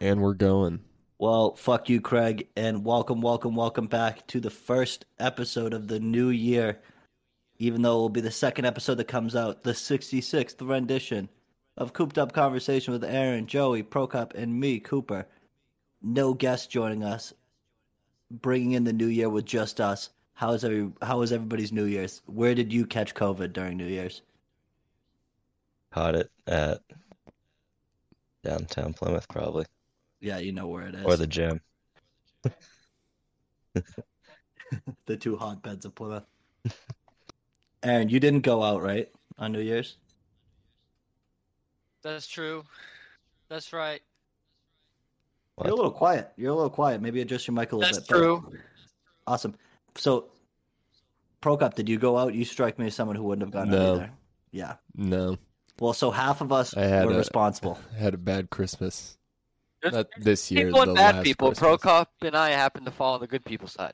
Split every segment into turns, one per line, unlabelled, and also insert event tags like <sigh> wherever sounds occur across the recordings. And we're going.
Well, fuck you, Craig, and welcome, welcome, welcome back to the first episode of the new year. Even though it will be the second episode that comes out, the 66th rendition of Cooped Up Conversation with Aaron, Joey, Prokop, and me, Cooper. No guests joining us. Bringing in the new year with just us. How is every How was everybody's New Year's? Where did you catch COVID during New Year's?
Caught it at downtown Plymouth, probably,
Yeah, you know where it is.
or the gym.
the two hotbeds of Plymouth. <laughs> Aaron, you didn't go out right on New Year's.
That's true. That's right.
What?
You're a little quiet. You're a little quiet. Maybe adjust your mic a little
That's
bit. but-
true.
Awesome. So, Prokop, did you go out? You strike me as someone who wouldn't have gone
No.
out either. Yeah.
No,
Well, so half of us
I had
were
a- <laughs>
responsible.
I had a bad Christmas.
There's-
Not this year.
people
the
and bad
last
people.
Christmas.
Prokop and I happen to fall on the good people side.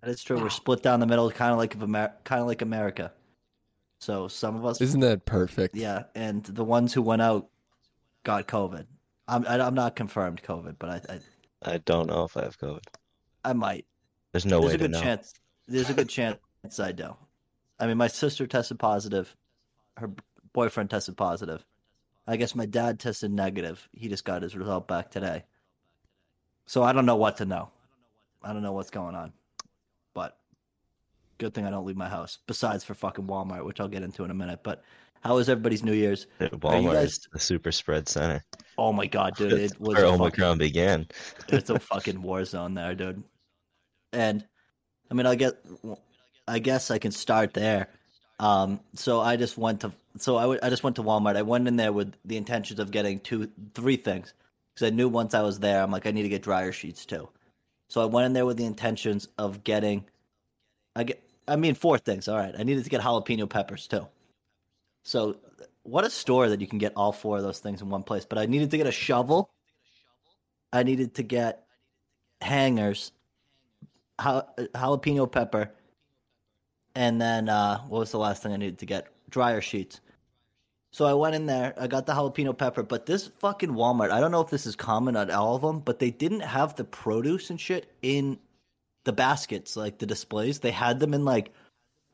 That is true. We're split down the middle, kind of like of Amer- kind of like America. So some of us,
Isn't that perfect?
yeah, and the ones who went out got COVID. I'm I, I'm not confirmed COVID, but I
I don't know if I have COVID.
I, I might.
There's no
there's
way
a
to
good
know.
chance. There's a good chance I do. I mean, my sister tested positive. Her b- boyfriend tested positive. I guess my dad tested negative. He just got his result back today. So I don't know what to know. I don't know what's going on. But good thing I don't leave my house. Besides for fucking Walmart, which I'll get into in a minute. But how was everybody's New Year's?
Dude, Walmart
guys-
is the super spread center.
Oh my god,
<laughs>
dude!
That's
It was
where
a fucking-
Omicron began.
it's a fucking war zone there, dude. And I mean, I get, I guess I can start there. Um, so I just went to, so I, w- I just went to Walmart. I went in there with the intentions of getting two, three things because I knew once I was there, I'm like, I need to get dryer sheets too. So I went in there with the intentions of getting, I get, I mean, four things. All right, I needed to get jalapeno peppers too. So what a store that you can get all four of those things in one place. But I needed to get a shovel. I needed to get hangers, ja- jalapeno pepper, and then uh, what was the last thing I needed to get? Dryer sheets. So I went in there. I got the jalapeno pepper, but this fucking Walmart. I don't know if this is common on all of them, but they didn't have the produce and shit in the baskets, like the displays. They had them in like.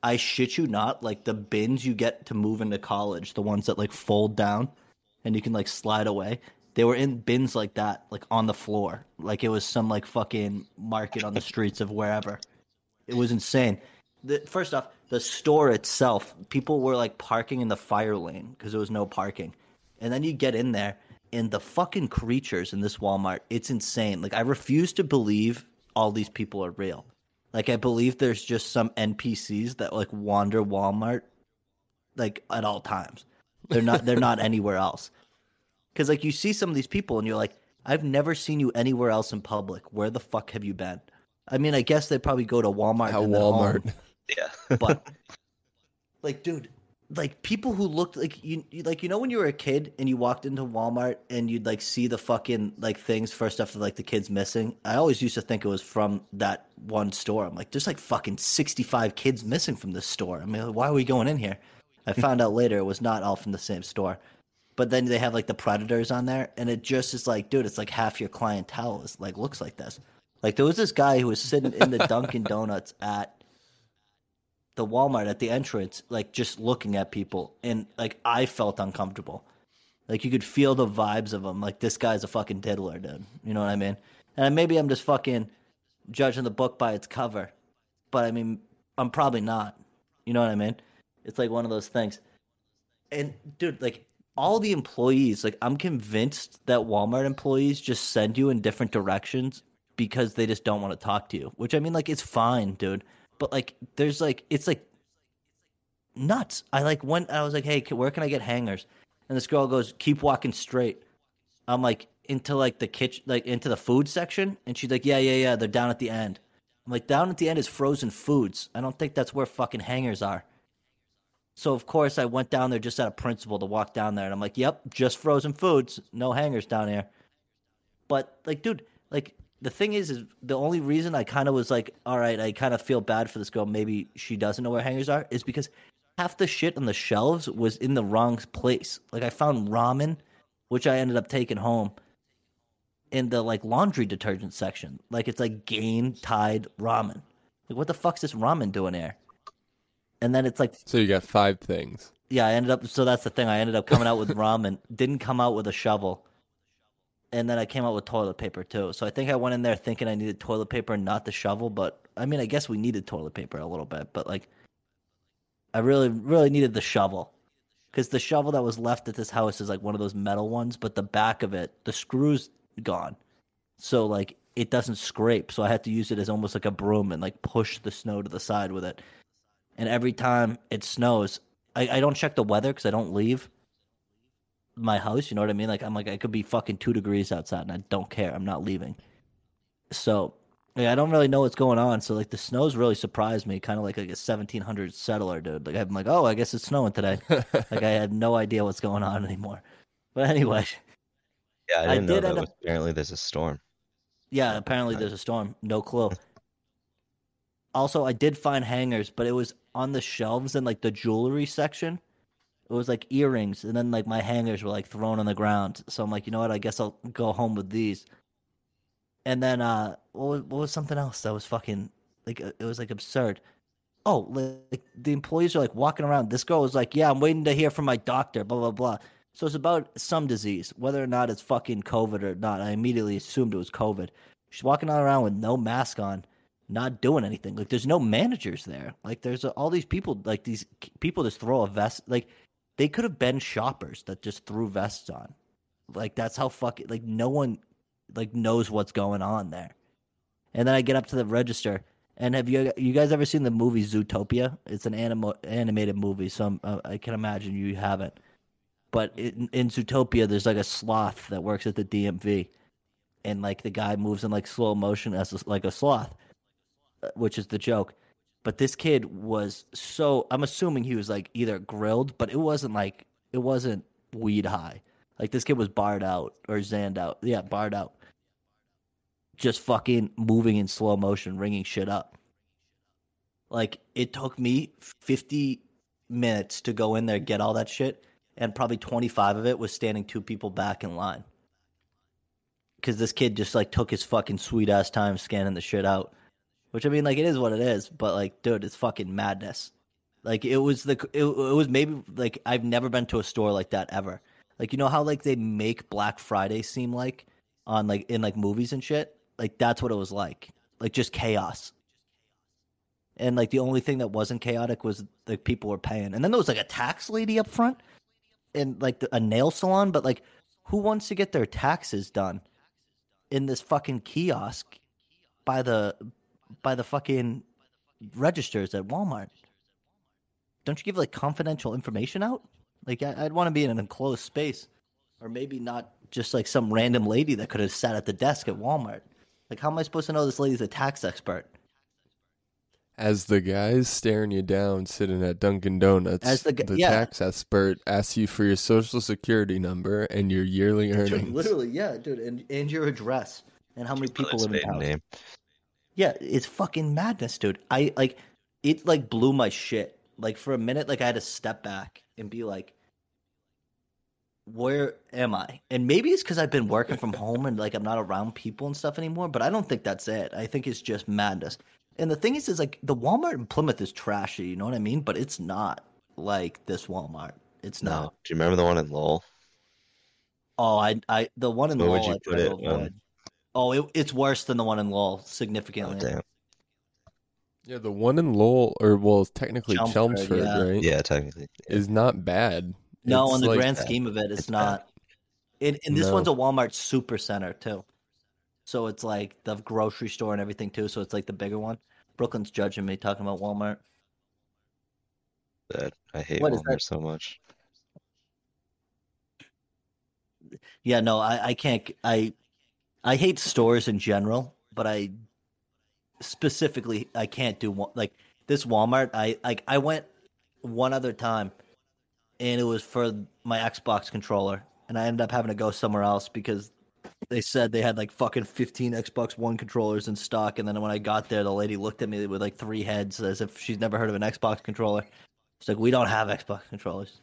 I shit you not, like the bins you get to move into college, the ones that like fold down and you can like slide away. They were in bins like that, like on the floor, like it was some like fucking market on the streets of wherever. It was insane. The, first off, the store itself, people were like parking in the fire lane because there was no parking, and then you get in there and the fucking creatures in this Walmart, it's insane. Like I refuse to believe all these people are real. Like I believe there's just some NPCs that like wander Walmart, like at all times. They're not they're
<laughs>
not anywhere else. Cause like you see some of these people and you're like, I've never seen you anywhere else in public. Where the fuck have you been? I mean, I guess they probably go to Walmart.
How
and then home,
Walmart.
Yeah.
<laughs>
but like, dude, like people who looked like you, you, like you know when you were a kid and you walked into Walmart and you'd like see the fucking like things first after like the kids missing. I always used to think it was from that one store. I'm like, there's like fucking 65 kids missing from this store. I mean, why are we going in here? I found out later it was not all from the same store. But then they have like the predators on there, and it just is like, dude, it's like half your clientele is like looks like this. Like there was this guy who was sitting in the Dunkin' Donuts at the Walmart at the entrance, like just looking at people, and like I felt uncomfortable. Like you could feel the vibes of him. Like this guy's a fucking diddler, dude. You know what I mean? And maybe I'm just fucking judging the book by its cover, but I mean, I'm probably not. You know what I mean? It's like one of those things. And dude, like all the employees, like I'm convinced that Walmart employees just send you in different directions because they just don't want to talk to you. Which I mean, like it's fine, dude. But like, there's like, it's like nuts. I like went. I was like, hey, ca- where can I get hangers? And this girl goes, keep walking straight. I'm like into like the kitchen, like into the food section, and she's like, yeah, yeah, yeah, they're down at the end. I'm like, down at the end is frozen foods. I don't think that's where fucking hangers are. So of course I went down there just out of principle to walk down there, and I'm like, "Yep, just frozen foods, no hangers down here." But like, dude, like the thing is, is the only reason I kind of was like, all right, I kind of feel bad for this girl. Maybe she doesn't know where hangers are, is because half the shit on the shelves was in the wrong place. Like I found ramen, which I ended up taking home in the like laundry detergent section. Like it's like Gain Tide ramen. Like what the fuck's this ramen doing here? And then it's like
So you got five things. <laughs>
yeah, I ended up. So that's the thing. I ended up coming out with ramen. Didn't come out with a shovel, and then I came out with toilet paper too. So I think I went in there thinking I needed toilet paper, not the shovel. But I mean, I guess we needed toilet paper a little bit. But like, I really, really needed the shovel because the shovel that was left at this house is like one of those metal ones, but the back of it, the screws gone, so like it doesn't scrape. So I had to use it as almost like a broom and like push the snow to the side with it. And every time it snows, I, I don't check the weather because I don't leave my house. You know what I mean? Like I'm like I could be fucking two degrees outside and I don't care. I'm not leaving. So yeah, I don't really know what's going on. So like the snow's really surprised me, kind of like like a 1700 settler, dude. Like I'm like, oh, I guess it's snowing today. like I had no idea what's going on anymore. But anyway,
Yeah, I
I
didn't know
did
that.
end
was, apparently, there's a storm.
Yeah, apparently there's a storm. No clue. also, I did find hangers, but it was on the shelves in like the jewelry section. It was like earrings, and then like my hangers were like thrown on the ground. So I'm like, you know what? I guess I'll go home with these. And then uh, what was, what was something else that was fucking like uh, it was like absurd. Oh, li- like the employees are like walking around. This girl was like, "Yeah, I'm waiting to hear from my doctor." Blah blah blah. So it's about some disease, whether or not it's fucking COVID or not. I immediately assumed it was COVID. She's walking all around with no mask on, not doing anything. Like there's no managers there. Like there's all these people. Like these k- people just throw a vest. Like they could have been shoppers that just threw vests on. Like that's how fucking like no one like knows what's going on there. And then I get up to the register. And have you you guys ever seen the movie Zootopia? It's an animo, animated movie, so I'm, uh, I can imagine you haven't but in, in Zootopia, there's like a sloth that works at the DMV, and like the guy moves in like slow motion as a, like a sloth, uh, which is the joke. But this kid was so I'm assuming he was like either grilled, but it wasn't like it wasn't weed high. Like this kid was barred out or zanned out. Yeah, barred out. Just fucking moving in slow motion, ringing shit up. Like it took me 50 minutes to go in there get all that shit and probably 25 of it was standing two people back in line because this kid just like took his fucking sweet ass time scanning the shit out which i mean like it is what it is but like dude it's fucking madness like it was the it, it was maybe like i've never been to a store like that ever like you know how like they make black friday seem like on like in like movies and shit like that's what it was like like just chaos and like the only thing that wasn't chaotic was like people were paying and then there was like a tax lady up front in like the, a nail salon, but like who wants to get their taxes done in this fucking kiosk by the by the fucking registers at Walmart? Don't you give like confidential information out? Like I, I'd want to be in an enclosed space, or maybe not just like some random lady that could have sat at the desk at Walmart. Like how am I supposed to know this lady's a tax expert?
As the guy's staring you down sitting at Dunkin' Donuts,
As the
the,
g- yeah.
tax expert asks you for your social security number and your yearly earnings.
Literally, yeah, dude, and and your address and how many people
Let's
live in
make
the
a
house.
Oh, name.
Yeah, it's fucking madness, dude. I like it like blew my shit. Like for a minute like I had to step back and be like where am I? And maybe it's cuz I've been working from home and like I'm not around people and stuff anymore, but I don't think that's it. I think it's just madness. And the thing is is like the Walmart in Plymouth is trashy, you know what I mean? But it's not like this Walmart. It's
No.
not.
Do you remember the one in Lowell?
Oh, I I the one in
Where would
Lowell
you
I
put
try to
it, um,
avoid. Oh, it, it's worse than the one in Lowell
Oh,
significantly.
damn.
Yeah, the one in Lowell, or well, it's technically
Chelmsford,
Chelmsford,
yeah.
right?
Yeah, technically.
Is not bad.
No,
It's
in the
like-
grand scheme of it, it's,
It's
not. It, and this
No.
one's a Walmart super center too, so it's like the grocery store and everything too. So it's like the bigger one. Brooklyn's judging me talking about Walmart.
That I hate
What is
Walmart so much.
Yeah, no, I, I can't. I I hate stores in general, but I specifically I can't do one like this Walmart. I like I went one other time, and it was for my Xbox controller, and I ended up having to go somewhere else because they said they had like fucking 15 Xbox One controllers in stock. And then when I got there, the lady looked at me with like three heads as if she's never heard of an Xbox controller. She's like, we don't have Xbox controllers.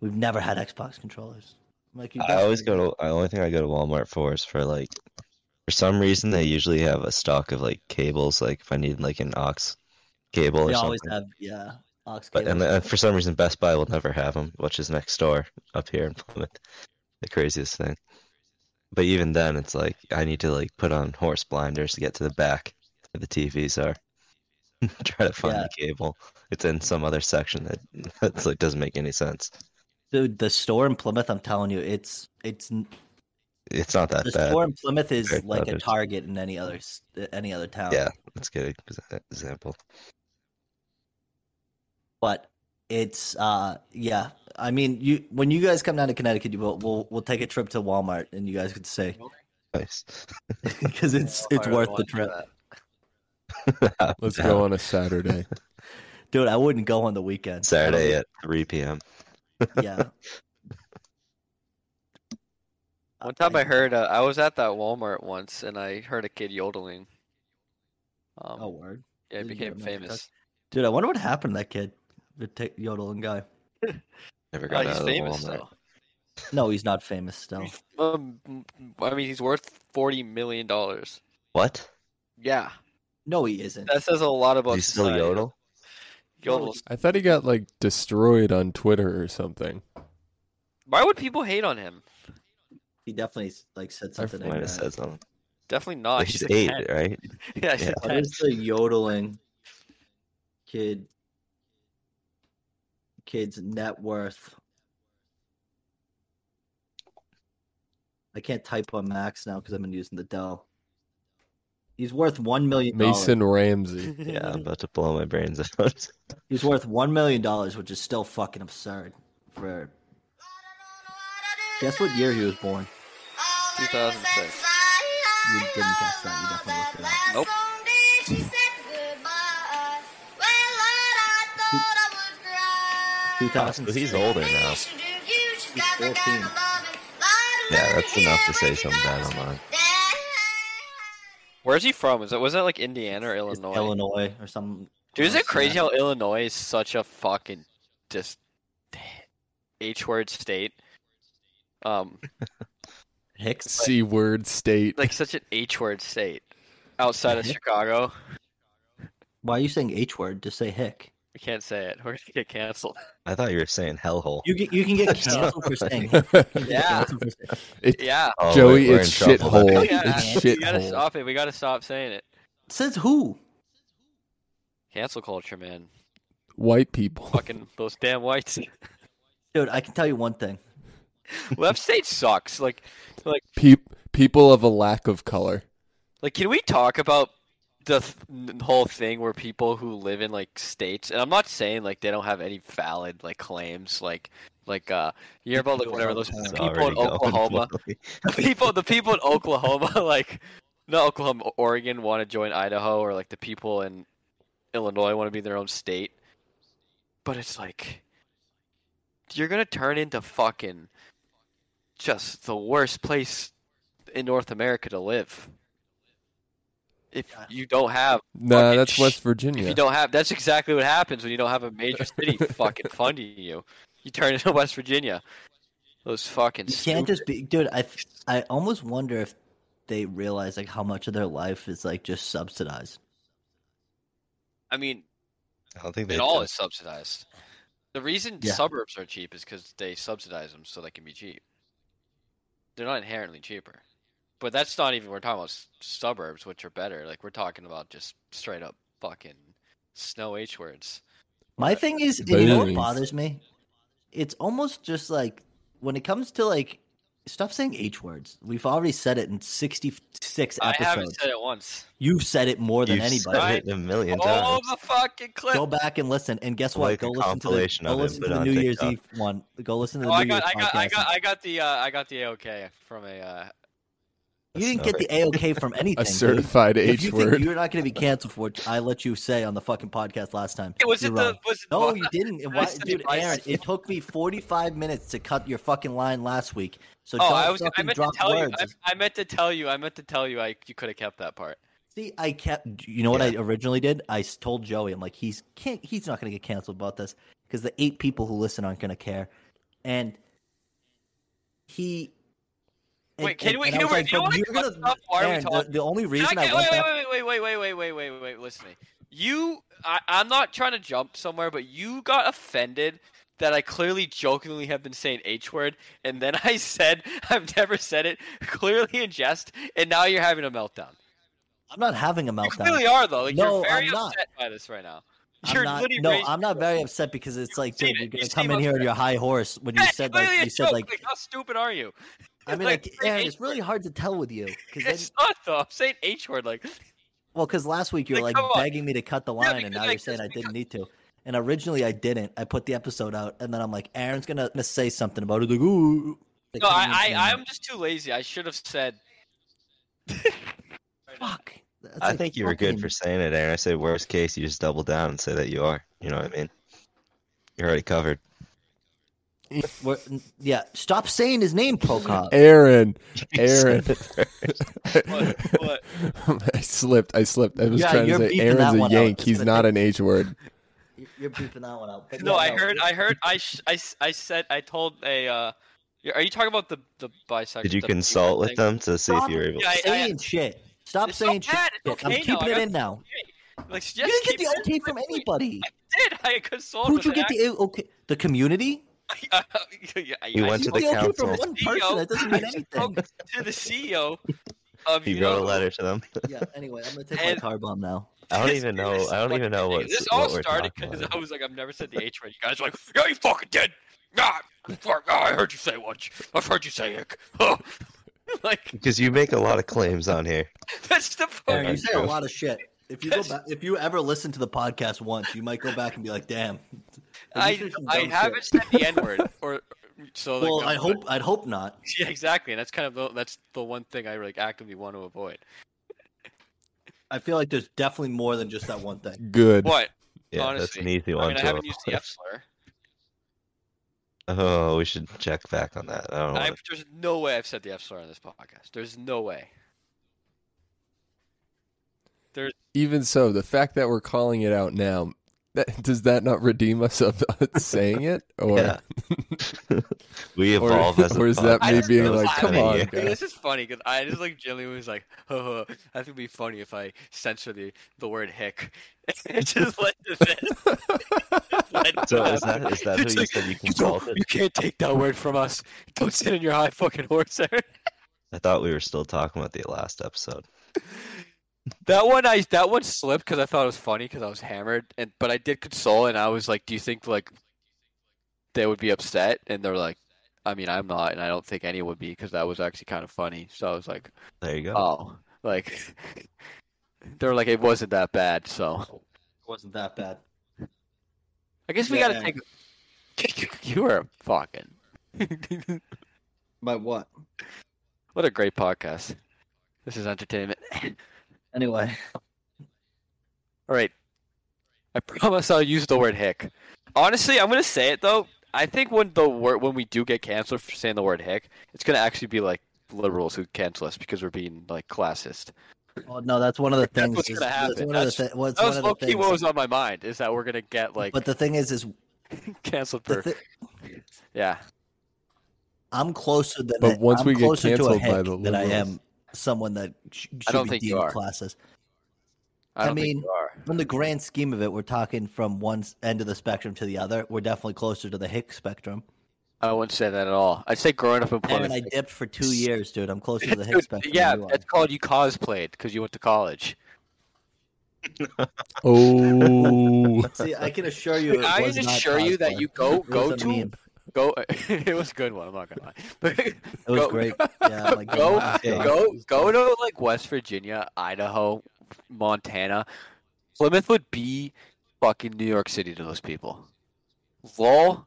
We've never had Xbox controllers. I'm like, "You
I always
definitely-
go to. I only thing I go to Walmart for is for like. For some reason, they usually have a stock of like cables. Like if I need like an aux cable or
They
something.
always have, yeah. Ox
but and
cables.
then, for some reason, Best Buy will never have them, which is next door up here in Plymouth. The craziest thing. But even then, it's like I need to like put on horse blinders to get to the back where the TVs are. <laughs> Try to find
Yeah.
the cable. It's in some other section that <laughs> that's like doesn't make any sense.
Dude, the store in Plymouth, I'm telling you, it's it's n-
It's not that
the
bad.
store in Plymouth is
compared to
like a
others.
Target in any other s- any other town.
Yeah, that's a good exa- example.
but it's uh yeah. I mean, you when you guys come down to Connecticut, you will we'll, we'll take a trip to Walmart, and you guys could say <laughs>
Nice.
because
<laughs>
it's it's worth the trip,
Let's go on a
<laughs>
Saturday.
dude. I wouldn't go on the weekend.
Saturday at 3 p.m.
yeah.
<laughs> One time I heard uh, I was at that Walmart once and I heard a kid yodeling. Um,
Oh word,
yeah,
did
it
you
became
get a message?
famous.
dude! I wonder what happened to that kid, the t- yodeling guy.
Never
Oh,
got out
he's
of the
famous
Walmart.
No, he's not famous
<laughs>
still.
though. Um, m- I mean, he's worth forty million dollars.
What?
Yeah,
No, he isn't.
that says a lot
Do
about.
you still
society.
yodel?
Yodels.
I thought he got like destroyed on Twitter or something.
Why would people hate on him?
He definitely like said
I
something.
Might have
ignorant.
said something.
Definitely not.
he's
<laughs> She's Oh, a
eight,
cat.
right?
Yeah, she's a
What
cat.
is the yodeling kid kid's net worth? I can't type on Max now because I've been using the Dell. He's worth one million dollars.
Mason Ramsey.
Yeah, I'm about to blow my brains out. <laughs>
He's worth one million dollars, which is still fucking absurd. For guess what year he was born?
2006.
You didn't guess that. You definitely looked it up.
Nope.
Two thousand.
so he's older now.
He's 14.
Yeah, that's enough to say something bad online.
Where's he from? Is it was that like Indiana or
Illinois.
Illinois?
Illinois or some.
Dude, is
Yeah.
it crazy how Illinois is such a fucking just <laughs> H word state? Um,
Hicks?
C word state. <laughs>
like such an H word state outside of
Mhm.
Chicago.
Why are you saying H word? Just say Hick.
We can't say it. We're gonna get canceled.
I thought you were saying hellhole.
You get, you can get canceled for
<laughs>
saying Hick.
Yeah,
It-
yeah.
Oh, wait,
Joey,
we're
it's
in trouble. <laughs>
shithole.
yeah.
It's
We gotta
shithole.
stop it. We gotta stop saying it.
Says who?
Cancel culture, man.
White people.
Fucking those damn whites. <laughs>
Dude, I can tell you one thing.
Left state sucks. Like,
Peop people of a lack of color.
Like, can we talk about the th- n- whole thing where people who live in like states, and I'm not saying like they don't have any valid like claims, like like uh, you hear about like whatever those
It's
people
<laughs>
in Oklahoma, <laughs> the people the people in Oklahoma, <laughs> like not Oklahoma, O- Oregon want to join Idaho, or like the people in Illinois want to be their own state, but it's like you're gonna turn into fucking just the worst place in North America to live if
Yeah.
you don't have
Nah,
Fucking
that's
sh-
West
if
Virginia.
you don't have that's exactly what happens when you don't have a major city fucking funding you you turn into west virginia those fucking
You can't
stupid-
just be, dude. I I almost wonder if they realize like how much of their life is like just subsidized.
i mean
I don't think they
it all
do.
is subsidized the reason
Yeah.
suburbs are cheap is because they subsidize them so they can be cheap they're not inherently cheaper but that's not even we're talking about s- suburbs which are better like we're talking about just straight up fucking snow h words
My thing is, and you know what
Boonies.
bothers me? It's almost just like when it comes to like stop saying H words. We've already said it in sixty six
i haven't
episodes.
said it once
You've said it more than
You've
anybody.
said it a million
all
times.
the fucking clips
Go back and listen, and guess
I'll
what?
make a
Go listen to the,
compilation
go
of it,
listen
put
to
it
the
on
New Year's
TikTok.
Eve one. Go listen to the
Oh, I
New Year's
got, I got, I
podcast.
got, I got the, uh, I got the AOK from a uh,
You didn't get the AOK
<laughs>
from anything.
A
dude.
certified
If
H
you
word. <laughs>
Think you're not going to be canceled for which I let you say on the fucking podcast last time.
Hey, was
You're
it the
wrong.
was it
No,
the-
you didn't. And
I
Why,
said
dude,
I <laughs>
Aaron,
said-
it took me 45 minutes to cut your fucking line last week. So
Oh,
don't
I was. I
fucking
meant to
drop
tell
words.
you. I, I meant to tell you. I meant to tell you. I you could have kept that part.
See, I kept. You know what I originally did? I s- told Joey, I'm like, he's can't. He's not going to get canceled about this because the eight people who listen aren't going to care. And he. and-
Wait, can
and-
we-
and I
can
was
we-
like,
you know
"But
what I
you're
cut
gonna-
off? Why are we
Aaron, the-
talking-
The only
Can I
reason I,
get-
went that-
wait, wait, wait, wait, wait, wait, wait, wait, wait, wait. Listen to me. You, I, I'm not trying to jump somewhere, but you got offended that I clearly jokingly have been saying H word, and then I <laughs> said I've never said it clearly in jest, and now you're having a meltdown.
I'm not having a meltdown.
You clearly are though. Like
No,
you're very
I'm not.
upset by this right now.
I'm
You're
not-
literally
no,
raising-
I'm not very upset because it's like,
seen
dude,
it.
you're gonna
You've
come
seen
in here on
upset.
your high horse when you
Yeah,
said
clearly
like
a
you said
joke.
like
how stupid are you? <laughs>
I mean
like,
like
say
Aaron,
H
it's really hard to tell with you because then
It's not though. I'm saying H word like
well because last week you were like
Like, come on.
begging me to cut the
Yeah,
line and
because,
now you're
like,
saying I
just
didn't need to and originally I didn't I put the episode out and then I'm like Aaron's gonna, gonna say something about it like ooh Like, what do
No,
you
I,
mean?
I I'm just too lazy. I should have said
fuck That's
I
like
think you were good for
fucking-
saying it, Aaron. I say worst case, you just double down and say that you are. You know what I mean? You're already
<laughs>
covered.
<laughs> we're, yeah stop saying his
<laughs>
name Procop
Aaron.
You said
Aaron.
it first.
<laughs>
What? What?
<laughs> I slipped. I slipped. I was
Yeah,
trying to
you're
say
beeping that
Aaron's a
one out.
yank.
It's
He's
gonna
not
take-
an H word.
You're- you're beeping that one out But
No,
yeah,
I heard. I heard. I sh- I, s- I said. I told a. Uh, y- are you talking about the the bisexual?
Did you
the
consult
female
with
thing?
them to see if
Stop
you were able?
Yeah, I-
saying shit stop
It's
saying
not bad.
shit
It's
I'm
okay now.
keeping
I
it
got-
in now
Like, just
you didn't
keep
get
it
the
in
okay from
my sleep.
anybody.
I did. I consulted.
Who'd you
with
get
an
the okay? The community?
act- <laughs> yeah, I-
You
I
went
You
to
spoke
the
get okay from
council.
one
E
person. That doesn't
<laughs>
mean anything.
to the CEO of
You
you,
wrote
know,
a letter to
<laughs>
them.
yeah. Anyway, I'm gonna take
And-
my car bomb now.
I don't
this-
even know.
this
I don't even know
fucking
what
thing. this all
what we're
started
talking
because
about.
I was like, I've never said the H word. You guys were like, yeah, you fucking did. Ah, fuck, oh, I heard you say once. I've heard you say it. <laughs> Oh. like
Because you make a lot of claims on here.
that's the
Aaron, you
point.
Alright,
say a
cool.
lot of shit. If you go back, if you ever listen to the podcast once, you might go back and be like, "Damn." you
I
said some
I
dumb
haven't
shit.
said the N word or so. like,
Well,
no,
I hope I'd hope not.
<laughs> Yeah, exactly. And that's kind of the, that's the one thing I like actively want to avoid.
I feel like there's definitely more than just that one thing.
Good.
What?
Yeah, that's
Honestly,
an easy
I
one
mean, I
to.
haven't used the
avoid.
F slur.
Oh, we should check back on that. I don't
I,
know.
there's no way I've said the F slur on this podcast. There's no way.
Even so, the fact that we're calling it out now, that, does that not redeem us of <laughs> saying it? Or
<laughs>
Yeah. <laughs> we
Or-
evolve as a
or is that
podcast
me
being
over
like,
the
come
coming
on,
year.
Dude, this is funny because I just like genuinely was like, <laughs> oh, I think it'd be funny if I censor the, the word hick. <laughs> it just led to <laughs> this. Just led to
So is that is that who
It's
you
like,
said you
<laughs> "You don't-
consulted?
You can't take that word from us. Don't sit in your high fucking horse, Aaron.
I thought we were still talking about the last episode.
That one I that one slipped because I thought it was funny because I was hammered and but I did console and I was like, do you think like they would be upset? And they're like, I mean, I'm not, and I don't think anyone would be because that was actually kind of funny. So I was like,
There you go.
oh, like <laughs> they're like it wasn't that bad. So
It wasn't that bad.
I guess we
Yeah.
gotta take. <laughs> you were fucking.
By what?
<laughs> what a great podcast. This is entertainment. <laughs>
Anyway,
All right. I promise I'll use the word hick. Honestly, I'm gonna say it though. I think when the word when we do get canceled for saying the word hick, it's gonna actually be like liberals who cancel us because we're being like classist.
oh no, that's one of the
That's
things.
what's
is-
gonna
that's
happen.
one of the
That's-
thi- what's
That
one
was
of the
low key what
things.
was on my mind is that we're gonna get Oh, like
But the thing is, is
<laughs> canceled
the
for
thi-
yeah.
I'm closer than
But
a-
once
I'm
we get
closer to a
canceled by
hick
the
than I
liberals.
am someone that sh- should
I don't
be
think you
deemed
are.
classes.
I
I
don't think
mean-
you are.
In the grand scheme of it, we're talking from one s- end of the spectrum to the other. We're definitely closer to the hick spectrum.
I wouldn't say that at all. I'd say growing up in
Aaron,
Plymouth. <laughs>
I dipped for two years, dude. I'm closer to the hick
Dude,
spectrum. than
yeah,
you are.
that's called you cosplayed because you went to college.
Oh,
<laughs> See, I can
<laughs>
assure you. It
I
was
can
not
assure you that
cosplay.
you go
It was
go
a
to
meme.
go. <laughs> it was a good one. I'm not gonna lie.
It was
go- <laughs>
great. Yeah, like,
go
yeah.
go go to like West Virginia, Idaho, Montana. Plymouth would be fucking New York City to those people. Lol,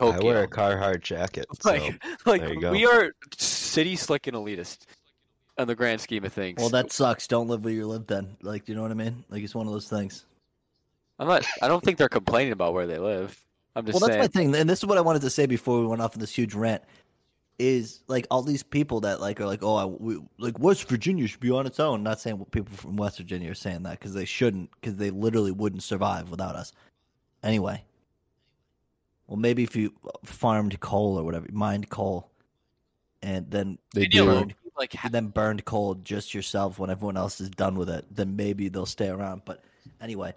Oh,
I
Tokyo.
wear a Carhartt jacket. So
<laughs> like like
there you go.
we are city slick and elitist. on the grand scheme of things.
Well, that sucks. Don't live where you live then. Like, do you know what I mean? Like, it's one of those things.
I'm not. I don't think they're complaining about where they live. I'm just
well, that's
saying.
my thing, and this is what I wanted to say before we went off on this huge rant. Is like all these people that like are like, oh, I we, like West Virginia should be on its own. Not saying what people from West Virginia are saying that because they shouldn't, because they literally wouldn't survive without us. Anyway, well, maybe if you farmed coal or whatever, mined coal, and then
They
Maybe a
do.
little bit, like ha-
and then burned coal just yourself when everyone else is done with it, then maybe they'll stay around. But anyway,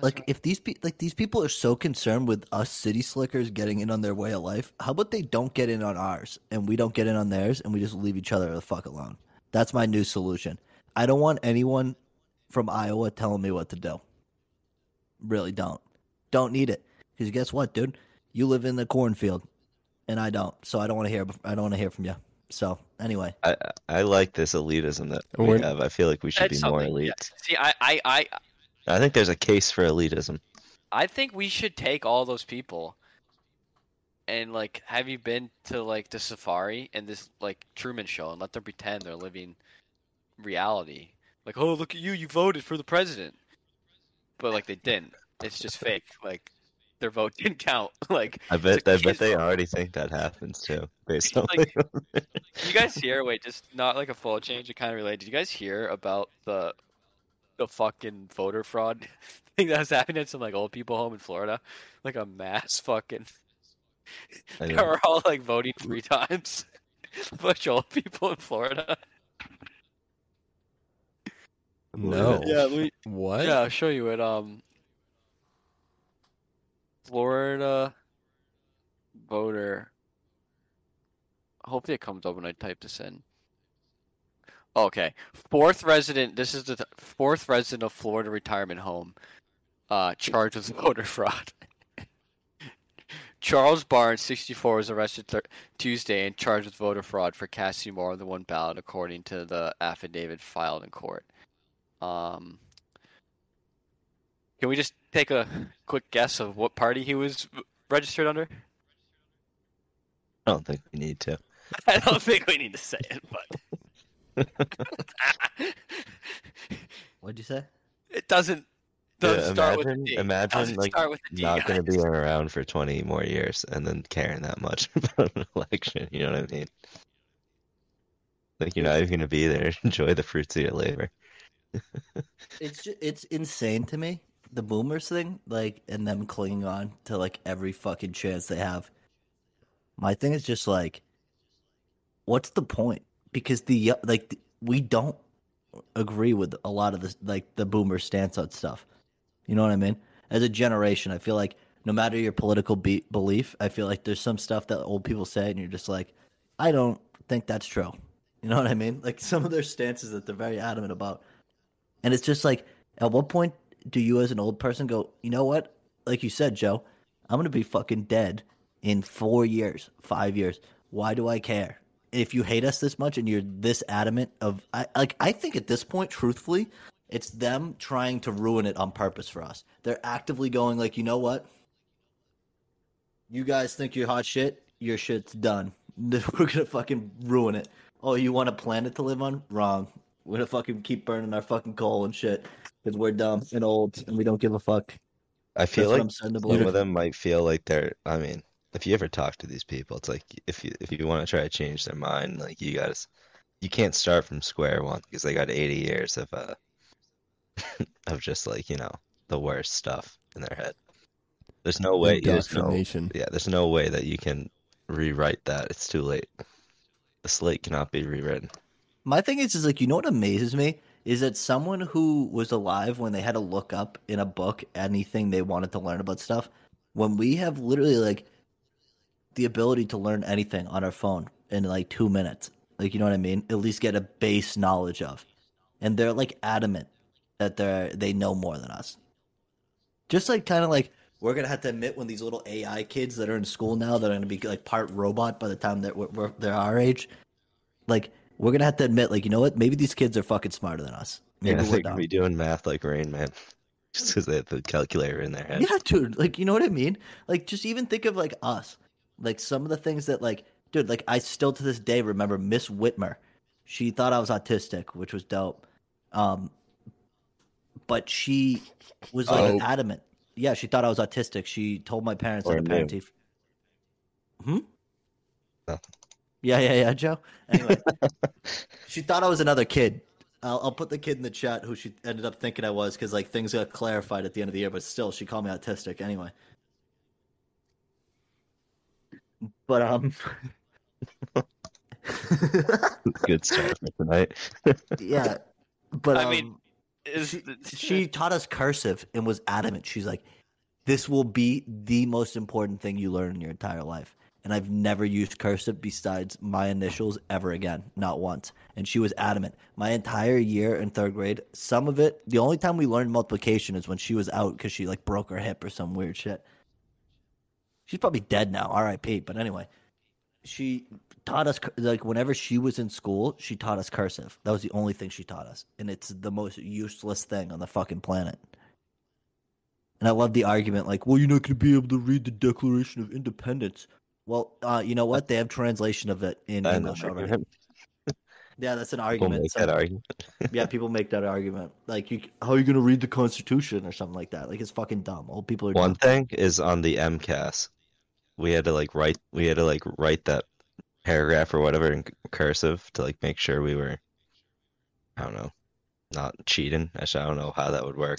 like if these pe- like these people are so concerned with us city slickers getting in on their way of life, how about they don't get in on ours and we don't get in on theirs and we just leave each other the fuck alone? That's my new solution. I don't want anyone from Iowa telling me what to do. Really don't. Don't need it because guess what, dude? You live in the cornfield, and I don't. So I don't want to hear. I don't want to hear from you. So anyway,
I I like this elitism that
And
we
we're-
have. I feel like we should
That's
be more
something,
elite.
yeah. See, I, I, I,
I think there's a case for elitism.
I think we should take all those people. And like, have you been to like the safari and this like Truman Show and let them pretend they're living reality? Like, oh look at you, you voted for the president, but like they didn't. It's just fake. Like their vote <laughs> didn't count. Like
I
it's
bet
a
I bet
kid's
they
vote.
already think that happens too, based on
<laughs>
<laughs>
Like- Did you guys hear? Wait, just not like a full change. It kind of related. Did you guys hear about the the fucking voter fraud <laughs> thing that was happening at some like old people home in Florida? Like a mass fucking.
I
<laughs> They
know.
were all like voting three times. <laughs> A bunch of old people in Florida.
No.
Yeah, we,
What?
yeah. I'll show you it. Um, Florida voter. Hopefully, it comes up when I type this in. Okay, fourth resident. This is the th- fourth resident of Florida retirement home, uh, charged with <laughs> voter fraud. Charles Barnes, 64, was arrested thir- Tuesday and charged with voter fraud for casting more than one ballot, according to the affidavit filed in court. Um, can we just take a quick guess of what party he was registered under?
I don't think we need to.
<laughs> I don't think we need to say it, but
what'd you say?
<laughs> it doesn't doesn't
Yeah,
start with a
imagine-
D.
imagine,
doesn't
like,
start with a D,
Not going to
<laughs> guys.
be around for 20 more years and then caring that much <laughs> about an election. You know what I mean? Like you're not even going to be there. <laughs> Enjoy the fruits of your labor.
It's just, it's insane to me the boomers thing, like, and them clinging on to like every fucking chance they have. My thing is just like, what's the point? Because the yo- like th- we don't agree with a lot of the like the boomer stance on stuff. You know what I mean? As a generation, I feel like no matter your political be- belief, I feel like there's some stuff that old people say, and you're just like, I don't think that's true. You know what I mean? Like some of their stances that they're very adamant about. And it's just like, at what point do you, as an old person, go, you know what? Like you said, Joe, I'm going to be fucking dead in four years, five years. Why do I care? If you hate us this much and you're this adamant of, I, like, I think at this point, truthfully, it's them trying to ruin it on purpose for us. They're actively going, like, you know what? You guys think you're hot shit? Your shit's done. <laughs> We're going to fucking ruin it. Oh, you want a planet to live on? Wrong. We're gonna fucking keep burning our fucking coal and shit because we're dumb and old and we don't give a fuck.
I
That's
feel
what
like
I'm starting to
Some
believe.
of them might feel like they're. I mean, if you ever talk to these people, it's like if you if you want to try to change their mind, like you guys, you can't start from square one because they got 80 years of uh <laughs> of just like you know the worst stuff in their head. There's no way. There's no.
Indoctrination.
Yeah, there's no way that you can rewrite that. It's too late. The slate cannot be rewritten.
My thing is, is like, you know what amazes me is that someone who was alive when they had to look up in a book anything they wanted to learn about stuff, when we have literally like the ability to learn anything on our phone in like two minutes, like you know what I mean? At least get a base knowledge of, and they're like adamant that they're they know more than us. Just like kind of like we're gonna have to admit when these little AI kids that are in school now that are gonna be like part robot by the time that we're, we're, they're our age, like we're gonna have to admit, like you know what? Maybe these kids are fucking smarter than us. Maybe
Yeah,
we're
<laughs> they're gonna
dumb.
be doing math like Rain Man, <laughs> just because they have the calculator in their head.
Yeah, dude. Like, you know what I mean? Like, just even think of like us. Like some of the things that like, dude. Like, I still to this day remember Miss Whitmer She thought I was autistic, which was dope. Um, but she was like
Oh.
adamant. Yeah, she thought I was autistic. She told my parents
Or
at the
knew.
parent teacher. Hmm.
Nothing.
Yeah, yeah, yeah, Joe.
<laughs>
Anyway, she thought I was another kid. I'll, I'll put the kid in the chat who she ended up thinking I was because like things got clarified at the end of the year, but still, she called me autistic anyway. But
<laughs>
um, <laughs>
Good start
<laughs>
for tonight.
yeah, but
I
um,
mean,
<laughs>
Is
she,
the- <laughs>
she taught us cursive and was adamant. She's like, "This will be the most important thing you learn in your entire life." And I've never used cursive besides my initials ever again, not once. And she was adamant. My entire year in third grade, some of it, the only time we learned multiplication is when she was out because she like broke her hip or some weird shit. She's probably dead now, R.I.P. But anyway, she taught us cur- like whenever she was in school, she taught us cursive. That was the only thing she taught us, and it's the most useless thing on the fucking planet. And I love the argument like, "Well, you're not going to be able to read the Declaration of Independence." Well, uh, you know what? They have translation of it in
And
English already.
argument.
Yeah, that's an
We'll
argument.
make
so-
that argument.
yeah, people make that argument. Like, you, how are you going to read the Constitution or something like that? Like, it's fucking dumb. Old people are
One
dumb.
thing is on the MCAS, we had to like write we had to like write that paragraph or whatever in cursive to like make sure we were I don't know, not cheating. Actually, I don't know how that would work.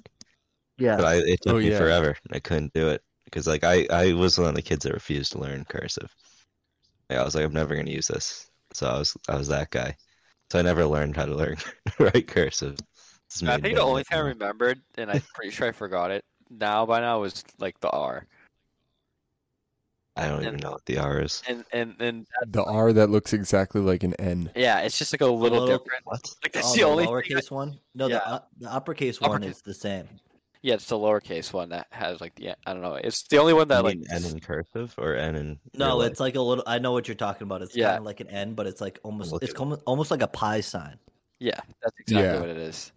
But
Yeah,
I it took
Oh,
me
yeah.
forever. I couldn't do it because like I I was one of the kids that refused to learn cursive. Like, I was like I'm never gonna use this. So I was I was that guy. So I never learned how to learn <laughs> write cursive. It's
I
made
think
me
the
a
only
nightmare.
time I remembered, and I'm pretty sure I forgot it now by now, was like the R.
I don't even know what the R is.
And and and that,
The R that looks exactly like an N.
yeah, it's just like a little,
little-
different.
What?
Like that's
Oh,
the only thing.
lowercase one. No,
Yeah.
the, up- the uppercase, one
Uppercase.
is the same.
yeah, it's the lowercase one that has like the I don't know. It's the only one that
You
like
mean N in cursive or N in
No,
real
it's like a little. I know what you're talking about. It's
Yeah.
kind of like an N, but it's like almost.
look
It's
at it.
almost, almost like a pie sign.
Yeah, that's exactly
Yeah.
what it is.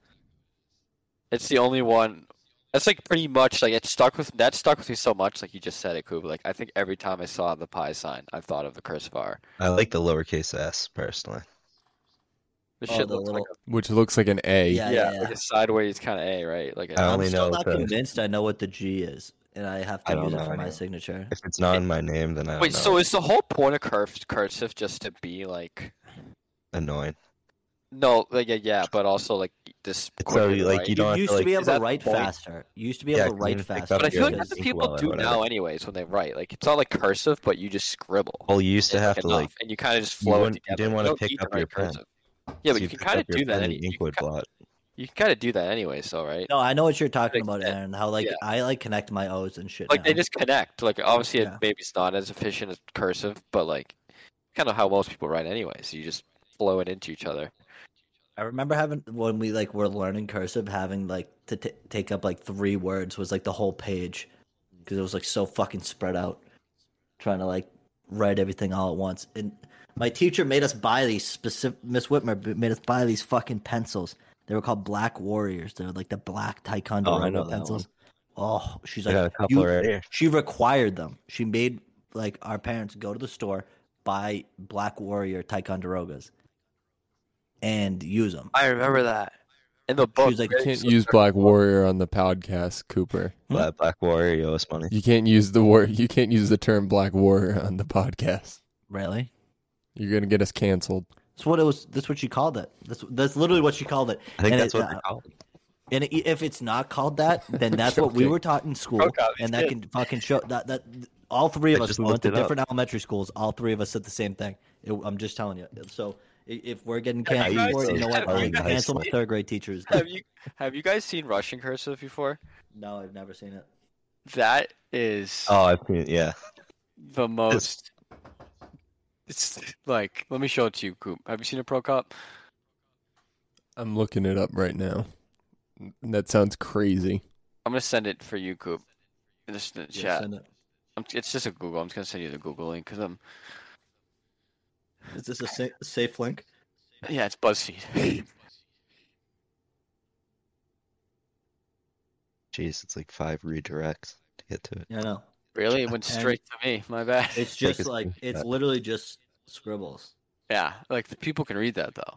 It's the only one. That's like pretty much like it stuck with that stuck with me so much. Like you just said it, Koob. Like I think every time I saw the pie sign, I thought of the cursive R.
I like the lowercase s personally.
The
Oh,
shit
the
looks
little-
like
Which looks like an A.
a,
Yeah,
yeah,
yeah, yeah.
like a sideways kind of A, right? Like a,
I
I'm
only
still
know
not
the-
convinced. I know what the G is, and I have to
I
use
don't
it
know,
for
I
my
know.
signature.
If it's not in my name, then I don't
wait.
know.
So is the whole point of curf- cursive just to be like
annoying.
no, like yeah, yeah but also like this.
So
quicker to
like
write.
you
You
don't have
used
to,
to be able
like,
is
to
that the
write
point?
faster. You used to be
Yeah,
able to
'cause you
write
didn't pick
faster.
up
but I feel
your
like that's what
ink
people
well or
do
whatever.
now, anyways, when they write. Like it's not like cursive, but you just scribble.
well, you used to
and,
have to
enough,
like
and you kind of just
you
flow it
wouldn't-
together.
you didn't wanna
don't
pick
need
up
write
your pen.
cursive. Yeah,
so you
but you can
picked
kind of
up your
do that.
pen and
Any, you
ink would
can,
blot.
you can kind of do that anyway, so right?
No, I know what you're talking about,
Like that.
Aaron. How like
Yeah.
I like connect my O's and shit.
like they
now.
just connect. Like obviously,
Yeah.
it maybe it's not as efficient as cursive, but like kind of how most people write anyway. So you just flow it into each other.
I remember having when we like were learning cursive, having like to t- take up like three words was like the whole page because it was like so fucking spread out, trying to like write everything all at once. And my teacher made us buy these specific. Miss Whitmer b- made us buy these fucking pencils. They were called Black Warriors. They were like the black Ticonderoga
Oh, know that
pencils. Oh, she's
I
like,
got a couple
"You-
right here.
she required them. She made like our parents go to the store, buy Black Warrior Ticonderogas, and use them.
I remember that in the book.
was like,
You can't use Black Warrior on the podcast, Cooper.
Hmm?
Black, Black Warrior, you owe us money.
You can't use the word. You can't use the term Black Warrior on the podcast.
Really?
You're gonna get us canceled.
That's what it was. That's what she called it. That's that's literally what she called it.
I think
and
that's
it,
what they're
uh,
called.
And i- if it's not called that,
<laughs>
then that's what we
Joking.
were taught in school,
Fuck off,
and
it's
that can fucking show that that all three of
I
us
just
we went
looked
to
it up.
different elementary schools. All three of us said the same thing. It, I'm just telling you. So i- if we're getting
Have you
canceled for it,
guys-
you know what?
have
I
you
can
guys
cancel my
seen-
third grade teachers.
<laughs> Have you have you guys seen Russian cursive before?
No, I've never seen it.
That is
Oh, <laughs> I've seen. Yeah,
the most. It's like let me show it to you, Coop. Have you seen a pro cop?
I'm looking it up right now. That sounds crazy.
I'm gonna send it for you, Coop. Just in the
Yeah,
chat.
send it.
I'm, it's just a Google. I'm just gonna send you the Google link because I'm.
Is this a sa- safe link?
Yeah, it's BuzzFeed.
jeez, it's like five redirects to get to it.
Yeah, I know.
<laughs> really, it went straight to me. My bad. <laughs>
It's
Like
just
it's-
like it's literally just scribbles.
yeah, like the people can read that though.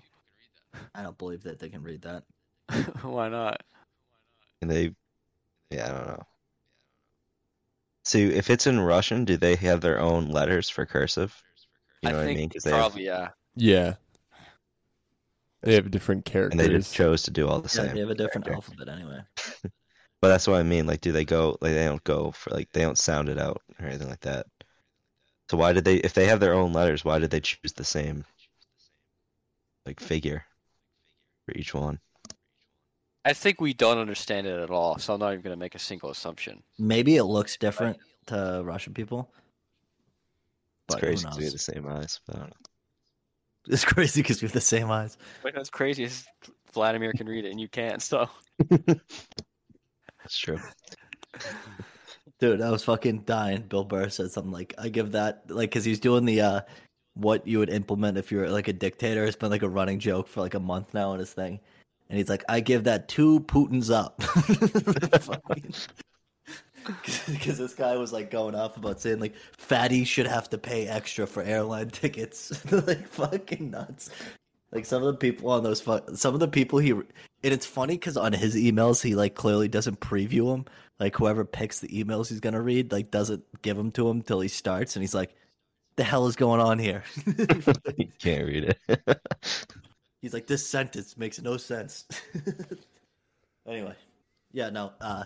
<laughs>
I don't believe that they can read that.
Why not?
And they, yeah, I don't know. See, if it's in Russian, do they have their own letters for cursive? You know
I
what I
think
mean? 'Cause they have-
probably yeah.
Yeah. They have different
and
characters.
they just chose to do all the
Yeah,
same.
they have a different
character.
alphabet anyway.
But that's what I mean. Like, do they go? Like, they don't go for like they don't sound it out or anything like that. So why did they? If they have their own letters, why did they choose the same like figure for each one?
I think we don't understand it at all, so I'm not even gonna make a single assumption.
Maybe it looks different to Russian people.
It's
But who
crazy 'cause we
knows?
have the same eyes. But I don't know.
<laughs> It's crazy because we have the same eyes.
Like that's crazy. is Vladimir can read it and you can't. <laughs> So
That's true.
Dude, I was fucking dying. Bill Burr said something like, I give that, like, because he's doing the, uh, what you would implement if you're like a dictator. It's been like a running joke for like a month now in his thing. And he's like, I give that two Putins up. <laughs> Because this guy was like going off about saying like fatties should have to pay extra for airline <laughs> tickets. like fucking nuts. Like some of the people on those, fu- some of the people he, and it's funny because on his emails, he like clearly doesn't preview them like whoever picks the emails he's gonna read like doesn't give them to him till he starts and he's like the hell is going on here <laughs>
<laughs> you can't read it. <laughs>
he's like this sentence makes no sense <laughs> anyway yeah no uh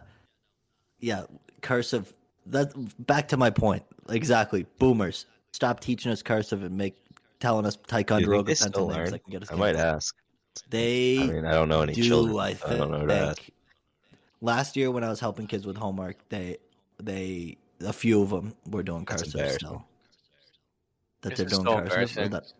yeah cursive that back to my point exactly boomers stop teaching us cursive and make telling us ticonderoga
they still
pencil names
learn?
that can get us
I might
canceled.
ask.
they
I mean, I don't know any
do
children.
uh,
I
so I don't know what to ask.
think. Last year when I was helping kids with homework, they they a few of them were doing
That's
cursive
embarrassing.
still. That
This
they're
is
doing
so
cursive. or
embarrassing.
that-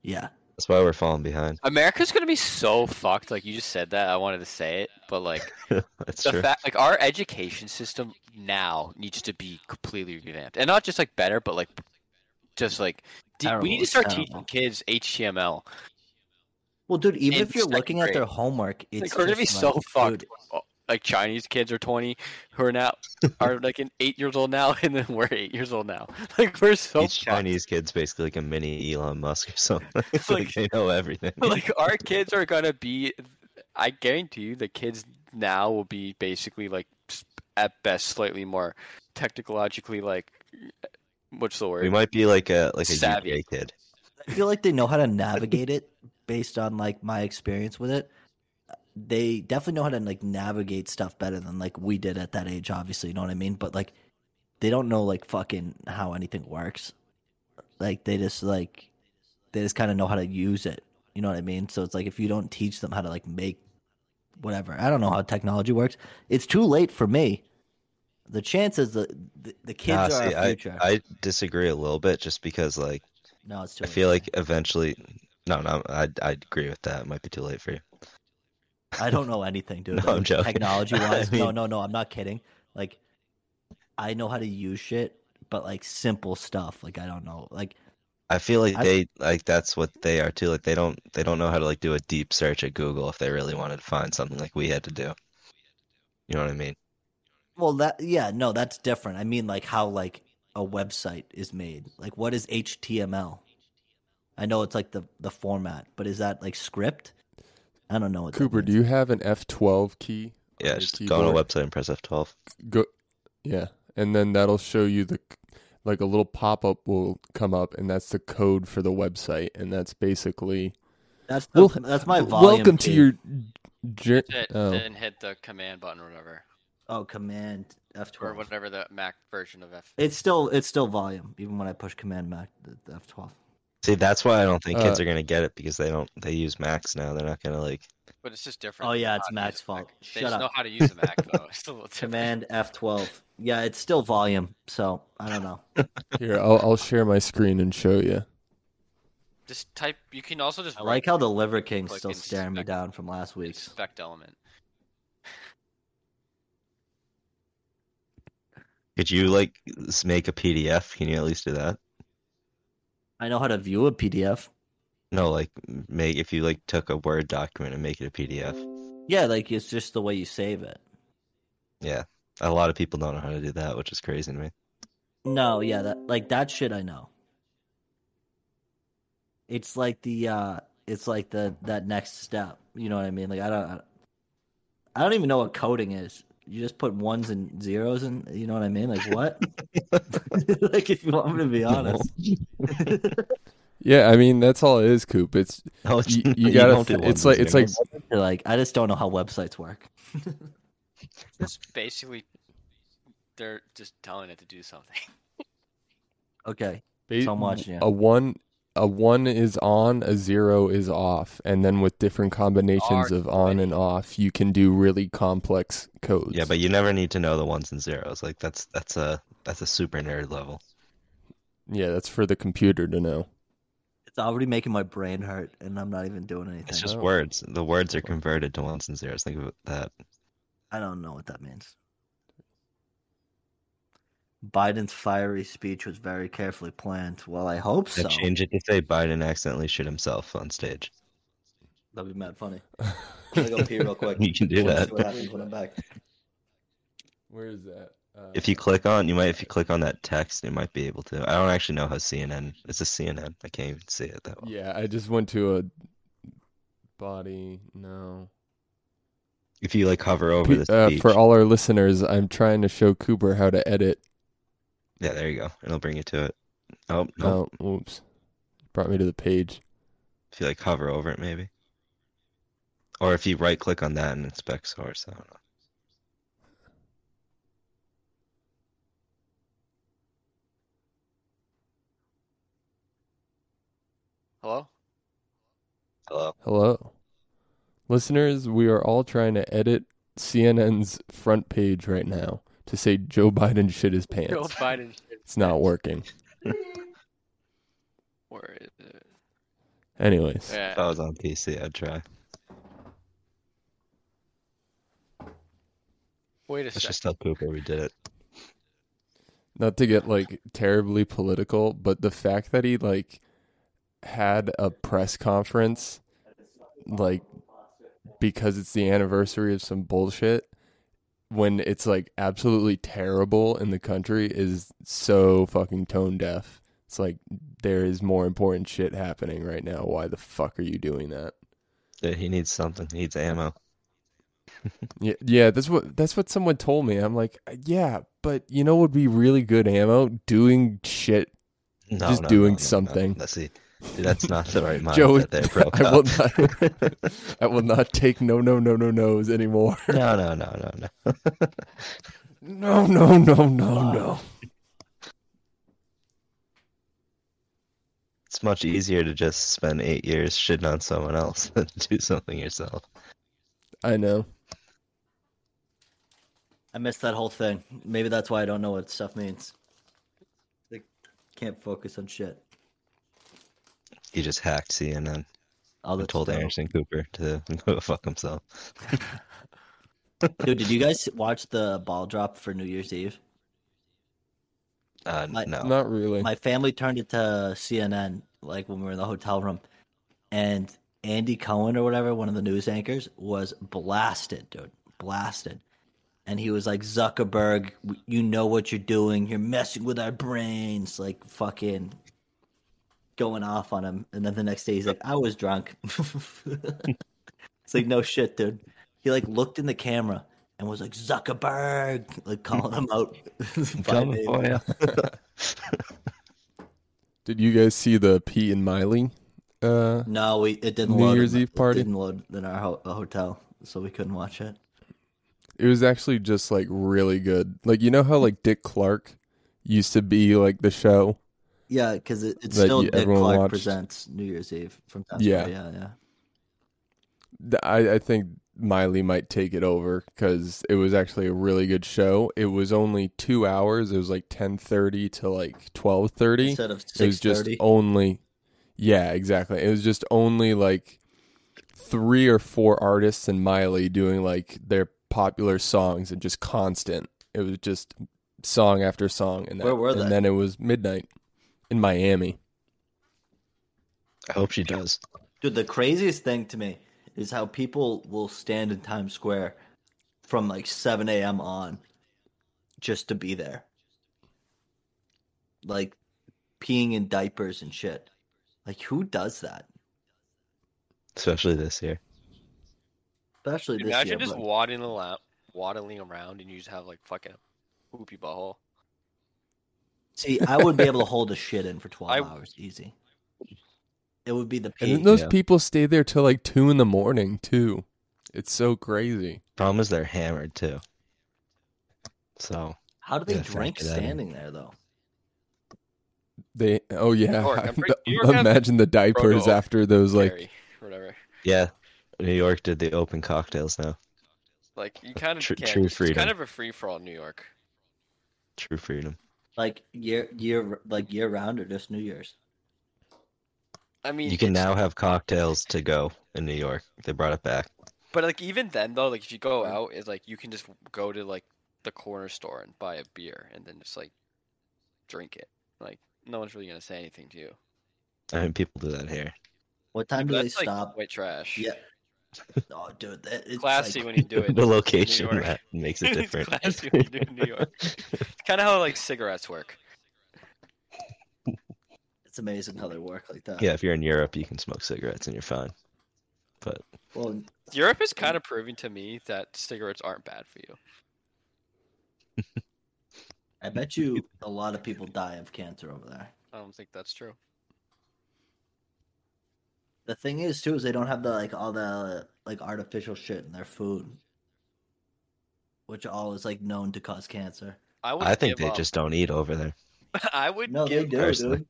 yeah,
That's why we're falling behind.
America's gonna be so fucked. Like you just said that, I wanted to say it, but like
That's
the
true.
fact, like our education system now needs to be completely revamped, and not just like better, but like just like d- we need
Terrible,
to start
terrible.
teaching kids HTML.
well, dude, even
In
if you're
second
looking at their homework, it's
like we're gonna be
just
so
like,
fucked.
dude,
Like Chinese kids are twenty, who
<laughs>
are now are like an eight years old now, and then we're eight years old now. <laughs> Like we're so
Each
fucked.
Chinese kid's basically like a mini Elon Musk or <laughs>
<laughs>
something. like,
Like-
they know everything.
<laughs> like our kids are gonna be i guarantee you the kids now will be basically like s- at best slightly more technologically like what's the word
we might be like a like a
Savvy.
UK kid.
I feel like they know how
<laughs>
to navigate it based on like my experience with it. They definitely know how to like navigate stuff better than like we did at that age, obviously, you know what I mean? But like they don't know like fucking how anything works. Like they just like they just kind of know how to use it. You know what I mean? So it's like if you don't teach them how to like make whatever. I don't know how technology works. It's too late for me. The chances that the, the
Nah,
kids are
see,
our
I-
future.
I, disagree a little bit just because like
no, it's too
I
late.
feel like eventually no no I I agree with that. It might be too late for you.
I don't know anything, dude.
<laughs> No, I'm joking.
Technology wise,
I
no,
mean-
no, no. I'm not kidding. Like, I know how to use shit, but like simple stuff. Like, I don't know. Like,
I feel like
I-
they like that's what they are too. Like they don't they don't know how to like do a deep search at Google if they really wanted to find something like we had to do. You know what I mean?
well, that yeah, no, that's different. I mean, like how like a website is made. Like, what is HTML? I know it's like the the format, but is that like script? I don't know. What that
Cooper, do
means.
you have an F twelve key? on
Yeah,
your
just go on a
keyboard?
website and press F12.
Go, yeah, and then that'll show you the like a little pop up will come up, and that's the code for the website, and that's basically
That's
Well,
the- that's my volume.
welcome to
key.
your. Jer-
Hit-
oh,
then hit the command button or whatever
oh command F
or
twelve.
whatever the mac version of f
It's still it's still volume even when I push command Mac F twelve.
See, that's why I don't think kids
Uh,
are gonna get it because they don't they use Macs now. They're not gonna like
but it's just different
Oh,
than
yeah,
how
it's
to
Mac's
use a Mac.
fault.
they
Shut
just
up.
know how to use a mac though
<laughs>
it's a little different
Command F12. Yeah, it's still volume, so I don't know.
here I'll, I'll share my screen and show you.
just type you can also just
I like how the Liver King's still
Like
staring me
inspect-
down from last week's.
inspect element
could you like s- make a PDF? Can you at least do that?
I know how to view a PDF.
No, like m- make if you like took a Word document and make it a PDF.
Yeah, like it's just the way you save it.
Yeah. A lot of people don't know how to do that, which is crazy
<laughs>
to me.
No, yeah, that like that shit I know. It's like the uh it's like the that next step. You know what I mean? Like I don't I don't even know what coding is. You just put ones and zeros in. You know what I mean? Like what? <laughs>
<laughs>
like if you want me to be honest,
Yeah, I mean that's all it is, Coop. It's
No, it's-
you,
<laughs>
you gotta.
don't do
it's
ones
like
and
it's like
zeros.
like I just don't know how websites work.
It's basically they're just telling it to do something. <laughs>
Okay,
ba-
so much. Yeah.
a
Oh.
one. A one is on, a zero is off, and then with different combinations
Are-
of on and off, you can do really complex codes.
Yeah, but you never need to know the ones and zeros. Like that's that's a that's a super nerd level.
yeah, that's for the computer to know.
It's already making my brain hurt, and I'm not even doing anything.
It's just
Oh.
words. The words are converted to ones and zeros. Think of that.
I don't know what that means. Biden's fiery speech was very carefully planned. Well, I hope so.
Now change it to say Biden accidentally shit himself on stage.
That'd be mad funny. I'm gonna go pee real quick.
<laughs> You can do
Wanna see what
that.
happens when I'm back.
<laughs> Where is that? Uh,
If you click on, you might if you click on that text, you might be able to. I don't actually know how CNN. It's a CNN. I can't even see it that well.
yeah, I just went to a body. No.
If you like hover over
Pe-
the
uh,
speech,
for all our listeners, I'm trying to show Cooper how to edit.
yeah, there you go. It'll bring you to it. Oh no.
No, oops, brought me to the page.
If you like hover over it, maybe. Or if you right click on that and inspect source, I don't know.
Hello?
Hello.
Hello, listeners. We are all trying to edit CNN's front page right now to say Joe Biden shit his pants.
<laughs>
Joe Biden. should-
It's not working.
Where is it?
Anyways,
Yeah.
If
uh,
I was on PC, I'd try.
Wait a
Let's
second.
just tell Cooper we did it.
not to get like terribly political, but the fact that he like had a press conference, like because it's the anniversary of some bullshit, when it's like absolutely terrible in the country is so fucking tone deaf. It's like there is more important shit happening right now. Why the fuck are you doing that?
Dude, he needs something. He needs ammo.
Yeah, yeah, that's what that's what someone told me. I'm like, yeah, but you know what would be really good ammo? Doing shit
No,
Just
no,
doing
no, no, no.
something.
Let's see. Dude, that's not
<laughs>
the right mindset
Joe,
there, bro.
I <laughs> will not.
<laughs>
<laughs> I will not take no, no, no, no, no's anymore.
No, no, no, no, no. <laughs>
No, no, no, no, no.
It's much easier to just spend eight years shitting on someone else <laughs> than do something yourself.
I know.
I missed that whole thing. Maybe that's why I don't know what stuff means. Like, can't focus on shit.
He just hacked CNN
Oh,
All
and
that's
told
dope.
Anderson Cooper to <laughs> go fuck himself.
Dude, did you guys watch the ball drop for New Year's Eve?
Uh,
My-
no.
Not really.
My family turned it to CNN, like when we were in the hotel room, and Andy Cohen or whatever, one of the news anchors, was blasted, dude, blasted, and he was like Zuckerberg, w- you know what you're doing, you're messing with our brains, like fucking going off on him, and then the next day he's like, I was drunk. <laughs> it's like no shit, dude. He like looked in the camera and was like Zuckerberg, like calling him out. <laughs>
I'm
by
coming
name.
for you.
Did you guys see the Pete and Miley? Uh,
No, we it didn't.
New
load
Year's
in-
Eve party?
it didn't load in our ho- uh, hotel, so we couldn't watch it.
it was actually just like really good. Like you know how like Dick Clark used to be like the show.
Yeah, because it, it's
That
still
you-
Dick
everyone
Clark
watched?
presents New Year's Eve from time
Yeah.
yeah. yeah, yeah.
Th- I, I think Miley might take it over because it was actually a really good show. It was only two hours. It was like ten thirty to like twelve thirty.
Instead of
it was
six
just
thirty,
only yeah exactly it was just only like three or four artists and miley doing like their popular songs and just constant it was just song after song and, that,
Where were they?
and then it was midnight in miami
I hope she does.
dude. The craziest thing to me is how people will stand in Times Square from like seven a.m. on just to be there, like peeing in diapers and shit. Like, who does that?
especially this year.
Especially this year.
Imagine just
but-
waddling around, waddling around, and you just have like fucking a poopy butthole.
See, I wouldn't be able to hold a shit in for 12
I-
hours easy. It would be the
And then
peak.
those
yeah.
people stay there till like two in the morning too. It's so crazy.
Problem is they're hammered too. So
How do they
Yeah,
drink
factor that in.
standing there, though?
They oh yeah, <laughs>
York, I'm pretty- New York has
imagine the diapers
Proto-
after those like
Gary, or whatever.
yeah, New York did the open cocktails now.
Like you kind of
Tr-
can't.
true
it's
freedom.
kind of a free for all in New York.
True freedom.
Like year, year, like year round, or just New Year's?
I mean,
You can
it's-
now have cocktails to go in New York. They brought it back.
But like even then though, like if you go
Mm.
out, it's like you can just go to like the corner store and buy a beer and then just like drink it. Like no one's really gonna say anything to you.
I mean, people do that here.
What time do they
That's like
stop?
white trash. <laughs>
Yeah. Oh, dude, that, it's
Classy
like,
when you
<laughs>
do
<laughs>
it.
the location
York.
that
<laughs>
makes it
It's
different.
classy when you do it in
<laughs>
New York. It's kinda how like cigarettes work.
it's amazing how they work like that.
yeah, if you're in Europe, you can smoke cigarettes and you're fine. But
Well,
Europe is
Mm.
kind of proving to me that cigarettes aren't bad for you.
I bet you a lot of people die of cancer over there.
I don't think that's true.
The thing is, too, is they don't have the like all the like artificial shit in their food, which all is like known to cause cancer.
I would
I think
give
they
up.
just don't eat over there.
<laughs> I would
No, they
give
do,
personally.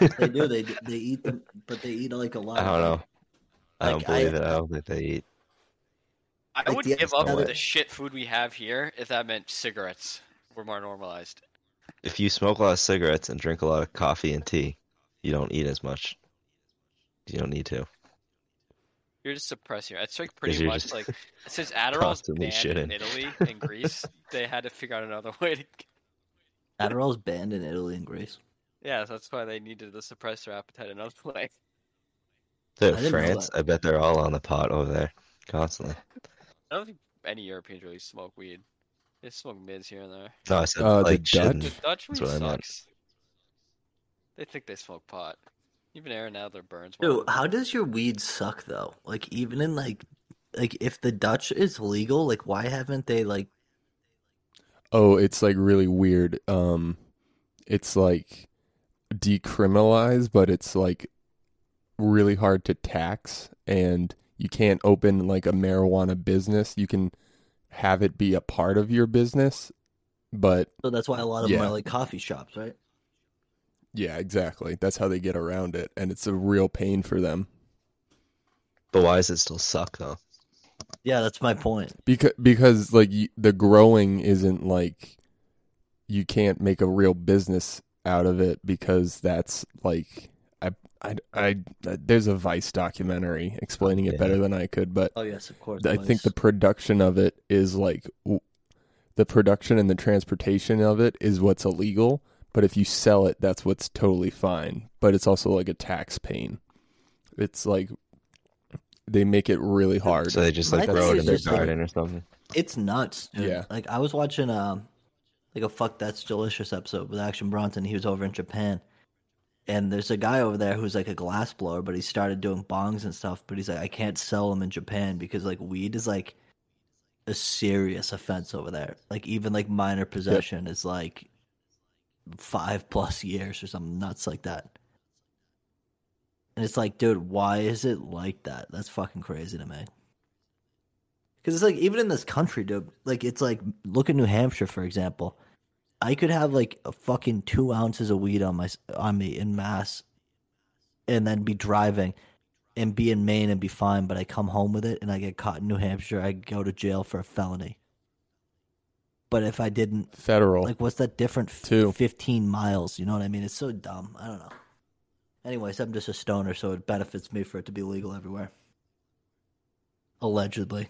dude. They do. They they eat them, but they eat like a lot.
I don't
of
know. I don't
Like, I-
believe it. I don't think they eat.
I
Like
would
the-
give up
another-
the shit food we have here if that meant cigarettes were more normalized.
If you smoke a lot of cigarettes and drink a lot of coffee and tea, you don't eat as much. You don't need to.
You're just suppressing. It's like
'Cause
pretty
you're
much
just- <laughs>
like since Adderall's
constantly
banned in
shitting.
Italy
<laughs>
and Greece, they had to figure out another way to.
Adderall's banned in Italy and Greece.
Yeah, so that's why they needed to suppress their appetite another <laughs> way.
Dude,
I didn't know
France,
that.
I bet they're all on the pot over there constantly.
I don't think any Europeans really smoke weed. They smoke mids here and there.
No, I said
Uh, the
like
Dutch?
The
shouldn't.
Dutch weed
Mm, That's what I meant.
sucks. They think they smoke pot. Even Aaron Adler burns one.
Dude, how does your weed suck though? Like even in like like if the Dutch is legal, like why haven't they like
oh, it's like really weird. Um, it's like decriminalized, but it's like really hard to tax, and you can't open like a marijuana business. You can have it be a part of your business, but
so that's why a lot of them
Yeah.
are like coffee shops, right?
yeah, exactly. That's how they get around it, and it's a real pain for them.
But why does it still suck though?
Yeah, that's my point.
because because like y- the growing isn't like you can't make a real business out of it because that's like I I, I uh, there's a Vice documentary explaining it
Yeah.
better than I could, but
Oh yes, of course.
I think the
Vice.
production of it is like w- the production and the transportation of it is what's illegal. But if you sell it, that's what's totally fine. But it's also like a tax pain. It's like they make it really hard.
So they just
My
like
thing
grow it
is
in their
just, like-
garden or something.
it's nuts. dude.
Yeah.
Like I was watching um like a fuck that's delicious episode with Action Bronson. He was over in Japan. And there's a guy over there who's like a glass blower, but he started doing bongs and stuff, but he's like I can't sell them in Japan because like weed is like a serious offense over there. Like even like minor possession is like 5 plus years or something nuts like that. And it's like, dude, why is it like that? That's fucking crazy to me. Because it's like even in this country, dude. Like it's like look at New Hampshire for example. I could have like a fucking two ounces of weed on my on me in mass, and then be driving, and be in Maine and be fine. But I come home with it and I get caught in New Hampshire. I go to jail for a felony. But if I didn't,
Federal.
like, what's that different? f-
Two.
Fifteen miles. You know what I mean? It's so dumb. I don't know. Anyways, I'm just a stoner, so it benefits me for it to be legal everywhere. Allegedly.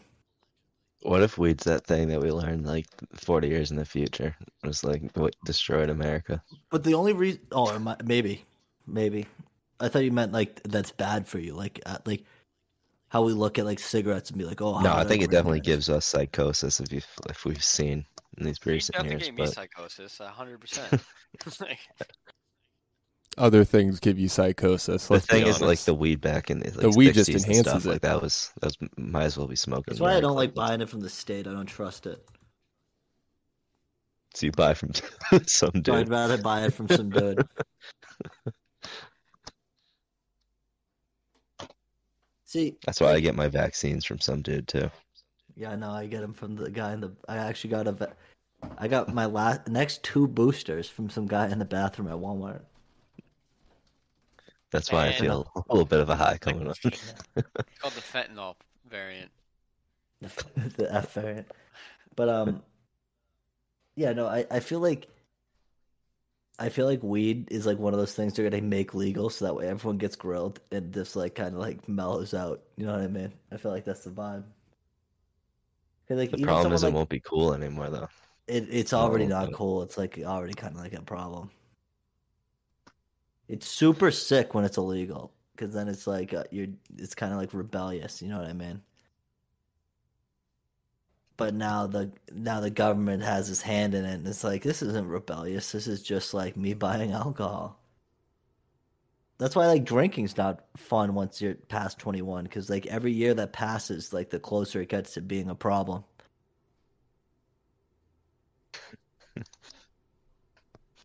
What if weed's that thing that we learned like 40 years in the future? It was like what destroyed America.
But the only reason, oh, am I- maybe, maybe, I thought you meant like that's bad for you, like uh, like how we look at like cigarettes and be like, oh,
No,
how
I
did
think it
bring
definitely
that in?
gives us psychosis if you if we've seen in these
You
recent <laughs>
definitely
years.
<laughs> gave me
But
psychosis, 100%. like,
Other things give you psychosis.
The
Let's be
thing is, like
honest.
the weed back in the like,
The weed just
60s and
enhances
stuff,
it.
Like that was that was, might as well be smoking.
That's why I
right?
don't like buying it from the state. I don't trust it.
So you buy from <laughs> some
So I'd
dude.
rather buy it from some
<laughs>
dude. See,
That's why I get my vaccines from some dude too.
yeah, no, I get them from the guy in the. I actually got a. va- I got my last next two boosters from some guy in the bathroom at Walmart.
That's why I
Man.
feel a little bit of a high
Like,
coming up.
<laughs>
<laughs>
it's called the fentanyl variant.
the F <laughs> variant. But um yeah, no, I, I feel like I feel like weed is like one of those things they're gonna make legal so that way everyone gets grilled and this like kinda like mellows out. You know what I mean? I feel like that's the vibe. 'Cause, Like,
The
even
problem
someone
is it
like-
won't be cool anymore though.
it, it's already
Oh,
not
but-
cool. It's like already kind of like a problem. It's super sick when it's illegal because then it's like uh, you're. It's kind of like rebellious. You know what I mean? But now the now the government has his hand in it, and it's like this isn't rebellious. This is just like me buying alcohol. That's why like drinking's not fun once you're past twenty one because like every year that passes, like the closer it gets to being a problem.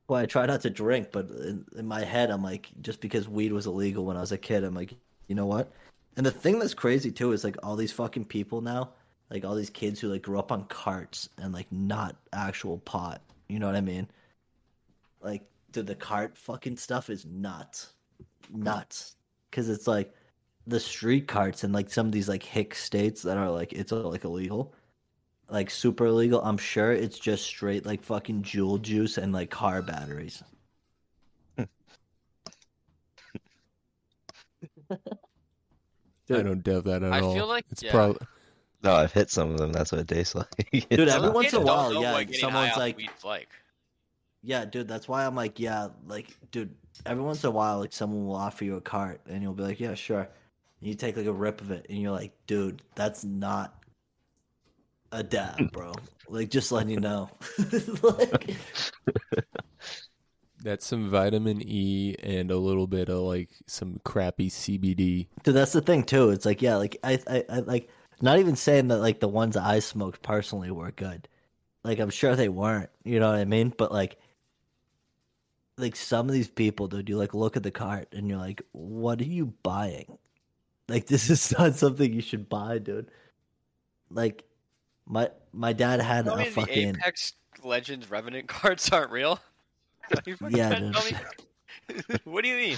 Well, I try not to drink, but in, in my head, I'm like, just because weed was illegal when I was a kid, I'm like, you know what? And the thing that's crazy too is like all these fucking people now, like all these kids who like grew up on carts and like not actual pot. You know what I mean? Like, dude, the cart fucking stuff is nuts, nuts. Because it's like the street carts and like some of these like hick states that are like it's uh, like illegal like super illegal. I'm sure it's just straight like fucking jewel juice and like car batteries.
I don't doubt that at
I
all.
feel like-
it's
yeah.
probably
No, I've hit some of them. That's what it tastes <laughs> like.
Dude,
It's
every
not-
once
Kids
in a
don't
while,
know
yeah,
what getting
someone's
high off
like-
weed's like
Yeah, dude, that's why I'm like, yeah, like, dude, every once in a while, like, someone will offer you a cart and you'll be like, yeah, sure. And you take like a rip of it and you're like, dude, that's not a dab, bro. like, just letting you know. <laughs> like,
that's some vitamin E and a little bit of like some crappy CBD.
Dude, that's the thing too. It's like, yeah, like I, I, I like not even saying that like the ones I smoked personally were good. Like I'm sure they weren't. You know what I mean? But like, like some of these people, dude, you like look at the cart and you're like, what are you buying? Like <laughs> this is not something you should buy, dude. Like my my dad had
Tell
a
me the
fucking
Apex Legends Revenant <laughs> cards aren't real. Are you fucking
Yeah,
trying to tell
<laughs>
me- <laughs> what do you mean?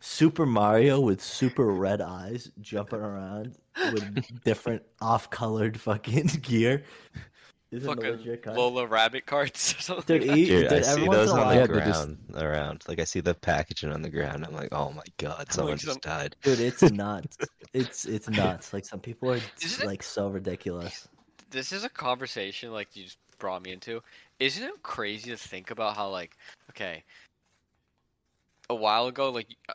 Super Mario with super red eyes jumping around with different off colored fucking <laughs> gear. This is another
Fucking
legit card.
Lola Rabbit cards or something.
Dude, he,
<laughs> Dude,
dude,
I
every
see
once
those
in a
on
while,
Yeah,
the
they just-
ground around. Like I see the packaging on the ground. I'm like, oh my god, someone
some-
just died.
dude, it's nuts. It's it's nuts. Like some people are
Is it-
like so ridiculous.
This is a conversation like you just brought me into. Isn't it crazy to think about how like okay, a while ago like uh,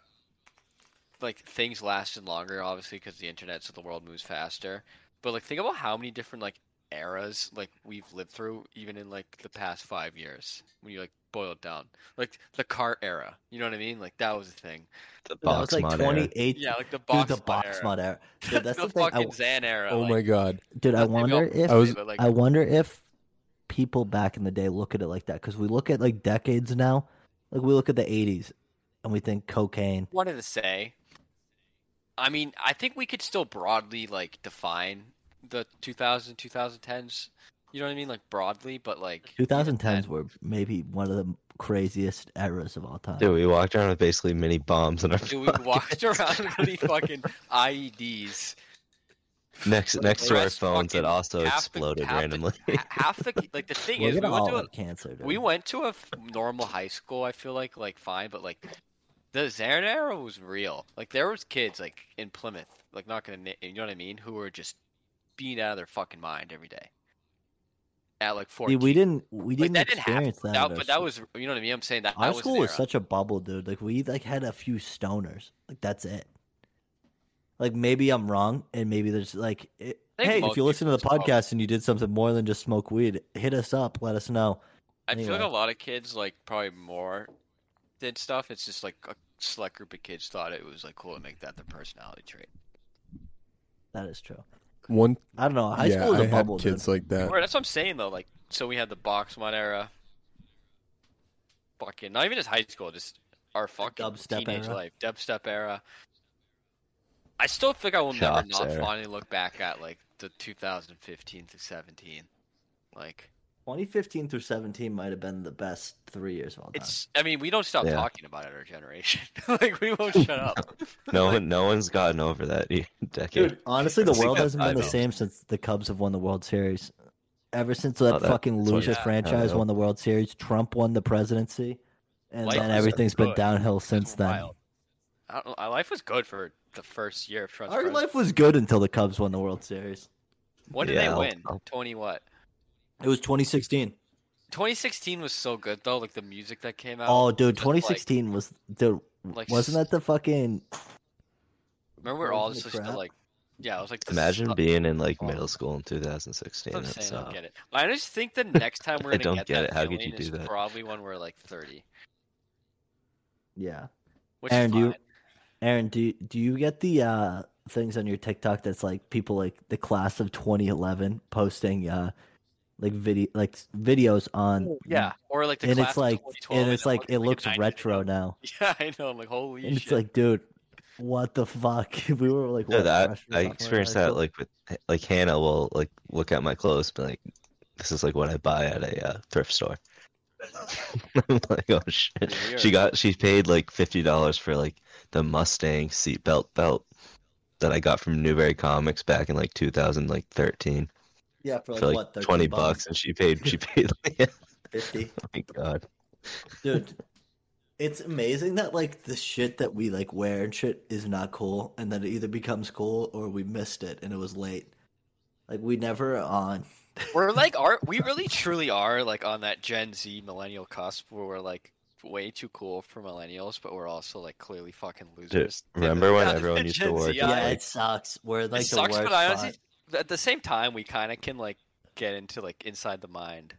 like things lasted longer obviously because the internet so the world moves faster. But like think about how many different like eras like we've lived through even in like the past 5 years when you like boil it down. Like the car era, you know what I mean? Like that was a thing.
The
Dude, that was
box
like
mod
twenty
era.
eight.
Yeah, like the
Dude,
box
the
mod
box
era.
mod era.
<laughs>
Dude, that's
the,
the, thing. I,
fucking Xan era.
Oh
like,
my god.
dude, I
maybe I'll
wonder if
I
was-
but like
I wonder if people back in the day look at it like that because we look at like decades now. Like we look at the '80s and we think cocaine.
wanted to say. I mean, I think we could still broadly like define the 2000 2010s. You know what I mean, like broadly, but like
2010s were maybe one of the craziest eras of all time.
Dude, we walked around with basically mini bombs in our
Dude, we
<laughs>
pockets.
walked around
<laughs>
with the fucking E IEDs.
next next to our
Pressed
phones that
fucking
also
half the-
exploded
half the-
randomly.
ha- <laughs> Half the like the thing
We're
is, we
gonna
went
all
to a,
have cancer. Dude.
we went to a f- normal high school. I feel like like fine, but like the Xanax era was real. Like there was kids like in Plymouth, like not gonna na- you know what I mean, who were just being out of their fucking mind every day. At like
Dude,
fourteen,
we didn't we
like,
didn't
that didn't happen.
experience
That,
that. at our
but that
school.
was you know what I mean. I'm saying that
our
that was an
school was
era.
such a bubble, dude. Like we like had a few stoners. Like that's it. Like maybe I'm wrong, and maybe there's like, it,
I think
hey,
most
if you listen to the
people smoke.
podcast and you did something more than just smoke weed, hit us up. Let us know.
I feel like
Anyway.
a lot of kids, like probably more, did stuff. It's just like a select group of kids thought it was like cool to make that their personality trait.
That is true.
One,
I don't know. High
yeah,
school is
I
a
had
bubble. dude.
kids like that.
Right, that's what I'm saying though. Like, so we had the box one era. Fucking not even just high school, just our fucking
dubstep
teenage
era.
life, dubstep era. I still think I will never
Shots
not
era.
fondly look back at like the 2015 to 17. Like
2015 through 17 might have been the best three years of all time.
it's, I mean, we don't stop
Uh, Yeah.
talking about it, our generation. <laughs> like we won't shut up.
No
Like,
one, no one's gotten over that <laughs> e- decade.
Dude, honestly, the
It's
world
like
hasn't been the
Ivo.
same since the Cubs have won the World Series. Ever since that,
Oh, that-
fucking
that's what-
loser
yeah,
franchise
I know.
won the World Series, Trump won the presidency, and
Life
then
is
everything's been
good.
downhill <laughs>
it's
since then.
wild. I don't, know, life was good for the first year of Trump's
Our
presidency.
life was good until the Cubs won the World Series.
When did
Yeah,
they
I'll-
win?
I'll-
20 what?
It was 2016.
2016 was so good though, like the music that came out.
Oh, dude,
Just, like-
2016 was dude.
like
wasn't that the fucking?
Remember, we we're all
Wasn't
just
it
used to
crap?
like, yeah, it was like. This
Imagine
stuff-
being in like
Oh.
middle school in 2016.
That's what I'm
That's,
saying. I
uh,
don't get it. I just
<laughs>
think the next time we're
I
gonna
don't
get,
get
that
it. How could
feeling
you do
is
that?
Probably when we're like 30.
Yeah,
Which
Aaron,
is
do
fine.
you- Aaron, do do you get the uh, things on your TikTok that's like people like the class of 2011 posting uh, like video like s- videos on
yeah, or like the
and
class
it's
of
like
2012
and it's like it looks
a 90s
retro now
<laughs> Yeah, I know. I'm like, holy
and
shit.
it's like dude, what the fuck? <laughs> we were like
No,
what,
that
freshmen,
I
sophomore in
experienced
high
that
school?
like with like Hannah will like look at my clothes, be like, "This is like what I buy at a uh, thrift store." <laughs> I'm like, oh shit!
Yeah, we
She
are-
got she paid like fifty dollars for like the Mustang seatbelt belt that I got from Newberry Comics back in like 2000 like 13
yeah for like,
for like
what 13
20 bucks, and she paid she paid <laughs> like,
fifty
oh my god
dude. It's amazing that like the shit that we like wear and shit is not cool, and then it either becomes cool or we missed it and it was late. Like we never on.
we're like, are we really truly are like on that Gen Z millennial cusp where we're like way too cool for millennials, but we're also like clearly fucking losers.
remember when
Yeah,
everyone used to
Gen Z,
work
Yeah,
Yeah,
like-
it sucks. We're like
it sucks,
the worst
but I honestly,
spot
at the same time, we kind of can like get into like inside the mind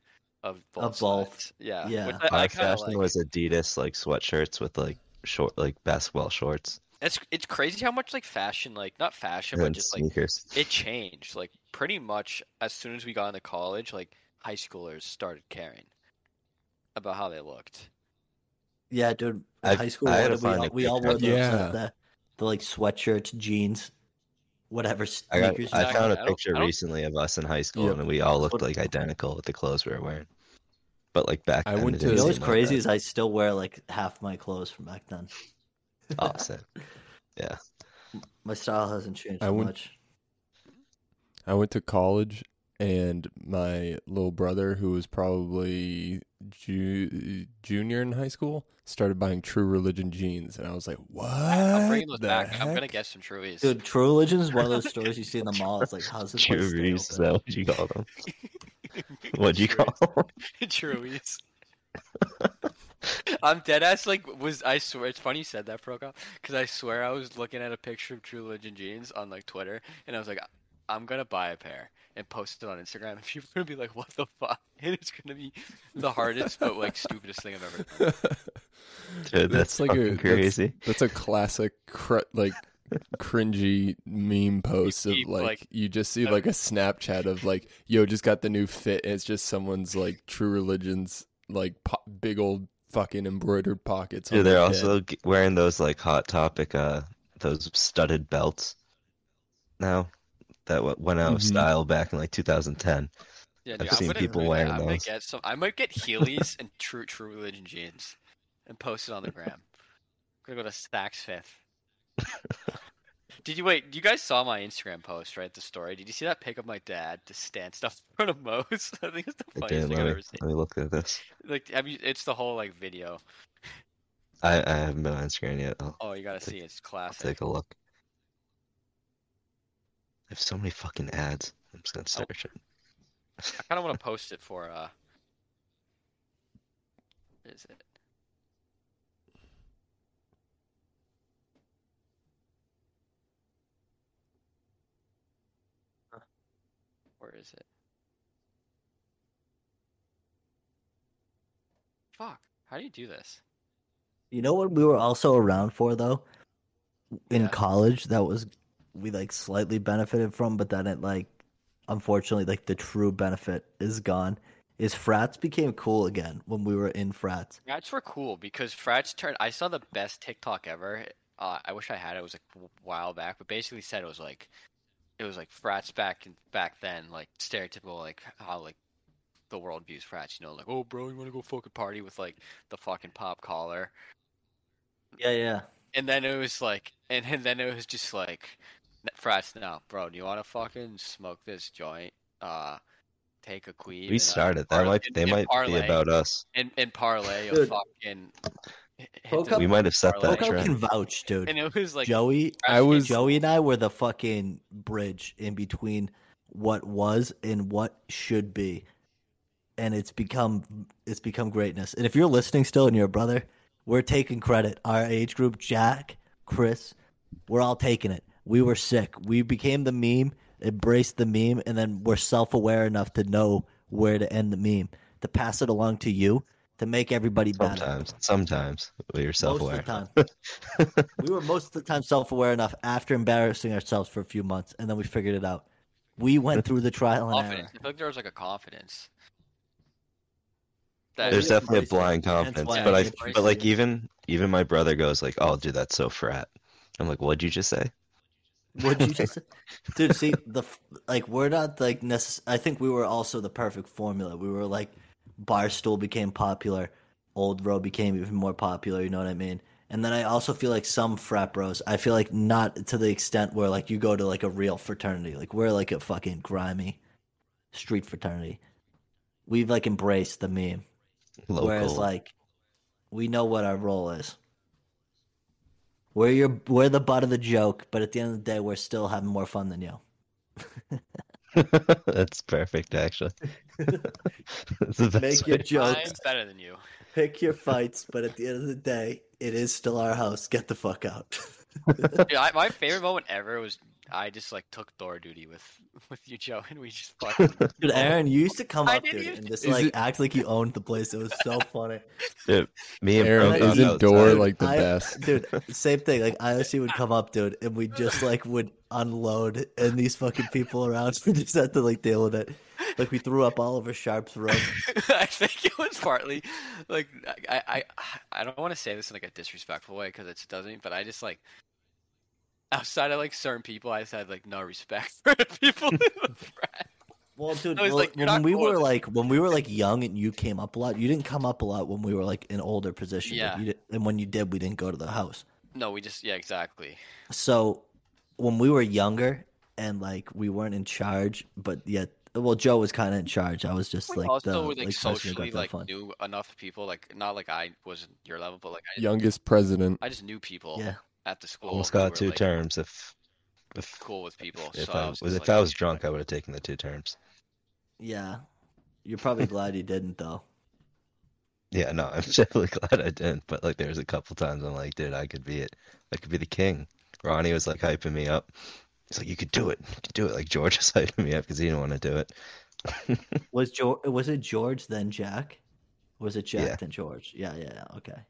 of both.
Of both.
sides. Yeah.
Yeah.
Which I,
my
I kind of
fashion
like.
was Adidas like sweatshirts with like short like basketball shorts
It's it's crazy how much like fashion, like not fashion, but
and
just like
sneakers.
it changed. Like pretty much as soon as we got into college, like high schoolers started caring about how they looked.
Yeah, dude. in
I-
high school,
I
what
had to
did we,
find
all,
a
we all
picture
wore
of
the,
it.
the, the, the, like sweatshirts, jeans, whatever
I got.
sneakers. you
I
not
got.
found
I
a
don't-
picture
I don't-
recently of us in high school,
Yep.
and we all looked
What-
like identical with the clothes we were wearing. But like back
I
then,
went
it
to-
you
didn't
know
Really
what's
seem like
crazy
that.
is I still wear like half my clothes from back then.
<laughs>
Opposite.
My style hasn't changed
I wouldn't-
much.
I went to college, and my little brother, who was probably ju- junior in high school, started buying True Religion jeans, and I was like, "What?
I'm bringing those
the
back. I'm
heck?"
gonna get some truies. <laughs>
Dude, True Religion is one of those stores you see in the mall. It's like, how's this place stay
Juries, is
open?
that what you call
<laughs>
them? What'd you call them?
<laughs> Truies.
<laughs>
I'm dead ass. Like, was I swear? It's funny you said that, Prokop, because I swear I was looking at a picture of True Religion jeans on like Twitter, and I was like, I'm gonna buy a pair and post it on Instagram, <laughs> and people are gonna be like, "What the fuck?" <laughs> And it's gonna be the hardest but like stupidest thing I've ever. Done.
<laughs>
<laughs> Dude, that's,
like a
fucking
that's-
crazy.
That's, a classic, cr- like cringy meme post of
keep,
like,
like-
you just see like a Snapchat of like, "Yo, just got the new fit." And it's just someone's like True Religion's like po- big old fucking embroidered pockets.
Dude,
on
they're
their
also
head.
g- wearing those like Hot Topic, uh, those studded belts. Now that w- went out of
Mhm.
style back in like 2010.
Yeah,
I've
dude,
seen
I'm gonna,
people
yeah,
wearing
I'm gonna
those.
get some. I might get Heelys and True True Religion jeans, and post it on the gram. I'm gonna go to
<laughs>
Saks Fifth. Did you wait? You guys saw my Instagram post, right? The story. Did you see that pic of my dad just stand stuff <laughs> in front of Moe's? Oh, I think it's the
I did,
funniest thing
let
I've
me,
ever seen.
let me look at this.
Like, have you? It's the whole like video.
I, I haven't been on Instagram yet. I'll,
Oh, you gotta see.
Take-
it. It's
I'll
classic.
take a look. I have so many fucking ads. I'm just gonna search it.
I kind of want to post it for uh. what Is it? Where is it? Fuck! How do you do this?
You know what we were also around for though? In
Yeah.
college, that was we like slightly benefited from, but then it like unfortunately like the true benefit is gone. Is frats became cool again when we were in frats.
Frats were cool because Frats turned. I saw the best TikTok ever. Uh, I wish I had it. It was like a while back, but basically said it was like, it was like Frats back in, back then, like stereotypical, like how like the world views Frats. You know, like oh bro, you want to go fucking party with like the fucking pop collar,
Yeah, yeah.
and then it was like, <laughs> and, and then it was just like, n- Frats, no, bro, do you want to fucking smoke this joint? Uh, take a queen.
We started. That might they might be about us.
and and parlay a
Dude.
fucking. hit the
Poco-
We might have set that
Coco
trend.
can vouch, dude.
and it was like
Joey
I was-
Joey and I were the fucking bridge in between what was and what should be. And it's become it's become greatness. And if you're listening still and you're a brother, we're taking credit. Our age group, Jack, Chris, we're all taking it. We were sick. We became the meme, embraced the meme, and then we're self aware enough to know where to end the meme. To pass it along to you to make everybody better.
Sometimes, sometimes we are
Most
self-aware.
of the time. we were most of the time self aware enough after embarrassing ourselves for a few months and then we figured it out. We went through the trial and error.
confidence. I feel like there was like a confidence.
Well,
There's
we have
definitely a
embraced it.
blind
That's
confidence,
why
but
I
I,
embrace
but like
it.
even even my brother goes like, "Oh, dude, that's so frat." I'm like, "What'd you just say?"
What'd you just say? Dude, see, the f- like we're not like necess- I think we were also the perfect formula. We were like Barstool became popular, Old Bro became even more popular, you know what I mean? And then I also feel like some frat bros, I feel like not to the extent where like you go to like a real fraternity. Like we're like a fucking grimy street fraternity. We've like embraced the meme.
Local.
Whereas like we know what our role is. We're your we're the butt of the joke, but at the end of the day we're still having more fun than you.
<laughs> that's perfect, actually. <laughs> That's the best
Make your
way.
I'm
jokes,
better than you.
pick your fights, but at the end of the day, it is still our house. Get the fuck out.
Dude, I, my favorite moment ever was I just like took door duty with <laughs> with you, Joe, and we just
<laughs>
fucking.
<laughs>
<laughs>
Dude, Aaron, you used to come
I
up
didn't
dude,
used
and just
Is
like
it-
act like you owned the place. It was so funny.
Dude, me and
Aaron,
Brooke
Like,
on
isn't
outside.
door like the
I-
best?
Dude, same thing. Like IOC would come up, dude, and we just like would unload and these fucking people around <laughs> we just had to like deal with it. Like we threw up all over Sharp's room.
I think it was partly like I I I don't want to say this in like a disrespectful way because it doesn't, but I just like outside of like certain people, I just had like no respect <laughs> for the people
<laughs>
in the frat.
Well, dude,
<laughs> I was
well,
like, "You're
when
not
we
cool with
were
this."
like when we were like young and you came up a lot, you didn't come up a lot when we were like in older position. Like,
Yeah.
you did, and when you did, we didn't go to the house.
No, we just yeah, exactly.
So when we were younger and like we weren't in charge, but yet, well, Joe was kind of in charge. I was just
We
like
also
the
like,
like, person who
socially
got the
like
fun.
knew enough people like not like I was your level but like I,
Youngest president.
I just knew people
Yeah.
at the school
Almost
who
got
were,
two
like,
terms. If if
cool with people
if
so
I
I
was
just
if
like,
I was drunk, I would have taken the two terms.
Yeah, you're probably glad you didn't though.
Yeah, no, I'm <laughs> definitely glad I didn't. But like, there was a couple times I'm like, dude, I could be it. I could be the king. Ronnie was like hyping me up. He's like, you could do it. You could do it. Like George <laughs> was hyping me up because he didn't want to do it. <laughs>
Was George? Was it George then Jack? Was it Jack
Yeah.
then George? Yeah, yeah, yeah. Okay.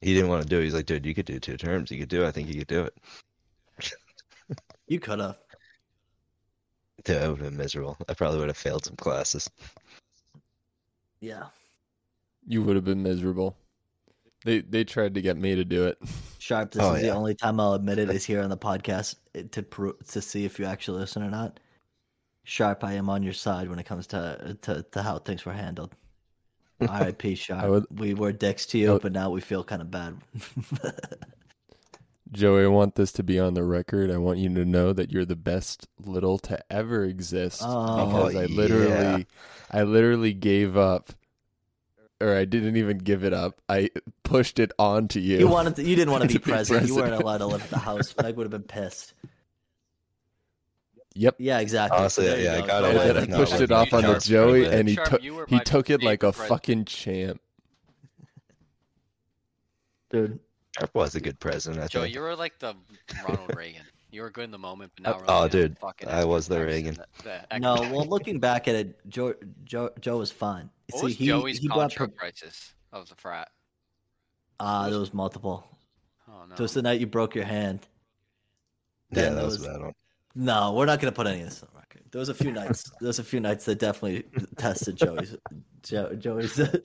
He didn't want to do it. He's like, dude, you could do two terms. You could do it. I think you could do it.
You could have.
Dude, I would have been miserable. I probably would have failed some classes.
Yeah.
You would have been miserable. They they tried to get me to do it. <laughs>
Sharp, this
Oh,
is the
yeah.
only time I'll admit
<laughs>
it is here on the podcast it- to pro- to see if you actually listen or not. Sharp, I am on your side when it comes to to, to how things were handled.
<laughs>
R.I.P. Sharp.
would-
we were dicks to you,
I would-
but now we feel kind of bad. <laughs>
Joey, I want this to be on the record. I want you to know that you're the best little to ever exist
Oh,
because I
yeah.
literally I literally gave up or I didn't even give it up. I pushed it onto you.
you wanted to, you didn't
<laughs>
want to be
To be
present. You weren't
president.
allowed to live at the house. Meg would have been pissed.
Yep.
Yeah, exactly.
Honestly,
There you
yeah, I
go.
got
Don't
it.
let
And
I
then I
did
go.
not
pushed
want
it
to
off
be
onto
charged with
Joey
it.
and he
Sharp,
took
you were
he
my
took it like a
favorite.
fucking champ.
dude.
Sharp was a good president, I
Joe
think.
you were like the Ronald Reagan you were good in the moment but
Uh,
now we're
oh,
like the
dude,
fucking
I was the
economics
Reagan.
and the- the <laughs>
No,
economics.
well, looking back at it, Joe Joe, Joe was fine.
what
See,
was
he
Joey's
he got
contract
pro-
prices of the frat
Ah, there was multiple.
Oh no.
There was the night you broke your hand.
Yeah,
Then
that
there
was a
was-
bad one.
No, we're not gonna put any of this on record. There was a few
<laughs>
nights. There was a few nights that definitely tested Joey's. Joe,
<laughs>
Joey's.
The,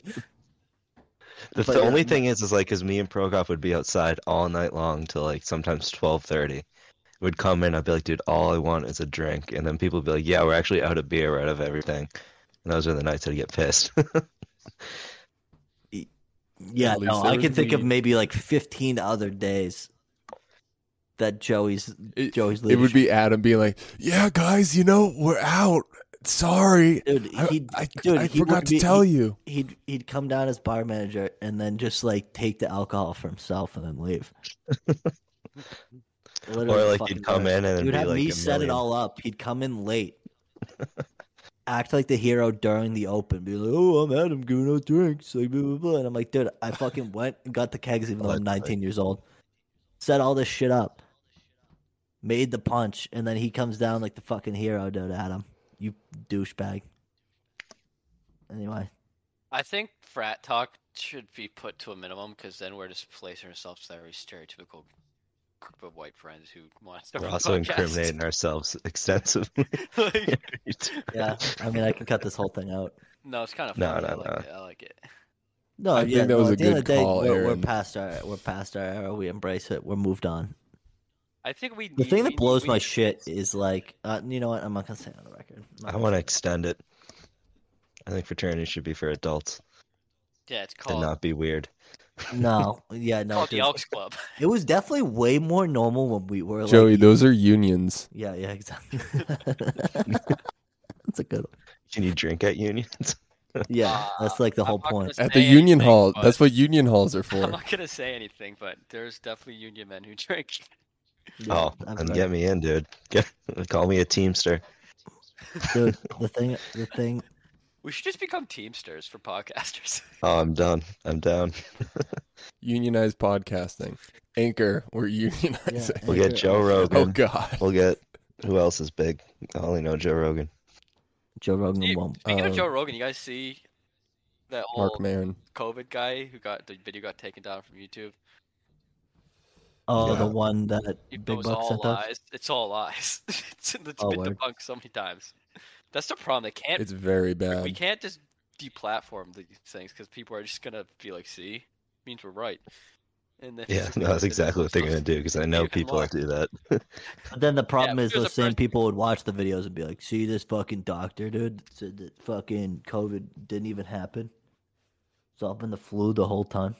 But
the
yeah,
only
no-
thing is, is like, is me and Prokop would be outside all night long till like sometimes twelve thirty. Would come in, I'd be like, dude, all I want is a drink, and then people would be like, yeah, we're actually out of beer, we're out of everything. And those are the nights I'd get pissed.
yeah,
At least
no,
there
I
was
can think of
weed.
maybe like fifteen other days that Joey's
It,
Joey's.
it would
leadership-
be Adam being like, "Yeah, guys, you know we're out. Sorry,
Dude,
I,
he'd,
I,
dude,
I
he
forgot
would
to
be-
tell
he-
you."
he'd he'd come down as bar manager and then just like take the alcohol for himself and then leave.
<laughs> or like you'd come in and it'd
You'd
be
have
like
me
a
set it
million.
all up. He'd come in late, act like the hero during the open, be like, "Oh, I'm out. I'm giving out drinks." Like blah blah blah. And I'm like, "Dude, I fucking went and got the kegs, even though I'm
Allegedly.
19 years old. Set all this shit up, made the punch, and then he comes down like the fucking hero, dude. Adam, you douchebag." Anyway,
I think frat talk should be put to a minimum because then we're just placing ourselves as that very stereotypical group of white friends who want to
We're
<laughs>
also incriminating ourselves <laughs> extensively.
like,
yeah. <laughs> I mean, I can cut this whole thing out.
no, it's kind of
No,
funny. I
no,
like it. I like it.
No,
I
yeah,
think that was
no,
a
at the end of
good
the day,
call,
we're, we're
Aaron.
past our we're past our era. We embrace it. We're moved on.
I think we.
The
need-
thing
we
that
need-
blows
we
my
need-
shit is like, uh, you know what? I'm not gonna say it on the record. I'm not
I
gonna
want to
say it.
extend it. I think fraternity should be for adults
<laughs> Yeah, it's
and
called,
not be weird.
No, yeah, no.
called the
Dude. <laughs>
Elks Club. <laughs>
It was definitely way more normal when we were.
Joey,
like,
those are unions.
<laughs> Yeah, yeah,
<laughs>
exactly. that's a good one.
Can you drink at unions?
Yeah, that's like the
I'm
whole
not gonna
point.
At the
say
union
anything,
hall.
but-
That's what union halls are
I'm <laughs>
for.
not gonna say anything, but there's definitely union men who <laughs> drink.
Yeah,
oh,
I'm
and
sorry.
get me in, dude. Get, <laughs> call me a teamster.
<laughs>
dude, the thing, the thing.
We should just become teamsters for podcasters. <laughs>
Oh, I'm done. I'm down.
Unionized podcasting. Anchor, we're unionizing.
Yeah,
We'll get
Anchor- <laughs>
Joe
Oh
Rogan.
God.
We'll get who else is big? I only know Joe Rogan.
Joe Rogan
Mm,
Dude,
won't.
Speaking of
Uh,
Joe Rogan, you guys see that
Mark
old
Maron.
COVID guy who got the video got taken down from YouTube?
Oh,
yeah.
the one that
Even though
Big
it's
Buck
all
sent us.
lies. It's all lies. <laughs> it's it's
Oh,
been
word.
debunked so many times. That's the problem. They can't.
It's very
we
bad.
can't just deplatform these things because people are just gonna be like, "See, means we're right." And then <laughs>
Yeah, no, <laughs> that's exactly what they're gonna do because I know people that do that. <laughs>
But then the problem
but
is
there's
those
a
same
person-
people would watch the videos and be like, "See this fucking doctor, dude, said that fucking COVID didn't even happen. It's all been the flu the whole time."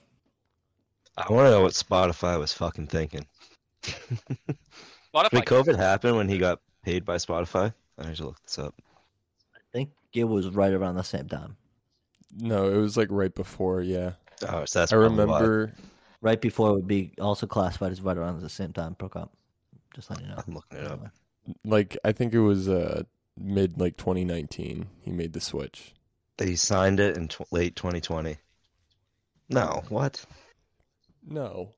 I want to know what Spotify was fucking thinking. <laughs>
Spotify
Did COVID happen when he got paid by Spotify? I need to look this up.
I think it was right around the same time,
No, it was like right before. Yeah,
Oh, so that's
I
probably why.
remember.
right before it would be also classified as right around the same time. Pro comp, just letting
<laughs>
you know.
I'm looking it up.
Like I think it was uh mid like 2019. He made the switch.
They signed it in tw late 2020. No, what?
No,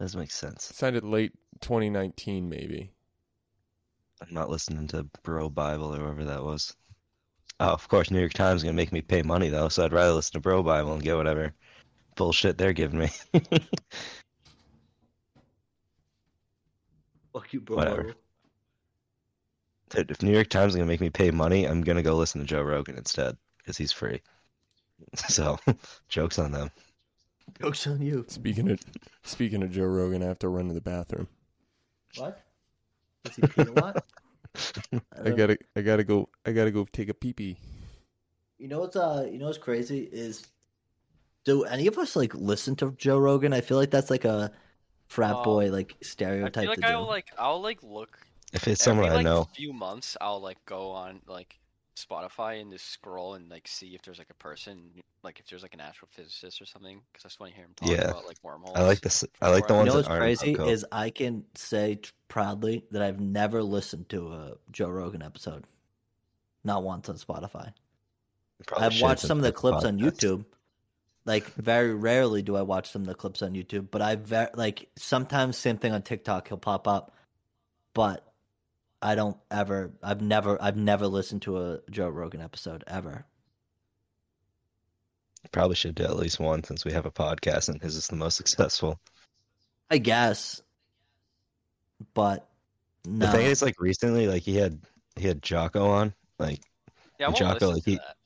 Doesn't make sense.
signed it late 2019 maybe.
I'm not listening to Bro Bible or whoever that was. Oh, of course, New York Times is gonna make me pay money though, so I'd rather listen to Bro Bible and get whatever bullshit they're giving me.
<laughs> Fuck you, bro.
Whatever. Dude, if New York Times is gonna make me pay money, I'm gonna go listen to Joe Rogan instead because he's free. <laughs> So, <laughs> jokes on them.
Jokes on you.
Speaking of speaking of Joe Rogan, I have to run to the bathroom.
What? Does he pee a lot?
I
don't-
gotta I gotta go I gotta go take a pee pee. <laughs>
You know what's uh you know what's crazy is do any of us like listen to Joe Rogan? I feel like that's like a frat
Um,
boy like
I
stereotype
feel
to
like
do.
I'll like I'll like look
If it's someone
every
I
like
know,
few months. I'll like go on like Spotify and just scroll and like see if there's like a person like if there's like an astrophysicist or something because I just want to hear him talk
Yeah.
about like wormholes.
I like this. I like the
You
you
ones
know
that
what's
aren't
crazy
Coco.
is I can say t- proudly that I've never listened to a Joe Rogan episode. Not once on Spotify.
Probably
I've
should've
watched
been
some of the clips on
podcast.
YouTube. Like very rarely do I watch some of the clips on YouTube, but I ver- like sometimes same thing on TikTok he'll pop up, but I don't ever. I've never. I've never listened to a Joe Rogan episode ever.
Probably should do at least one since we have a podcast and his is the most successful.
I guess. But no.
The thing is, like recently, like he had he had Jocko on, like
Yeah, I won't
Jocko,
listen
like,
to
he-
that.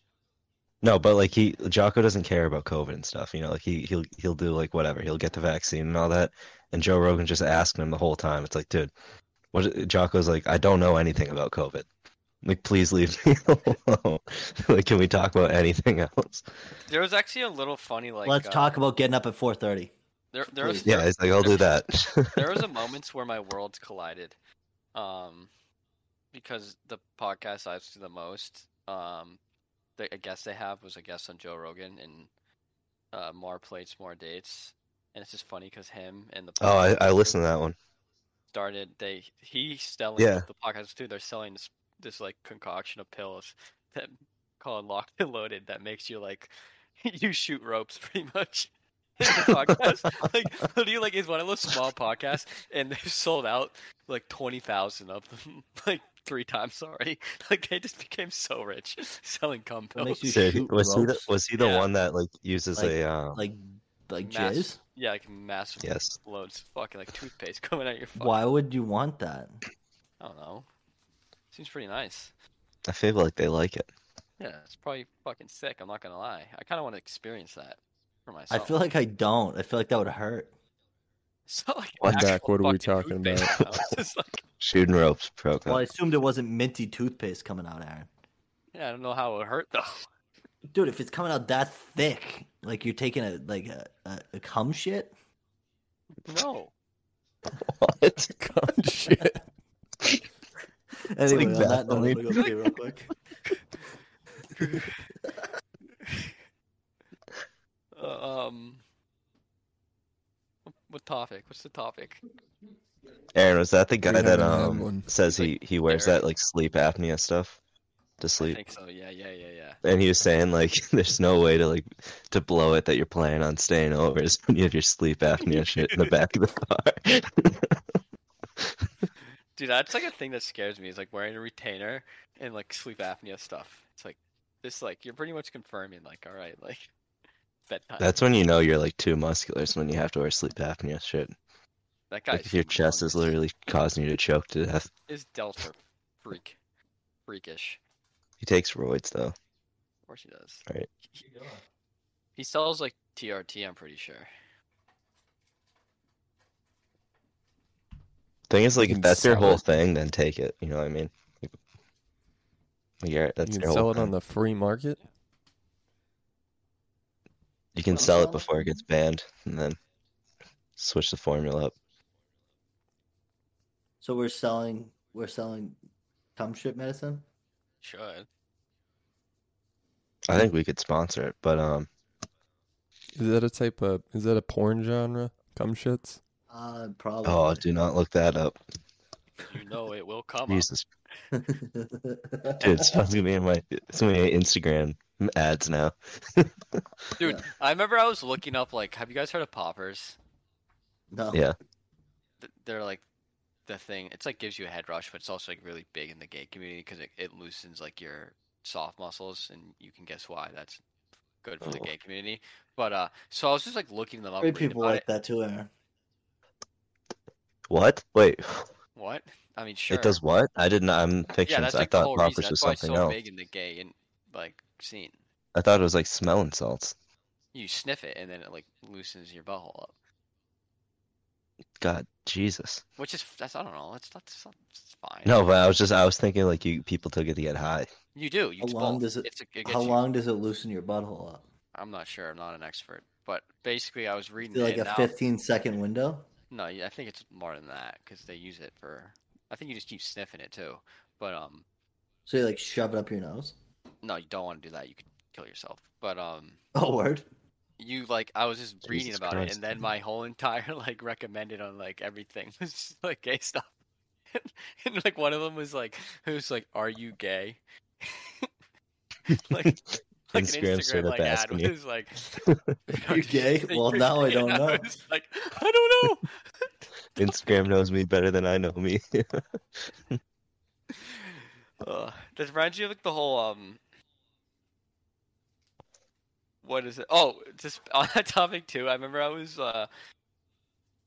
No, but like he Jocko doesn't care about COVID and stuff. You know, like he he'll he'll do like whatever. He'll get the vaccine and all that. And Joe Rogan just asking him the whole time. It's like, dude, what? is- Jocko's like, I don't know anything about COVID. Like, please leave me <laughs> alone. Like, can we talk about anything else?
There was actually a little funny like
Let's
uh,
talk about getting up at four thirty.
There, there was
Yeah, it's like I'll do that.
<laughs> there was a moments where my worlds collided, um, because the podcast I listened to the most, um, the, a guest they have was a guest on Joe Rogan and uh, more plates, more dates, and it's just funny because him and the
<laughs> Oh, I, I
podcast
listened to that one.
started they he's selling
Yeah.
the podcast too. They're selling this this like concoction of pills <laughs> that called locked and loaded that makes you like <laughs> you shoot ropes <laughs> pretty much. in the podcast, <laughs> like literally, like it's one of those small podcasts, and they've sold out like twenty thousand of them, <laughs> like three times already. <laughs> Like they just became so rich <laughs> selling cum
That makes
pills.
you
Dude,
shoot
was he the
ropes.
was he the
Yeah.
one that like uses
Like-
a um,
Like like
Mass-
jizz?
Yeah, like massive
yes?
loads of fucking like toothpaste <laughs> coming out your fucking.
Why would you want that?
I don't know. Seems pretty nice.
I feel like they like it.
Yeah, it's probably fucking sick. I'm not gonna lie. I kind of want to experience that for
I
myself.
feel like I don't. I feel like that would hurt.
<laughs> it's not like
What
an
Zach,
actual
what are we
fucking
talking
toothpaste
about?
now. <laughs> It's just like,
Shooting ropes
Well, I
program.
assumed it wasn't minty toothpaste coming out, Aaron.
yeah, I don't know how it would hurt though. <laughs>
Dude, if it's coming out that thick, like you're taking a like a, a, a cum shit.
No,
<laughs> What?
God, shit.
Anyway,
like
on that note,
Vaseline.
I'm gonna go pee real quick.
<laughs>
Uh, um, what topic? What's the topic?
Aaron, was that the guy
We
that
haven't had
um
one.
says he
Like,
he wears
Aaron.
that like sleep apnea stuff to
I
sleep?
think so. Yeah, yeah, yeah, yeah.
And he was saying like <laughs> there's no way to like to blow it that you're planning on staying over is when you have your sleep
<laughs>
apnea shit in the back of the car. <laughs>
Dude, that's like a thing that scares me. Is like wearing a retainer and like sleep apnea stuff. It's like this. Like you're pretty much confirming. Like, all right, like <laughs> bedtime.
That's when you know you're like too muscular is when you have to wear sleep apnea shit.
that
Like if your chest is
humongous.
literally causing you to choke to death.
is Delta freak, freakish.
He takes roids though.
Of course he does.
Right.
He, he sells like TRT. I'm pretty sure.
Thing is like
You
if
can
that's your
sell
whole
it.
thing, then take it. You know what I mean? Like, yeah, that's
you
your
can
whole
sell it
thing.
on the free market.
You can
Wanna
sell
sell
it
it?
before it gets banned and then switch the formula up.
So we're selling we're selling cum shit medicine?
Should.
I think we could sponsor it, but um,
Is that a type of? Is that a porn genre? Cum shits.
Uh probably.
oh, do not look that up.
You know it will come. up.
Jesus,
<laughs>
dude,
<laughs>
it's gonna be in my it's gonna be in Instagram ads now.
Dude,
Yeah.
I remember I was looking up like, have you guys heard of poppers?
no.
Yeah.
Th- They're like the thing. It's like gives you a head rush, but it's also like really big in the gay community because it, it loosens like your soft muscles, and you can guess why. That's good for the
Oh.
gay community. But uh, so I was just like looking them up.
Great
reading
people
about
like
it.
that too, Aaron.
What? Wait, <sighs>
What? I mean, sure.
it does what? I didn't. I'm
Yeah,
fiction.
that's
I
like the
thought
whole reason.
poppers was
That's why it's
something
so
else.
big in the gay and like scene.
I thought it was like smelling salts.
You sniff it, and then it like loosens your butthole up.
God, Jesus.
Which is that's I don't know. That's that's, that's fine.
No, but I was just I was thinking like you people took it to get high.
you do. You
How
it's
long
both.
does it-
It's a, it gets
How
you-
long does it loosen your butthole up?
I'm not sure. I'm not an expert, but basically, I was
Is
reading
it like
it
a
now.
15 second window?
No, yeah, I think it's more than that because they use it for. I think you just keep sniffing it too. But um,
So you like shove it up your nose? <laughs>
no, you don't want to do that. You could kill yourself. But um,
Oh word.
you like I was just reading
Jesus
about it,
Christ.
and then my whole entire <laughs> like recommended on like everything <laughs> was just, like gay stuff, <laughs> and, like one of them was like, "Who's like, are you gay?" <laughs>
<laughs>
<laughs> like,
<laughs>
like
Instagram
an
straight
Instagram
up
like ad
asking you.
was like,
Are you
<laughs>
gay?
think
Well,
you're
now I
gay?"
don't
And
know.
was like, I don't know.
Instagram knows me better than I know me. <laughs>
Uh, that reminds you of like the whole um what is it? Oh, just <laughs> on that topic too. I remember I was uh,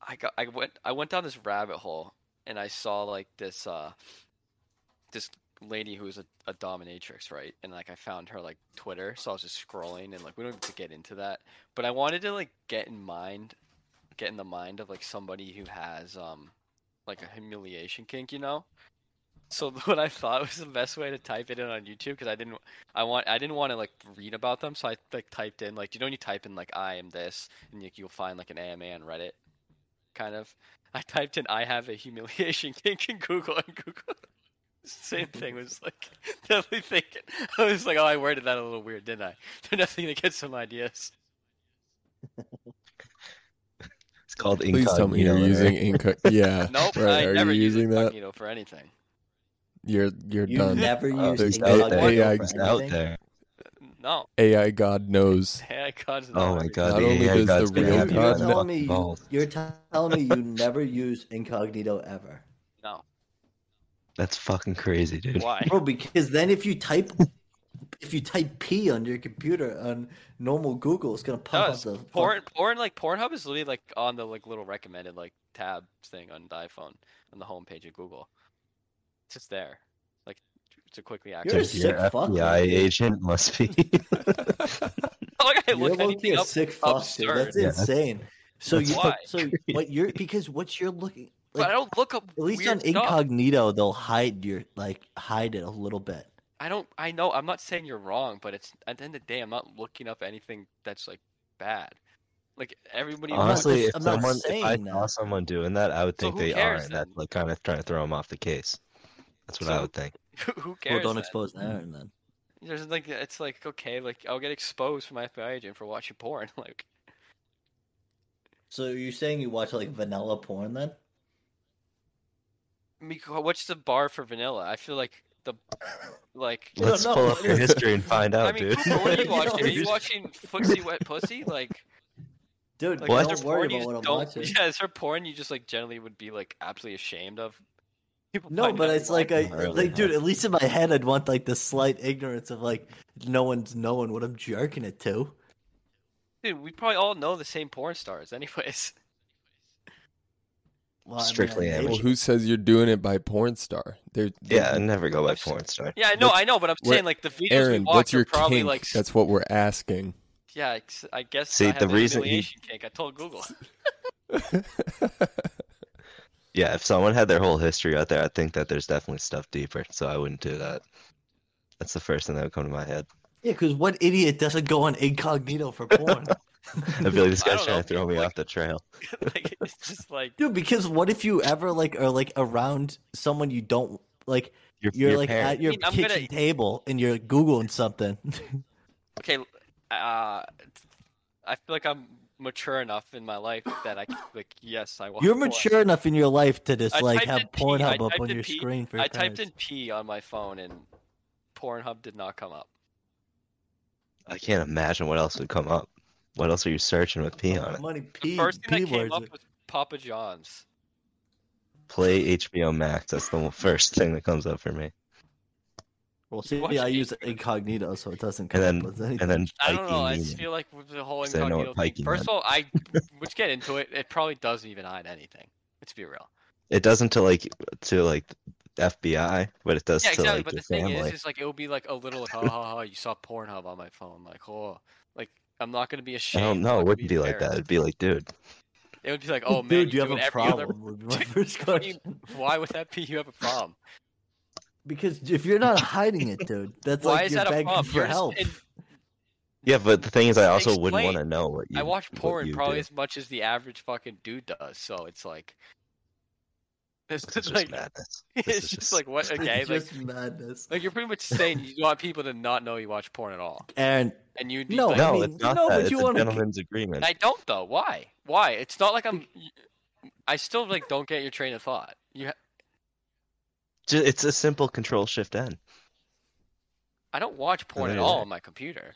I got I went I went down this rabbit hole and I saw like this uh, this lady who was a, a dominatrix, right? And like I found her like Twitter, so I was just scrolling and like we don't have to get into that, but I wanted to like get in mind, get in the mind of like somebody who has um, like a humiliation kink, you know. So <laughs> what I thought was the best way to type it in on YouTube because I didn't, I want, I didn't want to like read about them. So I like typed in like, you know, when you type in like I am this, and like you'll find like an AMA on Reddit, kind of. I typed in I have a humiliation <laughs> kink in Google, and Google, <laughs> same thing was like <laughs> definitely thinking. I was like, oh, I worded that a little weird, didn't I? <laughs> They're definitely gonna get some ideas.
It's called
Please tell me you're
incognito,
using
right?
inco-
<laughs>
yeah.
<laughs>
<laughs>
Nope,
right.
I
Are
never
you
used
using that?
incognito for anything.
You're you're
You
done.
never
Oh,
used
there's
it's
no
incognito
out
for
AI
there.
for
It's out
anything?
there.
No, <laughs>
AI God knows.
AI God's not
Oh my
everything.
god,
Not
the
only
AI
does
God's
the
been
real
having
God
my
You're
know-
telling me
fucking
you,
balls.
you're telling me you never used incognito ever,
No,
That's fucking crazy, dude.
why?
<laughs> bro? Because then if you type, if you type P on your computer on normal Google, it's gonna
No,
pop up
it's
the
porn, porn, like Pornhub is literally like on the like little recommended like tab thing on the iPhone on the homepage of Google. It's just there, like to quickly
You're a
access.
Dude, your
sick fuck,
FBI
man.
agent must <laughs> be.
<laughs> Like, I
You're
looked
low-key
anything
a
up.
sick fuck, dude.
absurd.
That's
Yeah.
insane. So
That's
you,
why.
so what you're because what you're looking,
but I
like,
don't look up.
at least
weird
on
stuff.
incognito, they'll hide your like hide it a little bit.
I don't. I know. I'm not saying you're wrong, but it's at the end of the day, I'm not looking up anything that's like bad. Like everybody.
not
Honestly,
just-
if
I'm not
someone, if I
saying
saw
that.
someone doing that, I would
So
think
who
they are,
cares
and that's
then?
like kind of trying to throw them off the case. That's what
So
I
who
would think.
<laughs> who
Well,
cares?
don't
then?
expose Aaron then.
There's like it's like okay, like I'll get exposed for my FBI agent for watching porn. <laughs> Like
So you're saying you watch like vanilla porn then?
I mean, what's the bar for vanilla? I feel like the like
You don't
Let's
know.
pull up your history and find
Oh,
out,
I mean,
dude.
Cooper,
<laughs>
<laughs>
what are you
You don't
watching? Are you
know.
watching footsie wet pussy? Like,
Dude,
like
What?
don't
is there
worry
porn you
about what
just
I'm
don't?
watching.
<laughs> Yeah, is there porn you just like generally would be like absolutely ashamed of? People
No,
find
but
out
it's
online.
like I
Not really,
like, dude.
no.
At least in my head, I'd want like the slight ignorance of like no one's knowing what I'm jerking it to.
dude, we probably all know the same porn stars, anyways. <laughs>
Well, I mean,
Strictly
I-
Well,
amateur.
who says you're doing it by porn star? They're,
Yeah, I never go by
I've seen-
porn star.
Yeah, I know,
What's-
I know, but I'm
what-
saying like the videos we
Aaron,
watch
what's your
are probably
kink?
like, s-
That's what we're asking.
yeah, I s- I guess
See,
I have
the
a
reason he-
humiliation kink. I told Google. <laughs>
Yeah, if someone had their whole history out there, I think that there's definitely stuff deeper, so I wouldn't do that. That's the first thing that would come to my head.
Yeah, because what idiot doesn't go on incognito for
<laughs>
porn?
I feel like this
<laughs>
guy's
I don't
trying
know,
to throw me
like-
off the trail.
like, it's just like
Dude, because what if you ever like are like around someone you don't like?
Your,
You're
your
like
parent.
at your
I mean, I'm
kitchen
gonna-
table and you're googling something.
okay, uh, I feel like I'm mature enough in my life that I can, like, yes, I watch.
you're
porn.
mature enough in your life to just
I
like
typed
have
in P, I
Pornhub up
typed
on
in
your
P,
screen for your
I typed
parents.
in P on my phone and Pornhub did not come up.
I can't imagine what else would come up. What else are you searching with P on it?
money
The
P,
first thing
P
that came
words.
up was Papa John's.
Play HBO Max. That's the first thing that comes up for me.
Well, see,
Watch
yeah, I
it.
use incognito, so it doesn't come
And then,
up with anything.
and then
I don't
Pikey
know. I
Neiman.
just feel like with the whole
'Cause I know
incognito
what
thing.
Pikey
First of all, I let's get into it. It probably doesn't even hide anything. Let's be real.
It doesn't to like to like FBI, but it does
Yeah,
to
exactly.
like
but
your
the thing
family.
is, is like it would be like a little like, ha ha ha. You saw Pornhub on my phone. Like, oh, like I'm not gonna be
I
ashamed.
don't know.
I'm not
It
gonna
wouldn't be like that.
embarrassed.
It'd be like, dude,
It would be like, oh man,
dude, you
you're
have a
doing every
problem.
other-
Would be my first
What do you-
question.
<laughs> Why would that be? You have a problem.
Because if you're not hiding it, dude, that's
Why
like
is
you're
that a
begging
problem?
for
You're just-
help.
and
yeah. But the thing is, I also wouldn't
Explain.
want to know what you.
I watch
what
porn
you
probably
do.
as much as the average fucking dude does, so it's like <laughs> it's
This is
just
just
like <laughs>
madness. This
it's
is
just like what okay
It's
like
just madness.
like you're pretty much saying you want people to not know you watch porn at all,
Aaron,
and you
No,
like,
I
no,
mean,
it's
you
not
know
that.
what
It's
you
a
wanna-
gentleman's agreement.
I don't though. Why? Why? It's not like I'm. I still like don't get your train of thought. You, ha-
Ju- It's a simple Control Shift N.
I don't watch porn at
it
all
is.
on my computer.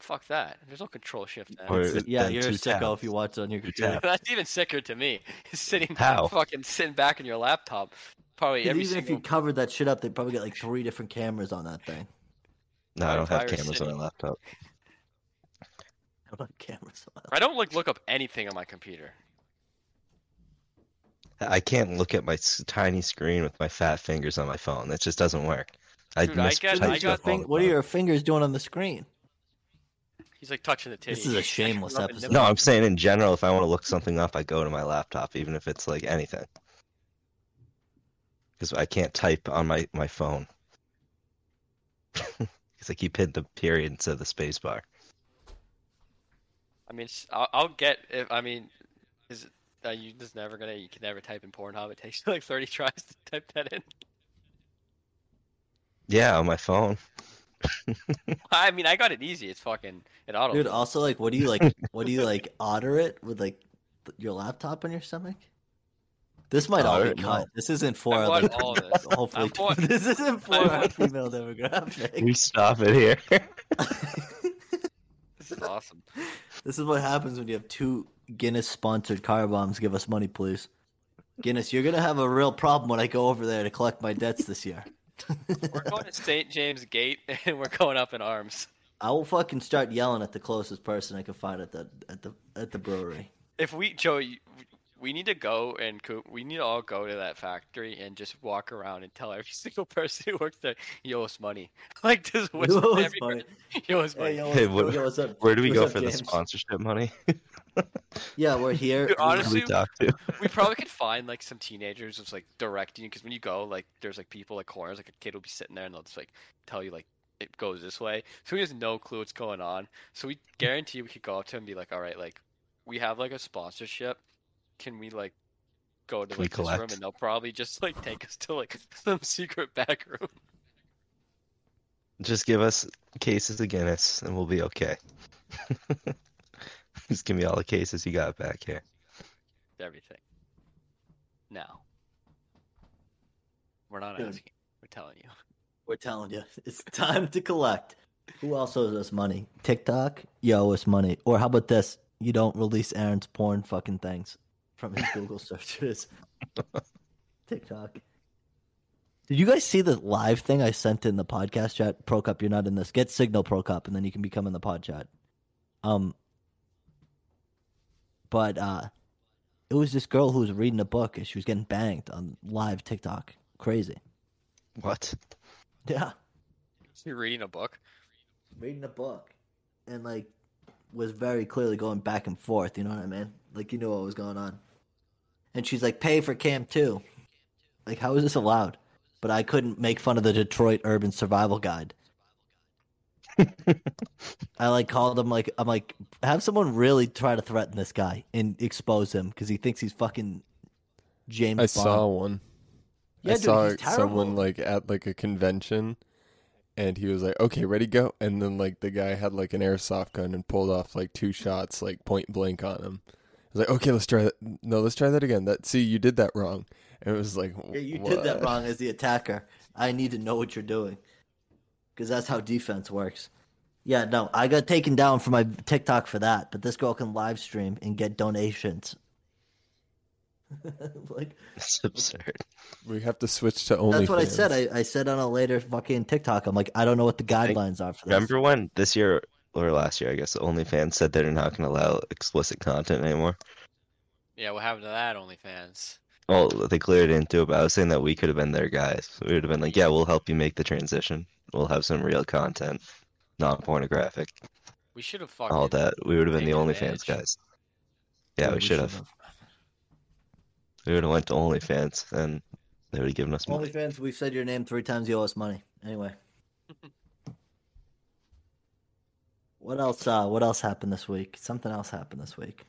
Fuck that. There's no control shift. Now.
Or
it's-
it's
yeah,
been
you're a
two
sicko
tabs.
if you watch it on your
Two
computer.
tabs.
<laughs> That's even sicker to me. Sitting
How?
fucking sitting back in your laptop, probably
'Cause
every
even if
single
you covered that shit up, they probably got like three different cameras on that thing. <laughs>
No, I don't have
Fire
cameras on my
City.
laptop.
out on camera. So
I don't like look up anything on my computer.
I can't look at my s- tiny screen with my fat fingers on my phone. That just doesn't work. I
Dude, I
mistype
get- I
stuff
got
all the
thing-
what are
time.
your fingers doing on the screen?
He's like touching the titty.
This is a shameless
Rubbing
episode.
nipples.
No, I'm saying in general, if I want to look something up, I go to my laptop, even if it's like anything. Because I can't type on my, my phone. <laughs> Because I keep hitting the period instead of the space bar.
I mean, s- I'll, I'll get. If, I mean, is it- uh, you just never gonna? You can never type in Pornhub. It takes <laughs> you like 30 tries to type that in. <laughs>
Yeah, on my phone.
I mean, I got it easy. It's fucking it auto.
Dude, also like, what do you <laughs> like? what do you like? Otter it with like th- your laptop on your stomach? This might all
Otter
be
it?
cut. This isn't for
I
other. <laughs>
want all of this. <laughs>
Hopefully,
I
<laughs>
want-
this isn't for
I
our
want-
female
We <laughs>
demographic.
stop it here. <laughs>
This is awesome.
this is what happens when you have two Guinness-sponsored car bombs. Give us money, please. Guinness, you're gonna have a real problem when I go over there to collect my debts this year.
We're going to St. James Gate <laughs> and we're going up in arms.
I will fucking start yelling at the closest person I can find at the at the at the brewery.
<laughs> If we, Joey, we need to go and co- we need to all go to that factory and just walk around and tell every <laughs> single person who works there, "You owe us money." <laughs> Like just whistle
<laughs> Yo,
to
it's
every
funny.
person, "You owe us money."
Hey, yo,
Hey,
what's-
wh-
yo, what's up?
Where do we
What's
go
up,
for the
James? <laughs>
sponsorship money?
Yeah, we're here.
Dude,
We-
Who do we
honestly-
talk to?
we probably could find like some teenagers just like directing you because when you go like there's like people like corners like a kid will be sitting there and they'll just like tell you like it goes this way so he has no clue what's going on so we guarantee we could go up to him and be like all right like we have like a sponsorship can we like go to
Can we
like this room
collect?
and they'll probably just like take us to like <laughs> some secret back room
<laughs> Just give us cases of Guinness and we'll be okay. <laughs> Just give me all the cases you got back here.
everything now we're not
Good.
asking we're telling you <laughs>
We're telling you, <laughs> it's time to collect. Who else owes us money? TikTok, you owe us money. Or how about this? You don't release Aaron's porn fucking things from his Google searches. TikTok. Did you guys see the live thing I sent in the podcast chat? Pro Cup, you're not in this. Get Signal Pro Cup, and then you can become in the pod chat. Um, but uh, it was this girl who was reading a book and she was getting banged on live TikTok. Crazy. <laughs>
What? <laughs>
Yeah.
you're reading a book
reading a book and like was very clearly going back and forth, you know what I mean? Like you knew what was going on. And she's like, pay for camp two. Like, how is this allowed? But I couldn't make fun of the Detroit Urban
<laughs>
Survival Guide. I like called him like I'm like have someone really try to threaten this guy and expose him because he thinks he's fucking James.
I saw
Bond.
one.
Yeah,
I
dude,
saw
he's
someone
terrible.
like at like a convention, and he was like, "Okay, ready, go!" And then like the guy had like an airsoft gun and pulled off like two shots like point blank on him. I was like, "Okay, let's try that. No, let's try that again. That see, you did that wrong." And it was like,
Yeah, you did that
"What?"
wrong as the attacker. I need to know what you're doing because that's how defense works. Yeah, no, I got taken down for my TikTok for that, but this girl can live stream and get donations. <laughs> like
That's absurd.
We have to switch to OnlyFans.
that's what I said. I, I said on a later fucking TikTok, I'm like, I don't know what the
Think-
guidelines are for this.
Remember when this year or last year, I guess, OnlyFans said they're not going to allow explicit content anymore?
yeah what happened to that onlyfans
Well, they cleared it into it, but I was saying that we could have been their guys. We would have been like, yeah, we'll help you make the transition. We'll have some real content, non pornographic,
we should have fucking
all Oh, that. We would have been the
Taken
OnlyFans
advantage.
guys. Yeah, we should have. We would have went to OnlyFans and they would have given us money.
OnlyFans, we've said your name three times. You owe us money. Anyway,
<laughs>
what else? Uh, what else happened this week? Something else happened this week.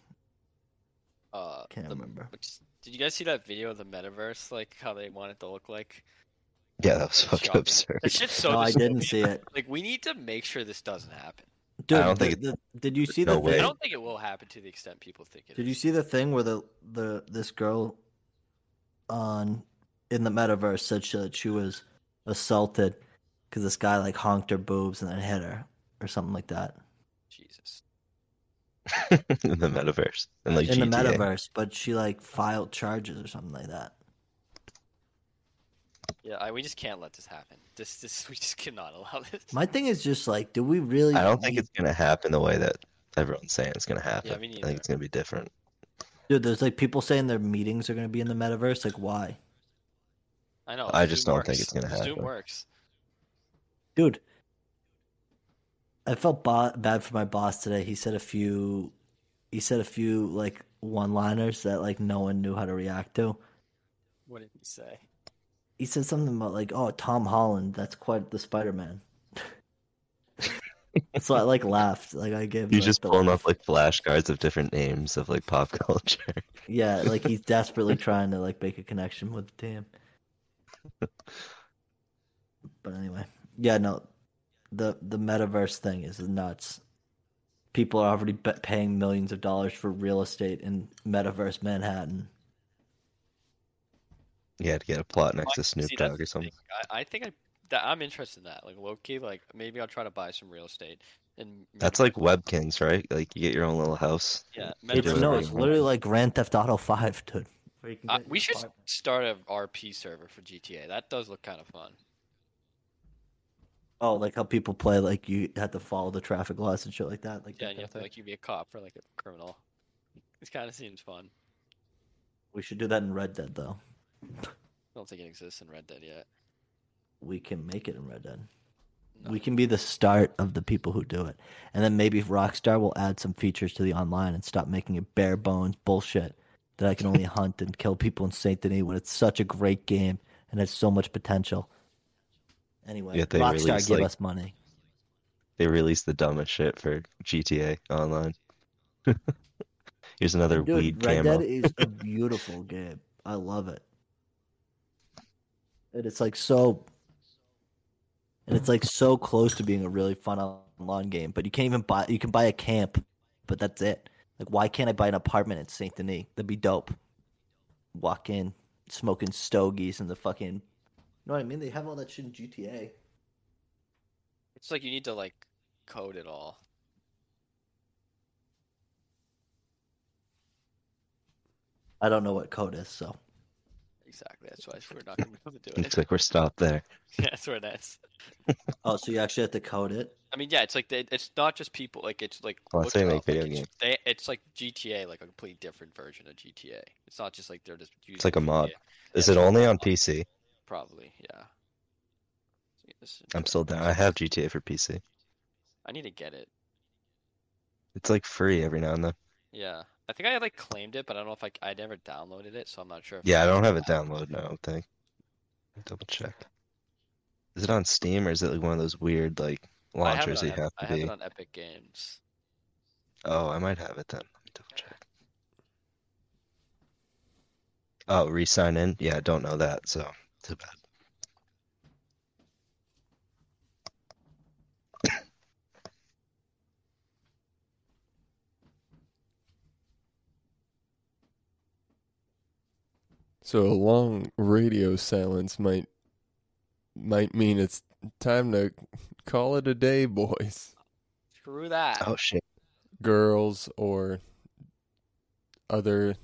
uh
Can't
the-
remember.
Which, did you guys see that video of the metaverse? Like how they want it to look like?
Yeah, that was fucking
Shocking.
absurd.
<laughs> That shit's so.
no, I
dystopian.
didn't see it.
<laughs>
Like we need to make sure this doesn't happen.
Dude,
don't
the-
think
the- did you see
no
the
way.
I
Hey.
thing?
don't think it will happen to the extent people think it
Did you
is.
see the thing where the the this girl on in the metaverse said she, that she was assaulted because this guy like honked her boobs and then hit her or something like that
Jesus.
<laughs> in the metaverse. And like
in the
GTA.
metaverse. But she like filed charges or something like that.
Yeah, I, we just can't let this happen. This, <laughs> this, we just cannot allow this.
My thing is just like, do we really?
I don't think
need-
it's gonna happen the way that everyone's saying it's gonna happen.
me
I
neither.
think it's gonna be different.
Dude, there's like people saying their meetings are going to be in the metaverse. Like, why?
I know.
I just
Zoom
don't think
works.
it's gonna
Zoom
happen.
works.
Dude, I felt bo- bad for my boss today. He said a few, he said a few like one liners that like no one knew how to react to.
What did he say?
He said something about like, oh, Tom Holland, that's quite the Spider <laughs> Man. so I like laughed. Like I gave him,
You
like,
just
the
pulling
laugh.
up like flashcards of different names of like pop <laughs> culture.
Yeah, like <laughs> he's desperately trying to like make a connection with the <laughs> team. But anyway, yeah, no, the the metaverse thing is nuts. People are already be- paying millions of dollars for real estate in metaverse Manhattan.
You had to get a plot next to
Like,
Snoop
see, that's
Dogg
the
or something.
thing. I, I think I that I'm interested in that. Like Loki, like maybe I'll try to buy some real estate. And
That's like Web Kings, right? Like you get your own little house.
yeah.
They
It's,
do
metaverse-
it
no,
every
it's
month.
literally like Grand Theft Auto Five, dude. Where you can
Uh,
get
we
your
should
apartment.
start a RP server for GTA. That does look kind of fun.
Oh, like how people play, like you have to follow the traffic laws and shit like that. Like,
Yeah,
that
and you
kind
have
of
to
thing.
like you be a cop or like a criminal. This kind of seems fun.
we should do that in Red Dead though.
I don't think it exists in Red Dead yet.
We can make it in Red Dead.
No.
We can be the start of the people who do it. And then maybe Rockstar will add some features to the online and stop making it bare bones bullshit that I can only hunt and kill people in Saint Denis when it's such a great game and has so much potential. Anyway,
Yeah, they
Rockstar
release,
give
like-
us money.
They released the dumbest shit for GTA online. <laughs> Here's another weed
Dude, Red
camo.
Dead is
<laughs>
a beautiful game. I love it. And it's like so and it's like so close to being a really fun online game, but you can't even buy you can buy a camp, but that's it. Like why can't I buy an apartment in Saint Denis? That'd be dope. Walk in, smoking stogies and the fucking You know what I mean? They have all that shit in GTA.
It's like you need to like code it all.
I don't know what code is, so
Exactly. That's why we're not gonna be able to do
Looks
it.
like we're stopped there.
yeah, <laughs> that's where that's.
Oh, so you actually have to code it?
I mean, yeah, it's like they, it's not just people. Like it's like
Well,
looks
they make
up, like,
video
it's, they, it's like GTA, like a completely different version of GTA. It's not just like they're just. Using
like a mod.
GTA,
Is
Yeah.
it only on PC?
probably, yeah. It's-
I'm still down. I have GTA for PC.
I need to get it.
It's like free every now and then.
Yeah, I think I like claimed it, but I don't know if I I never downloaded it, so I'm not sure. If
Yeah, I don't have it downloaded now, I don't think. Double check. Is it on Steam or is it like one of those weird like
I have it
launchers that
on
you
Ep-
have
I
to
have
be?
it on Epic Games.
Oh, I might have it then. Let me double check. Oh, re-sign in? Yeah, I don't know that, so too bad.
So a long radio silence might might mean it's time to call it a day, boys,
Screw that.
Oh shit.
girls, or other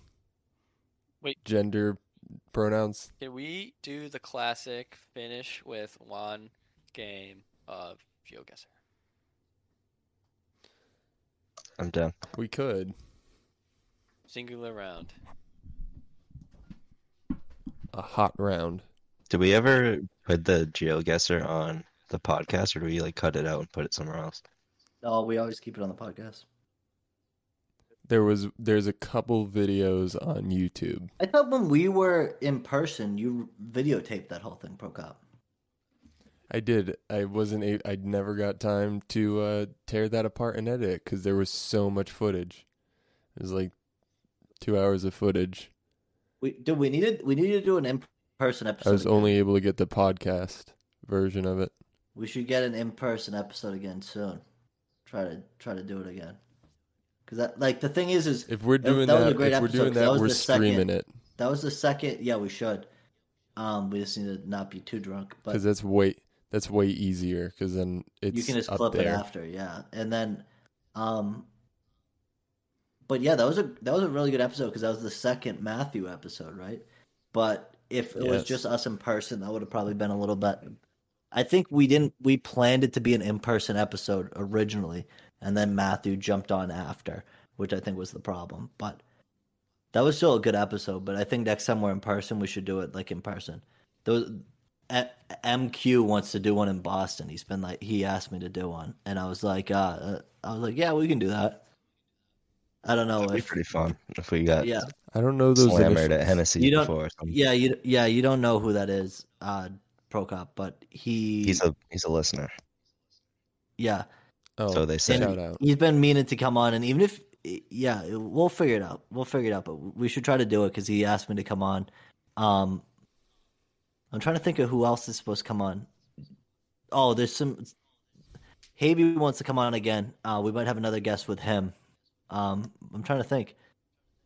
Wait.
gender pronouns.
Can we do the classic finish with one game of GeoGuessr?
I'm down.
We could.
Singular round.
A hot round.
Did we ever put the GeoGuessr on the podcast or do we like cut it out and put it somewhere else?
No, Oh, we always keep it on the podcast.
There was there's a couple videos on YouTube.
I thought when we were in person, you videotaped that whole thing, Procop.
I did. I wasn't. A, I never got time to uh, tear that apart and edit it because there was so much footage. It was like two hours of footage.
We dude, we needed we needed to do an in person
I
episode.
was
again.
only able to get the podcast version of it.
We should get an in person episode again soon. Try to try to do it again. Cause that like the thing is is
If we're
That-
doing
that
that,
was a great
if we're
episode,
doing
'cause that
that,
was
we're
the second-
streaming it
that was the second yeah we should. Um, we just need to not be too drunk, but
because that's way that's way easier because then it's
you can just
up
clip it
there.
after, yeah. And then, um, but yeah, that was a that was a really good episode because that was the second Matthew episode, right? But if it was
Yes.
just us in person, that would have probably been a little bit. I think we didn't. We planned it to be an in person episode originally, and then Matthew jumped on after, which I think was the problem. But that was still a good episode. But I think next time we're in person, we should do it like in person. Those a- MQ wants to do one in Boston. He's been like he asked me to do one, and I was like, uh, uh, I was like, yeah, we can do that. I don't know
That'd be
if
Oh, pretty fun if we got
yeah,
I don't know those.
slammered at
initials.
Hennessy
You don't-
before. Or something.
yeah, you yeah you don't know who that is, uh, Prokop, but he
He's a he's a listener,
yeah
Oh,
so they said.
shout out.
he's been meaning to come on, and even if yeah, we'll figure it out. We'll figure it out, but we should try to do it because he asked me to come on. Um, I'm trying to think of who else is supposed to come on. Oh, there's some. Habe wants to come on again. Uh, we might have another guest with him. Um, I'm trying to think.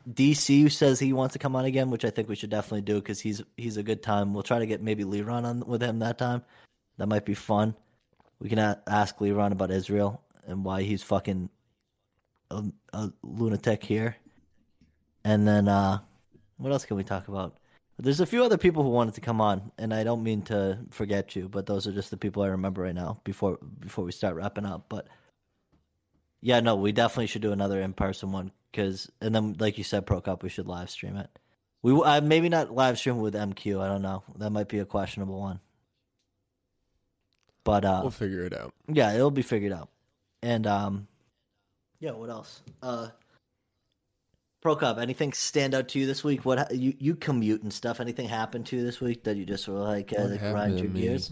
DC says he wants to come on again, which I think we should definitely do because he's he's a good time. We'll try to get maybe Leron on with him that time. That might be fun. We can a- ask Leron about Israel and why he's fucking a, a lunatic here. And then uh what else can we talk about? There's a few other people who wanted to come on, and I don't mean to forget you, but those are just the people I remember right now before before we start wrapping up. But yeah, no, we definitely should do another in person one because, and then like you said, Pro Cup, we should live stream it. We uh, maybe not live stream with MQ. I don't know. That might be a questionable one. But uh,
We'll figure it out.
yeah, it'll be figured out. And um yeah, what else? Uh Prokop, anything stand out to you this week? What ha- you you commute and stuff? Anything happened to you this week that you just were like, uh,
What
like
happened
grind
to
your
me?
gears?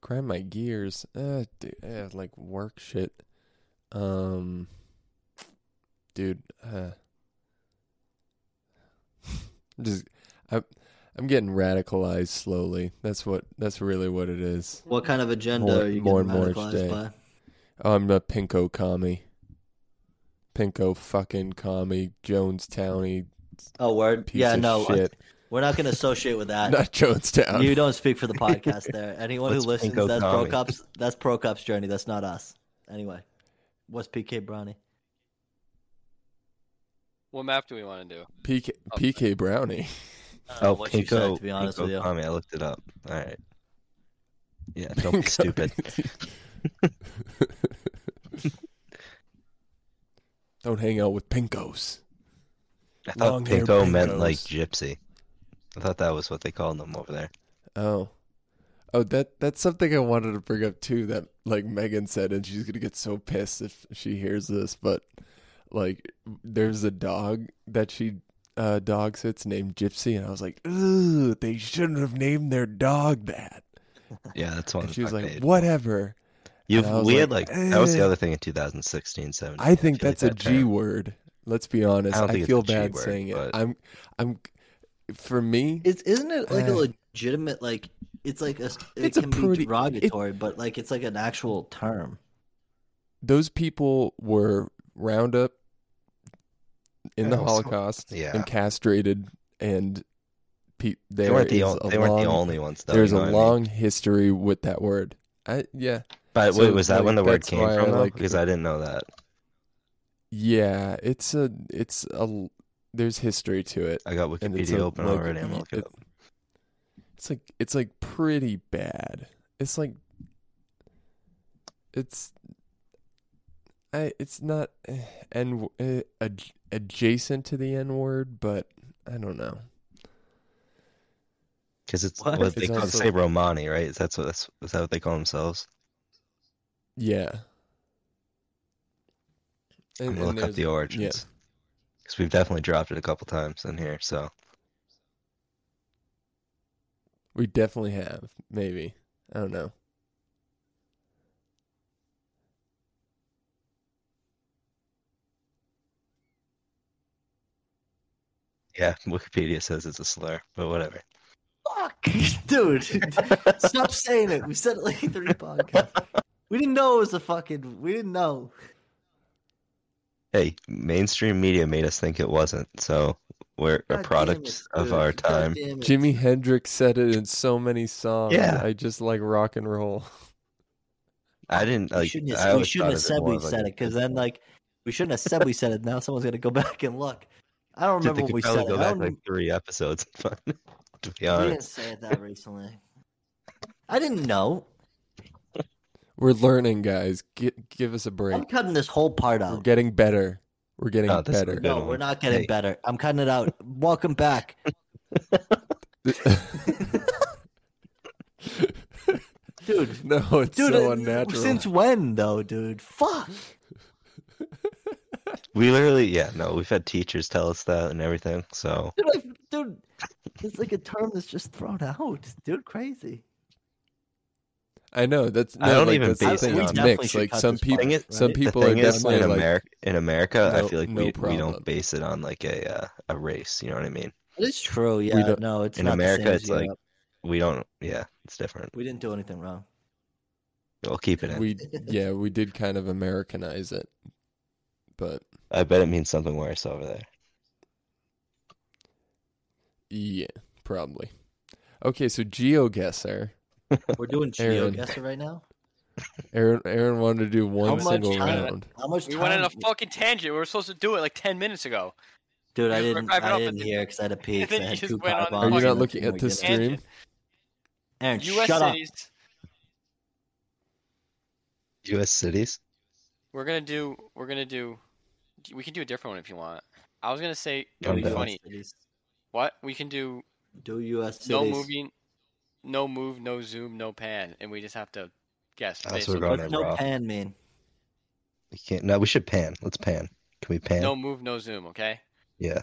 Grind my gears. Uh, dude, eh, like work shit. Um, dude, uh, <laughs> just I'm I'm getting radicalized slowly. That's what. That's really what it is.
What kind of agenda
More-
are you
more
getting
and more each
radicalized
day.
by?
Oh, I'm a pinko commie. Pinko fucking commie, Jonestown
Oh, word.
piece
yeah,
of
no, I-
shit.
<laughs> we're not going to associate
<laughs>
with that.
Not Jonestown.
you don't speak for the podcast
<laughs>
there. Anyone who
What's
listens,
Pinko
that's
Commie?
Prokop's. That's Prokop's journey. That's not us. Anyway, what's PK Brownie?
What map do we want to do?
PK, PK Brownie.
Oh,
what you
Pinko.
said, to be honest
Pinko
with you.
Kami, I looked it up. All right. Yeah,
<laughs>
don't be stupid.
Don't hang out with pinkos.
I thought
Long-haired
Pinko meant
Pinkos.
like gypsy. I thought that was what they called them over there.
Oh. Oh, that that's something I wanted to bring up too that like Megan said and she's going to get so pissed if she hears this, but like there's a dog that she uh dog sits named Gypsy and I was like, "Ooh, they shouldn't have named their dog that."
Yeah, that's one.
And
of
she was
my
like,
faves.
"Whatever.
You've,
and I was
we had
like,
like that was
eh.
the other thing in 2016, 17.
I think
feel like
that's a
that
G
term-
word. Let's be honest.
I
I,
don't think it's
feel
a G
bad
word,
saying it.
but-
I'm I'm for me,
It's isn't it like a
Uh,
legitimate like it's like a it
it's a
can
pretty-
be derogatory, but like it's like an actual term.
those people were round up in the
Yeah, so-
Holocaust
yeah.
and castrated, and pe-
They
there
weren't the
is
o-
a
they weren't the
long-
only ones though.
There's
you know
a
what I mean?
long history with that word. I yeah
But
so,
wait, was that
like,
when the word
that's
came
why I
from? though?
like-
because I didn't know that.
yeah. It's a it's a there's history to it.
I got
And it's
Wikipedia
a,
open
like,
already. I'm
y-
looking
it-
it up.
It's like it's like pretty bad. It's like it's I it's not eh, n eh, ad- adjacent to the n word, but I don't know.
Because it's
What?
what, they
It's
call
also-
say Romani, right? That's what that's is that what they call themselves?
Yeah.
I'm gonna look up
there's-
the origins. Because we've definitely dropped it a couple times in here, so
We definitely have, maybe. I don't know.
yeah, <laughs> Wikipedia says it's a slur, but whatever.
Fuck, <laughs> dude! Stop saying it. We said it like three <laughs> podcasts. We didn't know it was a fucking. We didn't know.
Hey, mainstream media made us think it wasn't, so we're a
God
product
damn it,
of
dude.
our
God
time.
damn it.
Jimi Hendrix said it in so many songs.
Yeah.
I just like rock and roll. <laughs>
I didn't
we
like
shouldn't
I
have, we
always
shouldn't have
thought of it
said
more
we
of, like,
said
a
it because then like we shouldn't have said we said it. Now someone's gonna go back and look. I don't
Dude,
remember
they
when we
could probably
said it.
go
I
back
don't
like three episodes <laughs> and find it, to be
We
honest.
didn't say it that recently. I didn't know.
We're learning, guys. Get, give us a
I'm
break.
cutting this whole part
We're
out.
getting better. We're getting
No, Oh, this is
better.
good.
No, we're not getting
Hey.
better. I'm cutting
<laughs>
it out. Welcome back. Dude.
<laughs> no, it's
Dude,
so
uh,
unnatural.
since when though, dude? Fuck.
We literally, yeah, no, we've had teachers tell us that and everything. So
Dude, I, dude, it's like a term that's just thrown out. Dude, crazy.
I know that's. No,
I don't
like,
even
that's
base
the
it
thing.
on-
It's
We
definitely
mixed.
should
Like
cut
some
this
people,
part, right?
some
The
people
the
are
thing is,
definitely
in
like.
America, in America,
no-
I feel like
no
we, we
problem.
don't base it on like a uh, a race. You know what I mean?
It's true. Yeah.
don't-
No, it's
in
not
America,
The same as
it's like-
Europe.
We don't. Yeah, it's different.
we didn't do anything
<laughs>
wrong.
We'll keep it
<laughs>
in.
We yeah, we did kind of Americanize it, but
I bet it means something worse over there.
yeah, probably. Okay, so GeoGuessr.
We're doing
Aaron.
geoguessr right now.
Aaron Aaron wanted to do one
much
single
time-
round.
How much?
We
time?
went on a fucking tangent. We were supposed to do it like ten minutes ago.
Dude, I
We're
didn't.
driving
I
up
didn't
and- <laughs>
hear because I had a pee. 'cause
then
I
you
had
just
two
went
pie
on a
bombs
Are you
and
not
a
looking at
fucking
this
Guinness.
stream?
Aaron,
U.S.
shut up.
cities.
U.S. cities.
We're gonna do. We're gonna do. We can do a different one if you want. I was gonna say
Go
it'd be
ahead.
funny. What we can do?
Do U.S. cities.
No moving, no move, no zoom, no pan, and we just have to guess.
That's
based
what
on-
we're going
What's
on
no
raw.
pan mean?
We can't. No, we should pan. Let's pan. Can we pan?
No move, no zoom. Okay.
Yeah.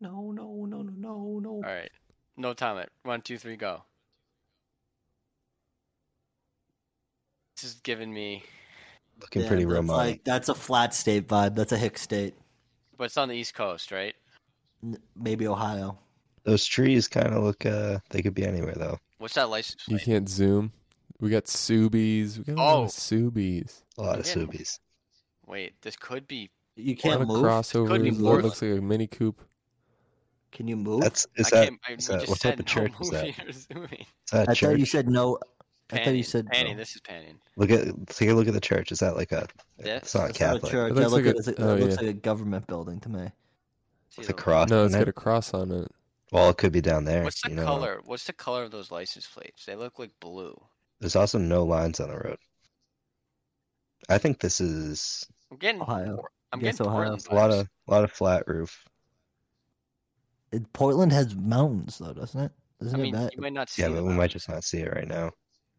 No, no, no, no, no, no.
All right. No time. One, two, three, go. This is giving me,
Looking
Yeah,
pretty
that's
remote.
Like that's a flat state vibe. That's a hick state.
but it's on the East Coast, right?
N- Maybe Ohio.
Those trees kind of look. Uh, they could be anywhere though.
What's that license
You
plate?
can't zoom. We got Subies. We got a lot
Oh.
of Subies.
A lot of
Yeah.
subies.
Wait, this could be.
A
You
lot
can't
of
move.
Could be
crossovers. That
Portland.
looks like a Mini Coupe.
Can you move?
That's
I
is that,
can't. I,
is
we
that-
just
what
said
type of
no
church is that?
moving or zooming.
is that a
I thought you
church?
said no. I thought
Panning,
you said
panning.
no.
This is panning.
Look at take a look at the church. Is that like a?
Yeah,
That's
It's not
not a
Catholic.
church.
It
I
looks
look
like
at it,
a-
it
oh,
looks
yeah.
like a government building to me.
See
It's
the
a
li-
cross.
No, it's
on it.
got a cross on it.
Well, it could be down there.
What's the
you know.
color? What's the color of those license plates? They look like blue.
There's also no lines on the road. I think this is
I'm getting.
Ohio.
Por- I'm
Guess
getting
Ohio.
Portland
a lot
vibes.
of a lot of flat roof.
It- Portland has mountains though, doesn't it?
I
Doesn't
mean,
it? That,
you might not see.
Yeah, but
them.
we might just not see it right now.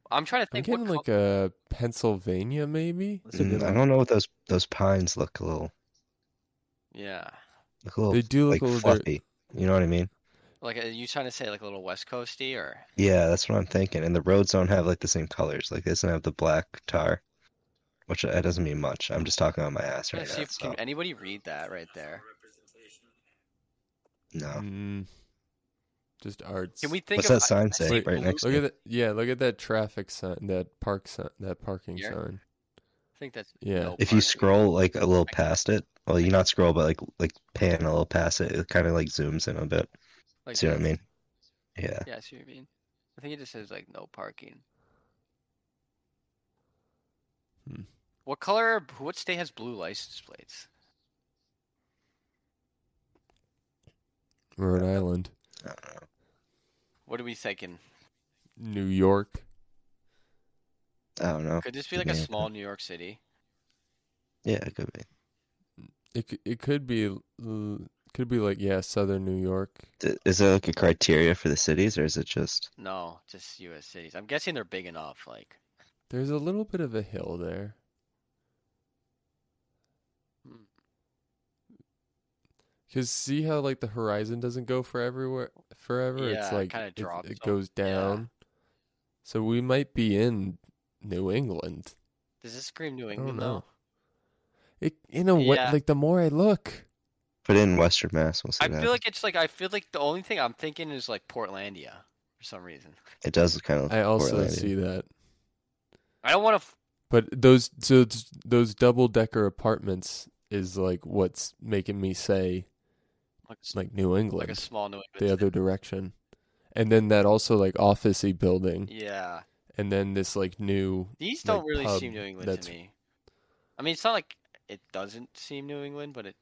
I'm trying to
I'm
think. What
getting
color
like a Pennsylvania, maybe.
that's a
Mm,
good
I
one.
don't know what those those pines look a little
Yeah,
look a little
They do look
like
a little. dirt-
fluffy. You know what I mean?
like are you trying to say like a little West Coasty or?
Yeah, that's what I'm thinking. And the roads don't have like the same colors. Like this doesn't have the black tar, which uh, that doesn't mean much. I'm just talking on my ass
I'm
right
gonna see
now.
if can
so,
anybody read that right there.
no.
Mm. just arts.
Mm-hmm. Can we think
What's
of
that sign
I
say
see
right
blue.
next
look
to
at
it?
that? Yeah, look at that traffic sign, that park sign, that parking
Here?
sign.
I think that's
Yeah.
no
If you
parking.
scroll like a little
I-
past it, well, you not scroll, but like like pan a little past it, it kind of like zooms in a bit.
like,
See what I
this.
mean? Yeah.
Yeah, I see what you mean. I think it just says like no parking.
Hmm.
What color? are- What state has blue license plates?
Rhode Island,
I don't know.
What are we thinking?
New York.
Oh, I don't know.
Could this be
Could
like a
be.
small New York City?
Yeah, it could be.
It c- it could be l- could be like yeah, Southern New York.
D- Is there like a criteria for the cities, or is it just
No, just U.S. cities. I'm guessing they're big enough. Like,
There's a little bit of a hill there.
Hmm.
Cause see how like the horizon doesn't go for everywhere forever.
Yeah,
it's
it
like
kinda
it,
drops
it
off.
goes
Yeah.
down. So we might be in New England.
does this scream New
I don't
England
know.
though?
It in a way
Yeah.
like the more I look,
put it in Western Mass? We'll see
I
what
feel
happens.
like it's like I feel like the only thing I'm thinking is like Portlandia for some reason.
It does kind of look
I also
Portlandia.
see that.
I don't want to. F-
But those so it's- those double decker apartments is like what's making me say
like, s-
like New England,
like a small New
the
England.
other direction, and then that also like officey building,
city. Yeah,
and then this like new
these
Like
don't really
pub,
seem New England
that's-
to me. I mean, it's not like it doesn't seem New England, but it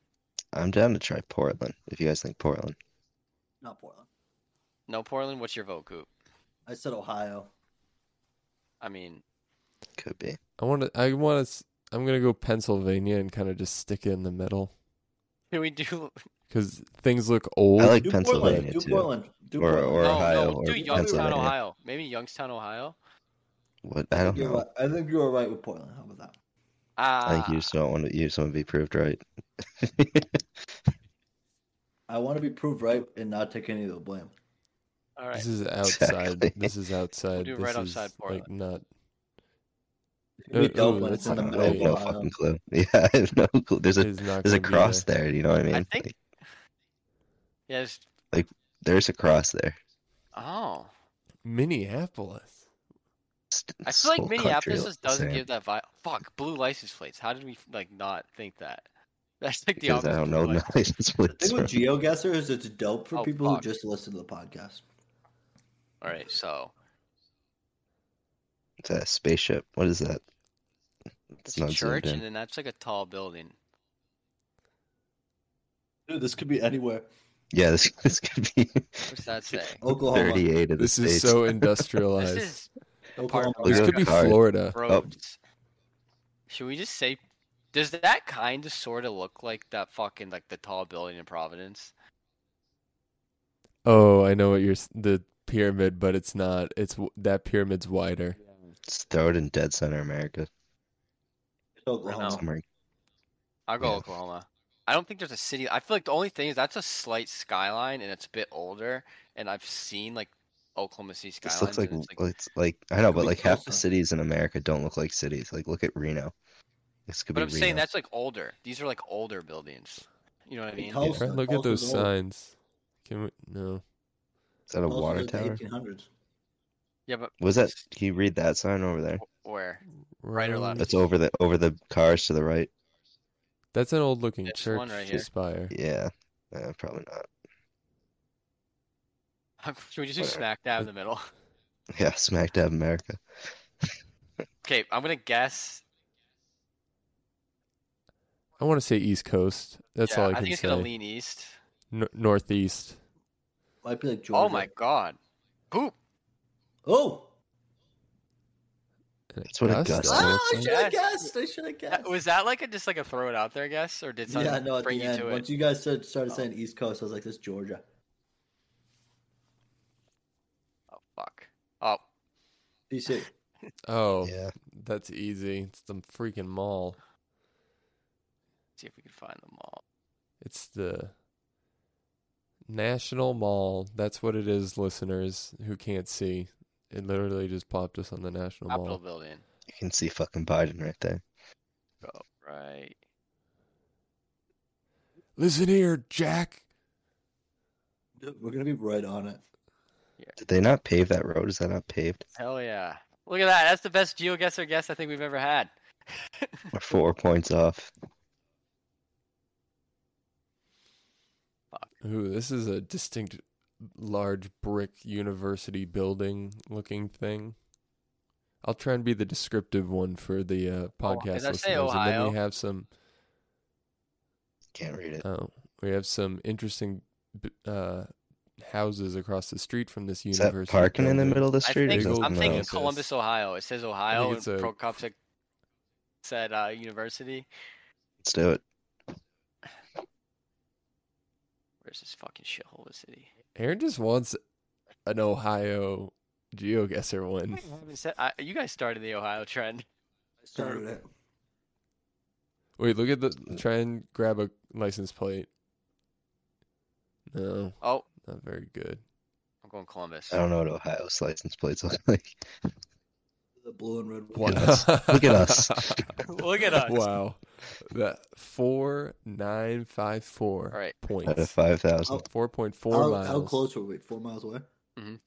I'm down to try Portland if you guys think Portland.
Not Portland.
no Portland. What's your vote, Goop?
I said Ohio.
I mean, <laughs>
Could be.
I want to. I want to. I'm gonna go Pennsylvania and kind of just stick it in the middle
Can we do?
because things look old.
I like
Do Portland.
Pennsylvania
Do
too.
Portland. Do
Or-
Portland.
or-
no,
Ohio
no,
or
do Youngstown,
Pennsylvania.
Ohio. Maybe Youngstown, Ohio.
What I don't
You're
know.
right. I think you were right with Portland. How about that?
I think
Ah,
you just don't want to. You just want to be proved right.
I want to be proved right and not take any of the blame.
all right.
This is outside.
Exactly.
This is outside.
do
this
right
is
outside Portland.
like not.
It'd be
Uh,
dope
ooh,
when
that's
it's in
<laughs>
the
not
middle
right.
of
no
Ohio.
fucking clue. <laughs> Yeah, I have no clue. There's
It
a
is not
there's a
gonna be
cross
there.
there. You know what I mean?
I think.
Like,
Yeah, just,
there's a cross there.
oh,
Minneapolis.
It's-
I
it's
feel like
whole country
Minneapolis
all
just
the
doesn't
same.
give that vibe. Fuck, blue license plates. How did we like not think that? <laughs> That's like the
because
opposite.
I don't
of blue
know
license.
nothing. <laughs> That's what
The thing with
it's
GeoGuessr is it's dope for
Oh,
people
fuck.
who just listen to the podcast.
All right, so
It's a spaceship. What is that? It's
it's a
not zoomed
church, and
in.
then that's like a tall building.
Dude, this could be anywhere.
Yeah, this <laughs> this could be <laughs>
What's that say?
Oklahoma.
38 of the
This
states.
is
<laughs>
so
this
industrialized.
is
Oklahoma.
This
this
Yeah.
could be
Hard.
Florida.
roads. Should we just say? Does that kind of sort of look like that fucking like the tall building in Providence?
Oh, I know what you're s- the pyramid, but it's not. It's w- that pyramid's wider.
Just throw it in dead center America.
Oklahoma.
No.
Somewhere.
I'll go
Yeah.
Oklahoma. I don't think there's a city. I feel like the only thing is that's a slight skyline and it's a bit older. And I've seen like Oklahoma City skylines.
This looks like
and it's, like
it's like I know,
Could
but
be
like half the
Tulsa.
cities in America don't look like cities. Like look at Reno. This could
but
be
I'm saying
Reno.
that's like older. These are like older buildings. You know what I
Hey,
mean?
Tulsa.
Right, look at those
Tulsa's old.
signs. Can we? No.
Is that a
Tulsa's
water
in the
tower?
1800s.
Yeah, but
Was that? Can you read that sign over there?
<laughs> where? <laughs> Right or left?
Road-
It's over the over the cars to the right.
That's an old looking
This
church
one right here.
spire.
Yeah, Uh, probably not. <laughs>
Should we just do
Where?
smack dab in the middle?
Yeah, smack dab America.
Okay, I'm gonna guess.
I want to say East Coast. That's
yeah,
all I
I,
can
think it's
say.
gonna lean east.
Nor- northeast.
Might be like Georgia.
Oh my god. Poop.
Oh!
That's what
Augusta.
Augusta
Ah, I
looks
Oh,
like.
should have
Yes.
guessed. I should have guessed.
That- Was that like a just like a throw it out there guess, or did something
yeah, no, at
bring
the
you
end.
to
Once
it?
you guys started, started saying East Coast, I was like, this is Georgia.
Oh fuck. Oh,
DC.
Oh,
Yeah,
that's easy. It's the freaking mall.
see if we can find them all.
It's the National Mall. That's what it is, listeners who can't see. It literally just popped us on the National
Capitol
Mall.
building.
you can see fucking Biden right there.
Go right.
Listen here, Jack.
Dude, We're going to be right on it.
Did they not pave that road? Is that not paved?
Hell yeah. Look at that. That's the best geoguesser guess I think we've ever had.
We're four points off.
Ooh, this is a distinct large brick university building looking thing. I'll try and be the descriptive one for the uh, podcast
did Oh, I
listeners,
say
and then
Ohio?
we have some.
Can't read it.
Oh, we have some interesting b- uh, houses across the street from this
Is
university.
that parking in the
building.
middle of the
I
street?
think,
or
Big old
I'm
something
thinking
else?
mountain.
Columbus, Ohio. It says Ohio and
it's a-
Prokopchik said uh, university.
Let's do it.
Where's this fucking shithole of a city?
Aaron just wants an Ohio geoguesser one.
I haven't said- I- you guys started the Ohio trend.
I started it.
Wait, look at the. Try and grab a license plate. No,
Oh,
not very good.
I'm going Columbus.
I
Oh.
don't know what Ohio's license plates look <laughs> like.
The blue and red
Look
one.
at us. Look at us.
<laughs>
<laughs>
Look at us.
Wow, that four nine five four
All right.
Out of
points.
five thousand.
Four point four
How,
miles.
how close were we? Four miles away?
Mhm.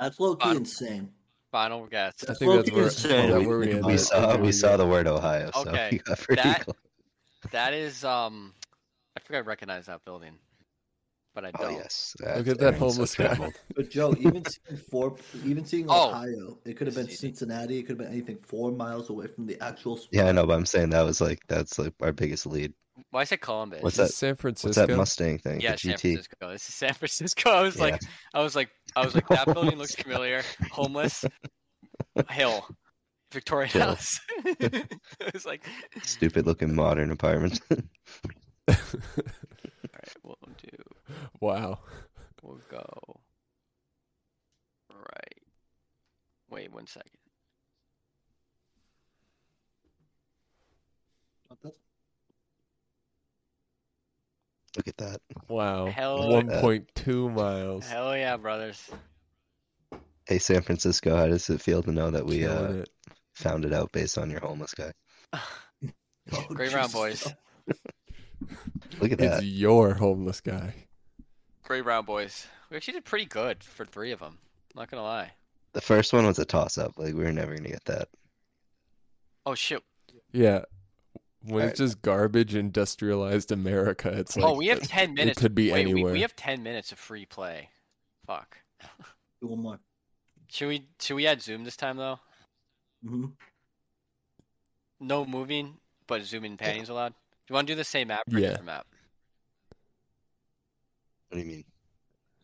That's low key
Fine.
insane.
Final guess.
I
That's
think that's
low-key
where,
insane.
is that where we
we,
ended.
saw we saw the word Ohio, so
Oh,
<laughs>
Okay,
we got pretty
that-
close.
That is um I think I recognize that building. But I
Oh
don't.
yes.
Look
That's-
at that
everyone's so
homeless guy.
traveled.
But Joe, even seeing four, even seeing
Oh.
Ohio, it could have been
Easy.
Cincinnati. It could have been anything four miles away from the actual. spot.
Yeah, I know, but I'm saying that was like that's like our biggest lead.
Why I said Columbus?
What's
Is this
that-
San
What's
Francisco?
that Mustang thing?
yeah,
the
San
GT.
Francisco. This is San Francisco. <laughs> I was
Yeah.
like, I was like, I was like, that
<laughs>
building looks familiar. Homeless hill, Victorian
Hill.
house. <laughs> it was like,
Stupid looking modern <laughs> apartment.
all right, we'll do,
<laughs> wow.
we'll go. Right. Wait one second.
Look at that.
Wow.
Hell-
1.2 miles.
Hell yeah, brothers.
Hey, San Francisco, how does it feel to know that we
Killing
uh,
it.
found it out based on your homeless guy? Oh,
Oh,
Great round, boys.
Look at
It's
that.
your homeless guy.
Great round, boys. We actually did pretty good for three of them. Not gonna lie.
The first one was a toss up. Like, we were never going to get that.
Oh shoot.
Yeah. When
Alright.
it's just garbage industrialized America, it's like
Oh, we have ten minutes.
could be
Wait, we-
anywhere.
We, have ten minutes of free play. Fuck.
Do <laughs> one more.
Should we? Should we add zoom this time though?
hmm
No moving, but zooming panties allowed. Do you want to do the same map or a
Yeah.
different map?
What do you mean?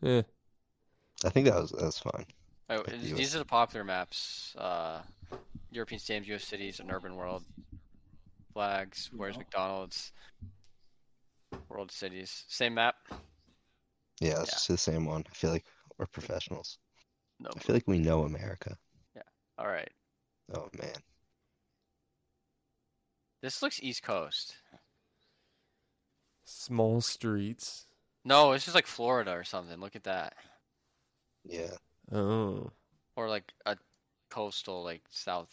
Eh,
I think that was, that was fine.
Oh,
Pick
these-
US.
these are the popular maps: uh, European stadiums, U.S. cities, and urban world flags. Where's
Oh.
No.
McDonald's? World cities. Same map.
Yeah, it's
Yeah.
just the same one. I feel like we're professionals.
No.
I feel like we know America.
All right.
Oh, man.
This looks East Coast.
small streets.
No, this is like Florida or something. Look at that.
Yeah.
Oh.
Or like a coastal, like south.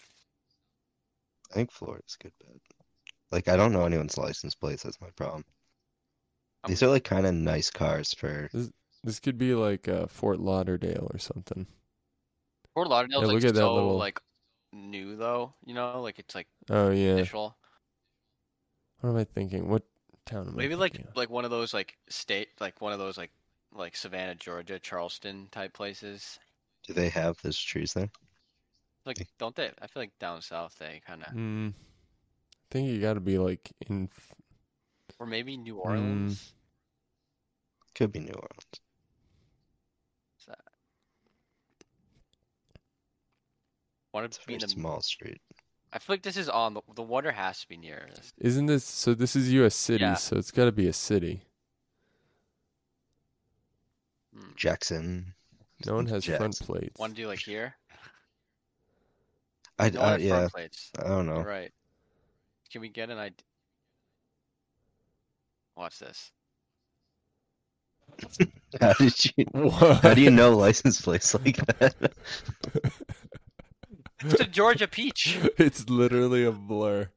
I think Florida's a good bet. Like, I don't know anyone's license plates. That's my problem.
I'm-
These are like kind of nice cars for.
This could be like uh, Fort Lauderdale or something.
Fort Lauderdale's
Yeah,
like
look at that
so
little-
like new though. You know, like it's like
Oh yeah.
official.
What am I thinking? What town am I
Maybe like
thinking of?
like one of those like state, like one of those like like Savannah, Georgia, Charleston type places.
Do they have those trees there?
Like, don't they? I feel like down south they kind of,
Hmm. I think you got to be like in f-
or maybe New
Mm.
Orleans.
Could be New Orleans.
Want
It's
to
a
be
very
in the?
small street.
I feel like this is on the, the water has to be near this.
Isn't this so this is US city,
Yeah.
so it's got to be a city.
Hmm.
Jackson.
No one has front
Jackson.
plates.
Want to do like here?
I,
No
I-
one had
uh, yeah, Oh.
front plates.
I don't know.
You're right. Can we get an idea? Watch this.
<laughs> How did you?
<laughs> What?
How do you know license plates like that?
It's a Georgia peach.
<laughs> it's literally a blur.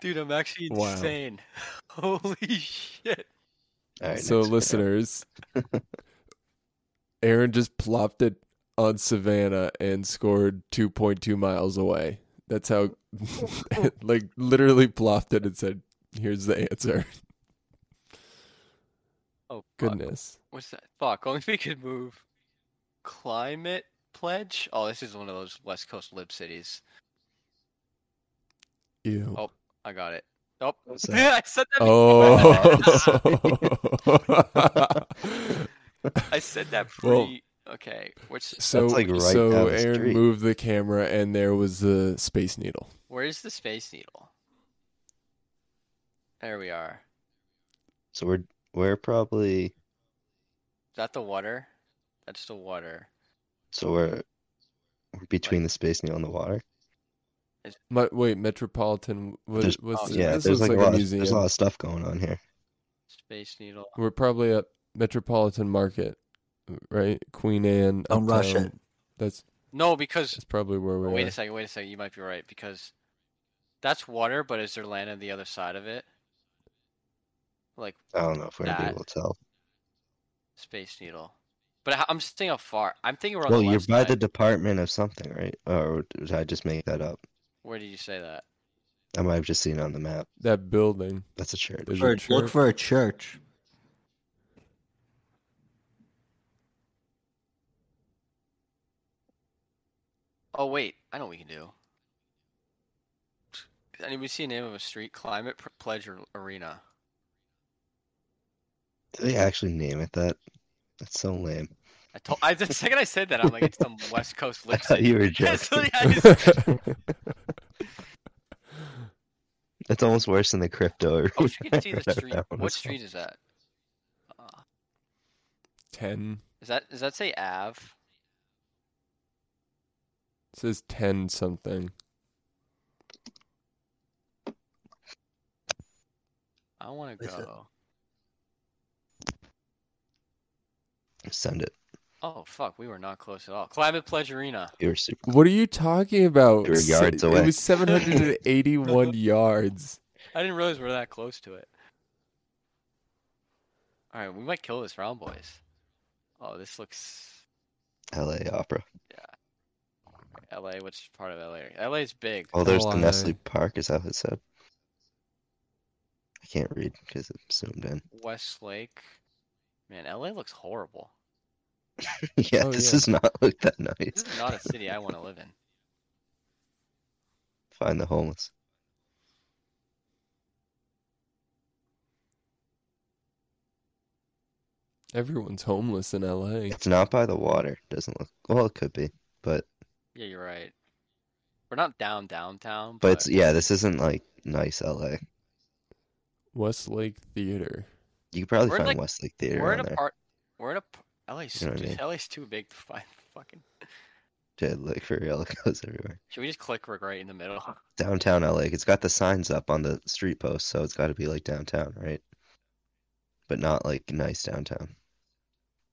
Dude, I'm actually
Wow.
insane. <laughs> Holy shit.
<laughs> All right,
so
next one.
listeners, Aaron just plopped it on Savannah and scored 2.2 miles away. That's how <laughs> like literally plopped it and said, "Here's the answer."
Oh, fuck.
Goodness.
What's that? Fuck, only <laughs> we could move. Climate pledge? Oh, this is one of those West Coast lib cities.
Ew.
Oh. I got it. Nope.
What's
<laughs> I said that.
Oh.
I said that
<laughs>
pre.
Well-
okay. Which?
so
like right down
so
the
Aaron
street.
moved the camera and there was the space needle.
Where's the space needle? There we are.
So we're we're probably
Is that the water? That's the water.
so we're we're between the space needle and the water.
My, wait, Metropolitan what,
There's- oh,
what's
So
yeah,
Oh, this
there's
looks
like a
like
lot. Of,
museum.
there's a lot of stuff going on here.
Space needle.
We're probably at Metropolitan Market, right? Queen Anne.
Don't rush
Uptown.
it.
That's
No, because
that's probably where
oh,
we're
wait a
at.
second, wait a second. You might be right because that's water, but is there land on the other side of it? Like
I don't know if we're gonna be
That-
able to tell.
space needle. But I- I'm just thinking how far. I'm thinking we're on
Well,
the
you're
west
by
side.
the Department of something, right? Or did I just make that up?
Where did you say that?
I might have just seen it on the map.
That
<laughs>
building.
That's a church.
There's a
Or
church.
look for a church.
Oh wait, I know what we can do. Does Anybody see a name of a street? Climate P- Pledge Ar- Arena.
Did they actually name it that? That's so lame. <laughs>
I told. I the <laughs> second I said that, I'm like, it's some West Coast
I
lip
thought
sync.
you were
<laughs> That's
joking.
what
<laughs>
I just-
<laughs> That's almost worse than the
<laughs>
crypto.
I wish Oh, you
<laughs>
could see the
That
street.
one
What
was
street is that? Uh,
ten
is that does that say Ave?
it says ten something.
I want to
Is it-
go.
fun. Send it.
Oh fuck, we were not close at all. Climate Pledge Arena.
You were super.
What are you talking about?
They were
Se-
yards away.
It was seven hundred and
<laughs>
eighty-one yards.
I didn't realize we are that close to it. All right, we might kill this round, boys. Oh, this looks
LA Opera.
L.A. Which part of L.A.? L.A.'s big.
Oh, there's the
LA.
Nestle Park. Is that what it said? I can't read because it's zoomed in. <laughs>
Westlake. Man, L.A. looks horrible.
yeah,
Oh,
this
yeah.
does not <laughs> look that
This
nice.
is not a city I want to live in.
Find the homeless.
Everyone's homeless in L.A.
It's not by the water. Doesn't look. Well, it could be, but
Yeah, you're right. We're not down downtown,
but it's yeah. This isn't like nice LA.
Westlake Theater.
You could probably
We're in,
find
like-
Westlake Theater
we're
on
in a
there.
part. We're in a. p- LA's,
You know what I
dude,
mean?
LA's too big to find. Fucking.
Dude, look for real. <laughs> It goes everywhere.
Should we just click like, right in the middle?
Downtown LA. It's got the signs up on the street post, so it's got to be like downtown, right? But not like nice downtown.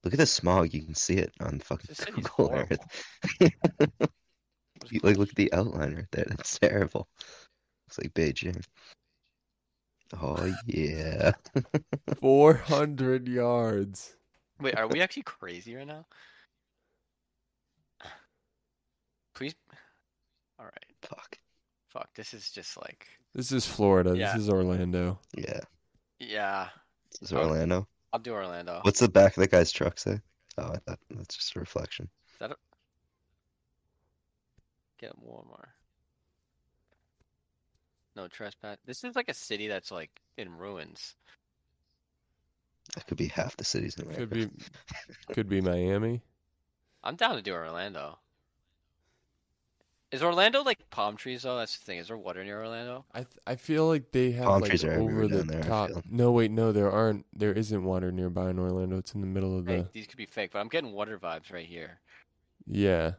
Look at the smog. You can see it on fucking
This city's
Google
horrible.
Earth. <laughs> You- Like, look at the outline right there. That's terrible. Looks like Beijing. Oh yeah.
Four hundred yards.
Wait, are we actually crazy right now? Please. All right.
Fuck.
Fuck. This is just like.
This is Florida.
Yeah.
This is Orlando.
Yeah.
Yeah,
This is
Okay.
Orlando.
I'll do Orlando.
What's the back of the guy's truck say? Oh, I thought that's just a reflection.
Get warmer. No trespass. This is like a city that's like in ruins.
That could be half the cities in America.
Could be, could be Miami.
I'm down to do Orlando. Is Orlando like palm trees though? That's the thing. Is there water near Orlando?
I th- I feel like they have
Palm
like
trees are everywhere
over
down
the
there, I
top.
feel.
No, wait, no, there aren't. There isn't water nearby in Orlando. It's in the middle of
Hey,
the.
these could be fake, but I'm getting water vibes right here.
Yeah,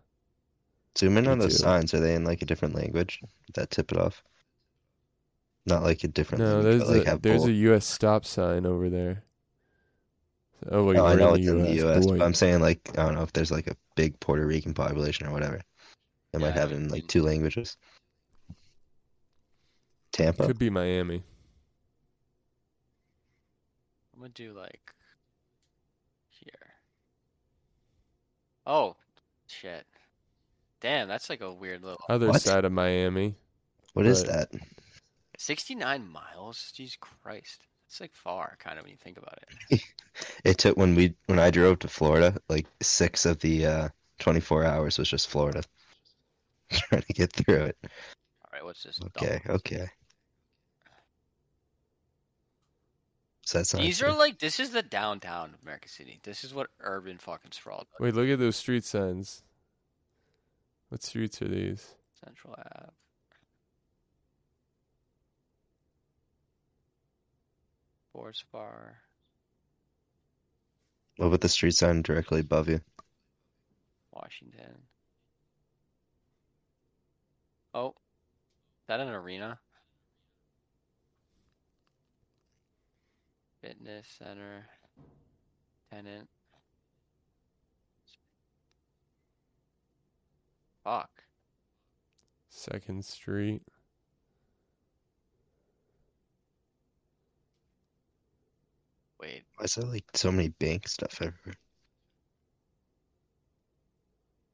Zoom in
Me
on those
too.
signs. Are they in like a different language? Would that tip it off? Not like a different
no,
language,
there's
but like
a
have
there's
bold.
a U.S. stop sign over there. Oh wait,
No, I
we're
know
in
it's
the
in the
US,
US, but
boy.
I'm saying like I don't know if there's like a big Puerto Rican population or whatever. They
Yeah,
might
I
have
know
it in
what you
like
mean.
two languages. Tampa.
Could be Miami.
I'm gonna do like here. Oh shit! Damn, that's like a weird little
Other
What?
side of Miami.
What is
but-
that?
69 miles. Jesus Christ, it's like far, kind of when you think about it.
It took when we when I drove to Florida, like six of the uh, 24 hours was just Florida. <laughs> Trying to get through it.
All right, what's this?
Okay,
Dublin.
okay. So that's not
These
true.
are like this is the downtown of America City. This is what urban fucking sprawl. Does.
Wait, look at those street signs. What streets are these?
Central Ave. Sports bar.
What about the street sign directly above you?
Washington. Oh, is that an arena? Fitness center. Tenant. Fuck.
Second Street.
Wait.
Why is there like so many bank stuff everywhere?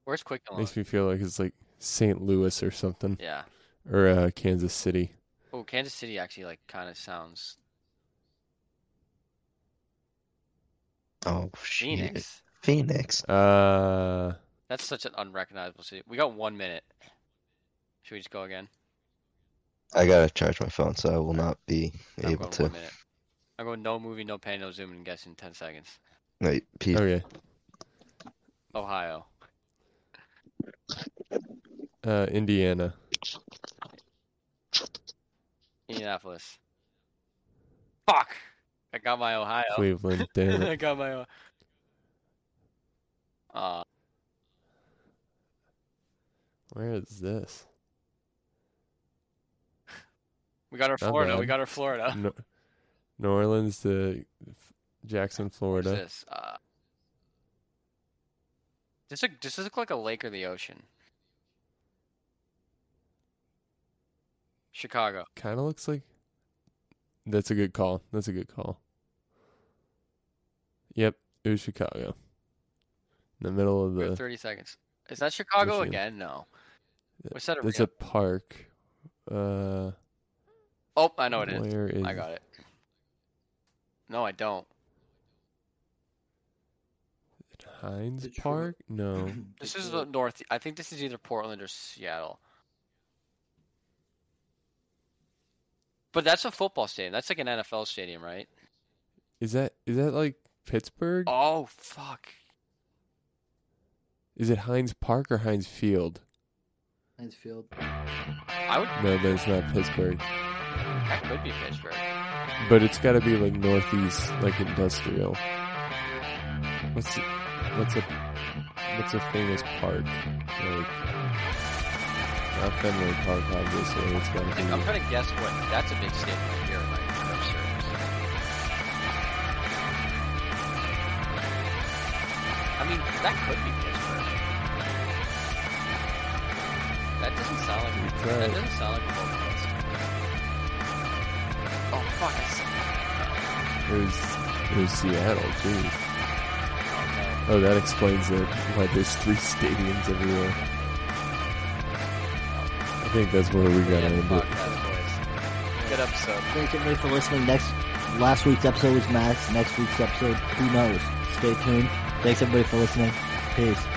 Where's Quick and Loans?
Makes me feel like it's like St. Louis or something,
Yeah.
or uh, Kansas City.
Oh, Kansas City actually like kind of sounds
Oh shit.
Phoenix.
Phoenix.
Uh,
That's such an unrecognizable city. We got one minute. Should we just go again?
I gotta charge my phone, so I will not be
I'm
able
going
to.
one minute. I'm going no movie, no pay, no zoom, and guess in ten seconds.
Wait, Pete,
Okay.
Ohio.
Uh, Indiana.
Indianapolis. Fuck! I got my Ohio.
Cleveland. Damn
<laughs> I
it.
got my. Ohio. Uh,
Where is this?
we got our
Not
Florida. We
bad.
got our Florida.
No- New Orleans to F- Jackson,
What's
Florida.
this? Uh, does it does this look like a lake or the ocean? Chicago.
Kind of looks like. That's a good call. That's a good call. Yep, it was Chicago. In the middle of
We have
the.
Thirty seconds. Is that Chicago
Michigan.
again? No. What's that? A
It's Uh, a park. Uh,
oh, I know it is.
where is?
I got it. No, I don't.
it? Hines
Detroit.
Park?
<laughs>
No.
<clears throat> This is the north. I think this is either Portland or Seattle. But that's a football stadium. That's like an NFL stadium, right?
Is that is that like Pittsburgh?
Oh fuck!
Is it Hines Park or Hines Field?
Heinz Field.
I would.
No, but it's not Pittsburgh.
That could be Pittsburgh.
But it's got to be like northeast, like industrial. What's what's a what's a famous park? Like not Fenway Park, obviously. It's got
Like, I'm
to
trying to guess what. That's a big stadium here. Like, I'm serious. I mean, that could be Pittsburgh. That doesn't sound like.
be.
That
Detroit.
doesn't sound like a vocal Oh fuck! I said,
It was it was Seattle. Jeez.
oh,
Oh, that explains it. Why there's three stadiums everywhere. I think that's where we
no.
got to
Yeah,
end
fuck
it.
that boys. Good episode.
Thanks everybody for listening. Next, last week's episode was Max. Next week's episode, who knows? Stay tuned. Thanks everybody for listening. Peace.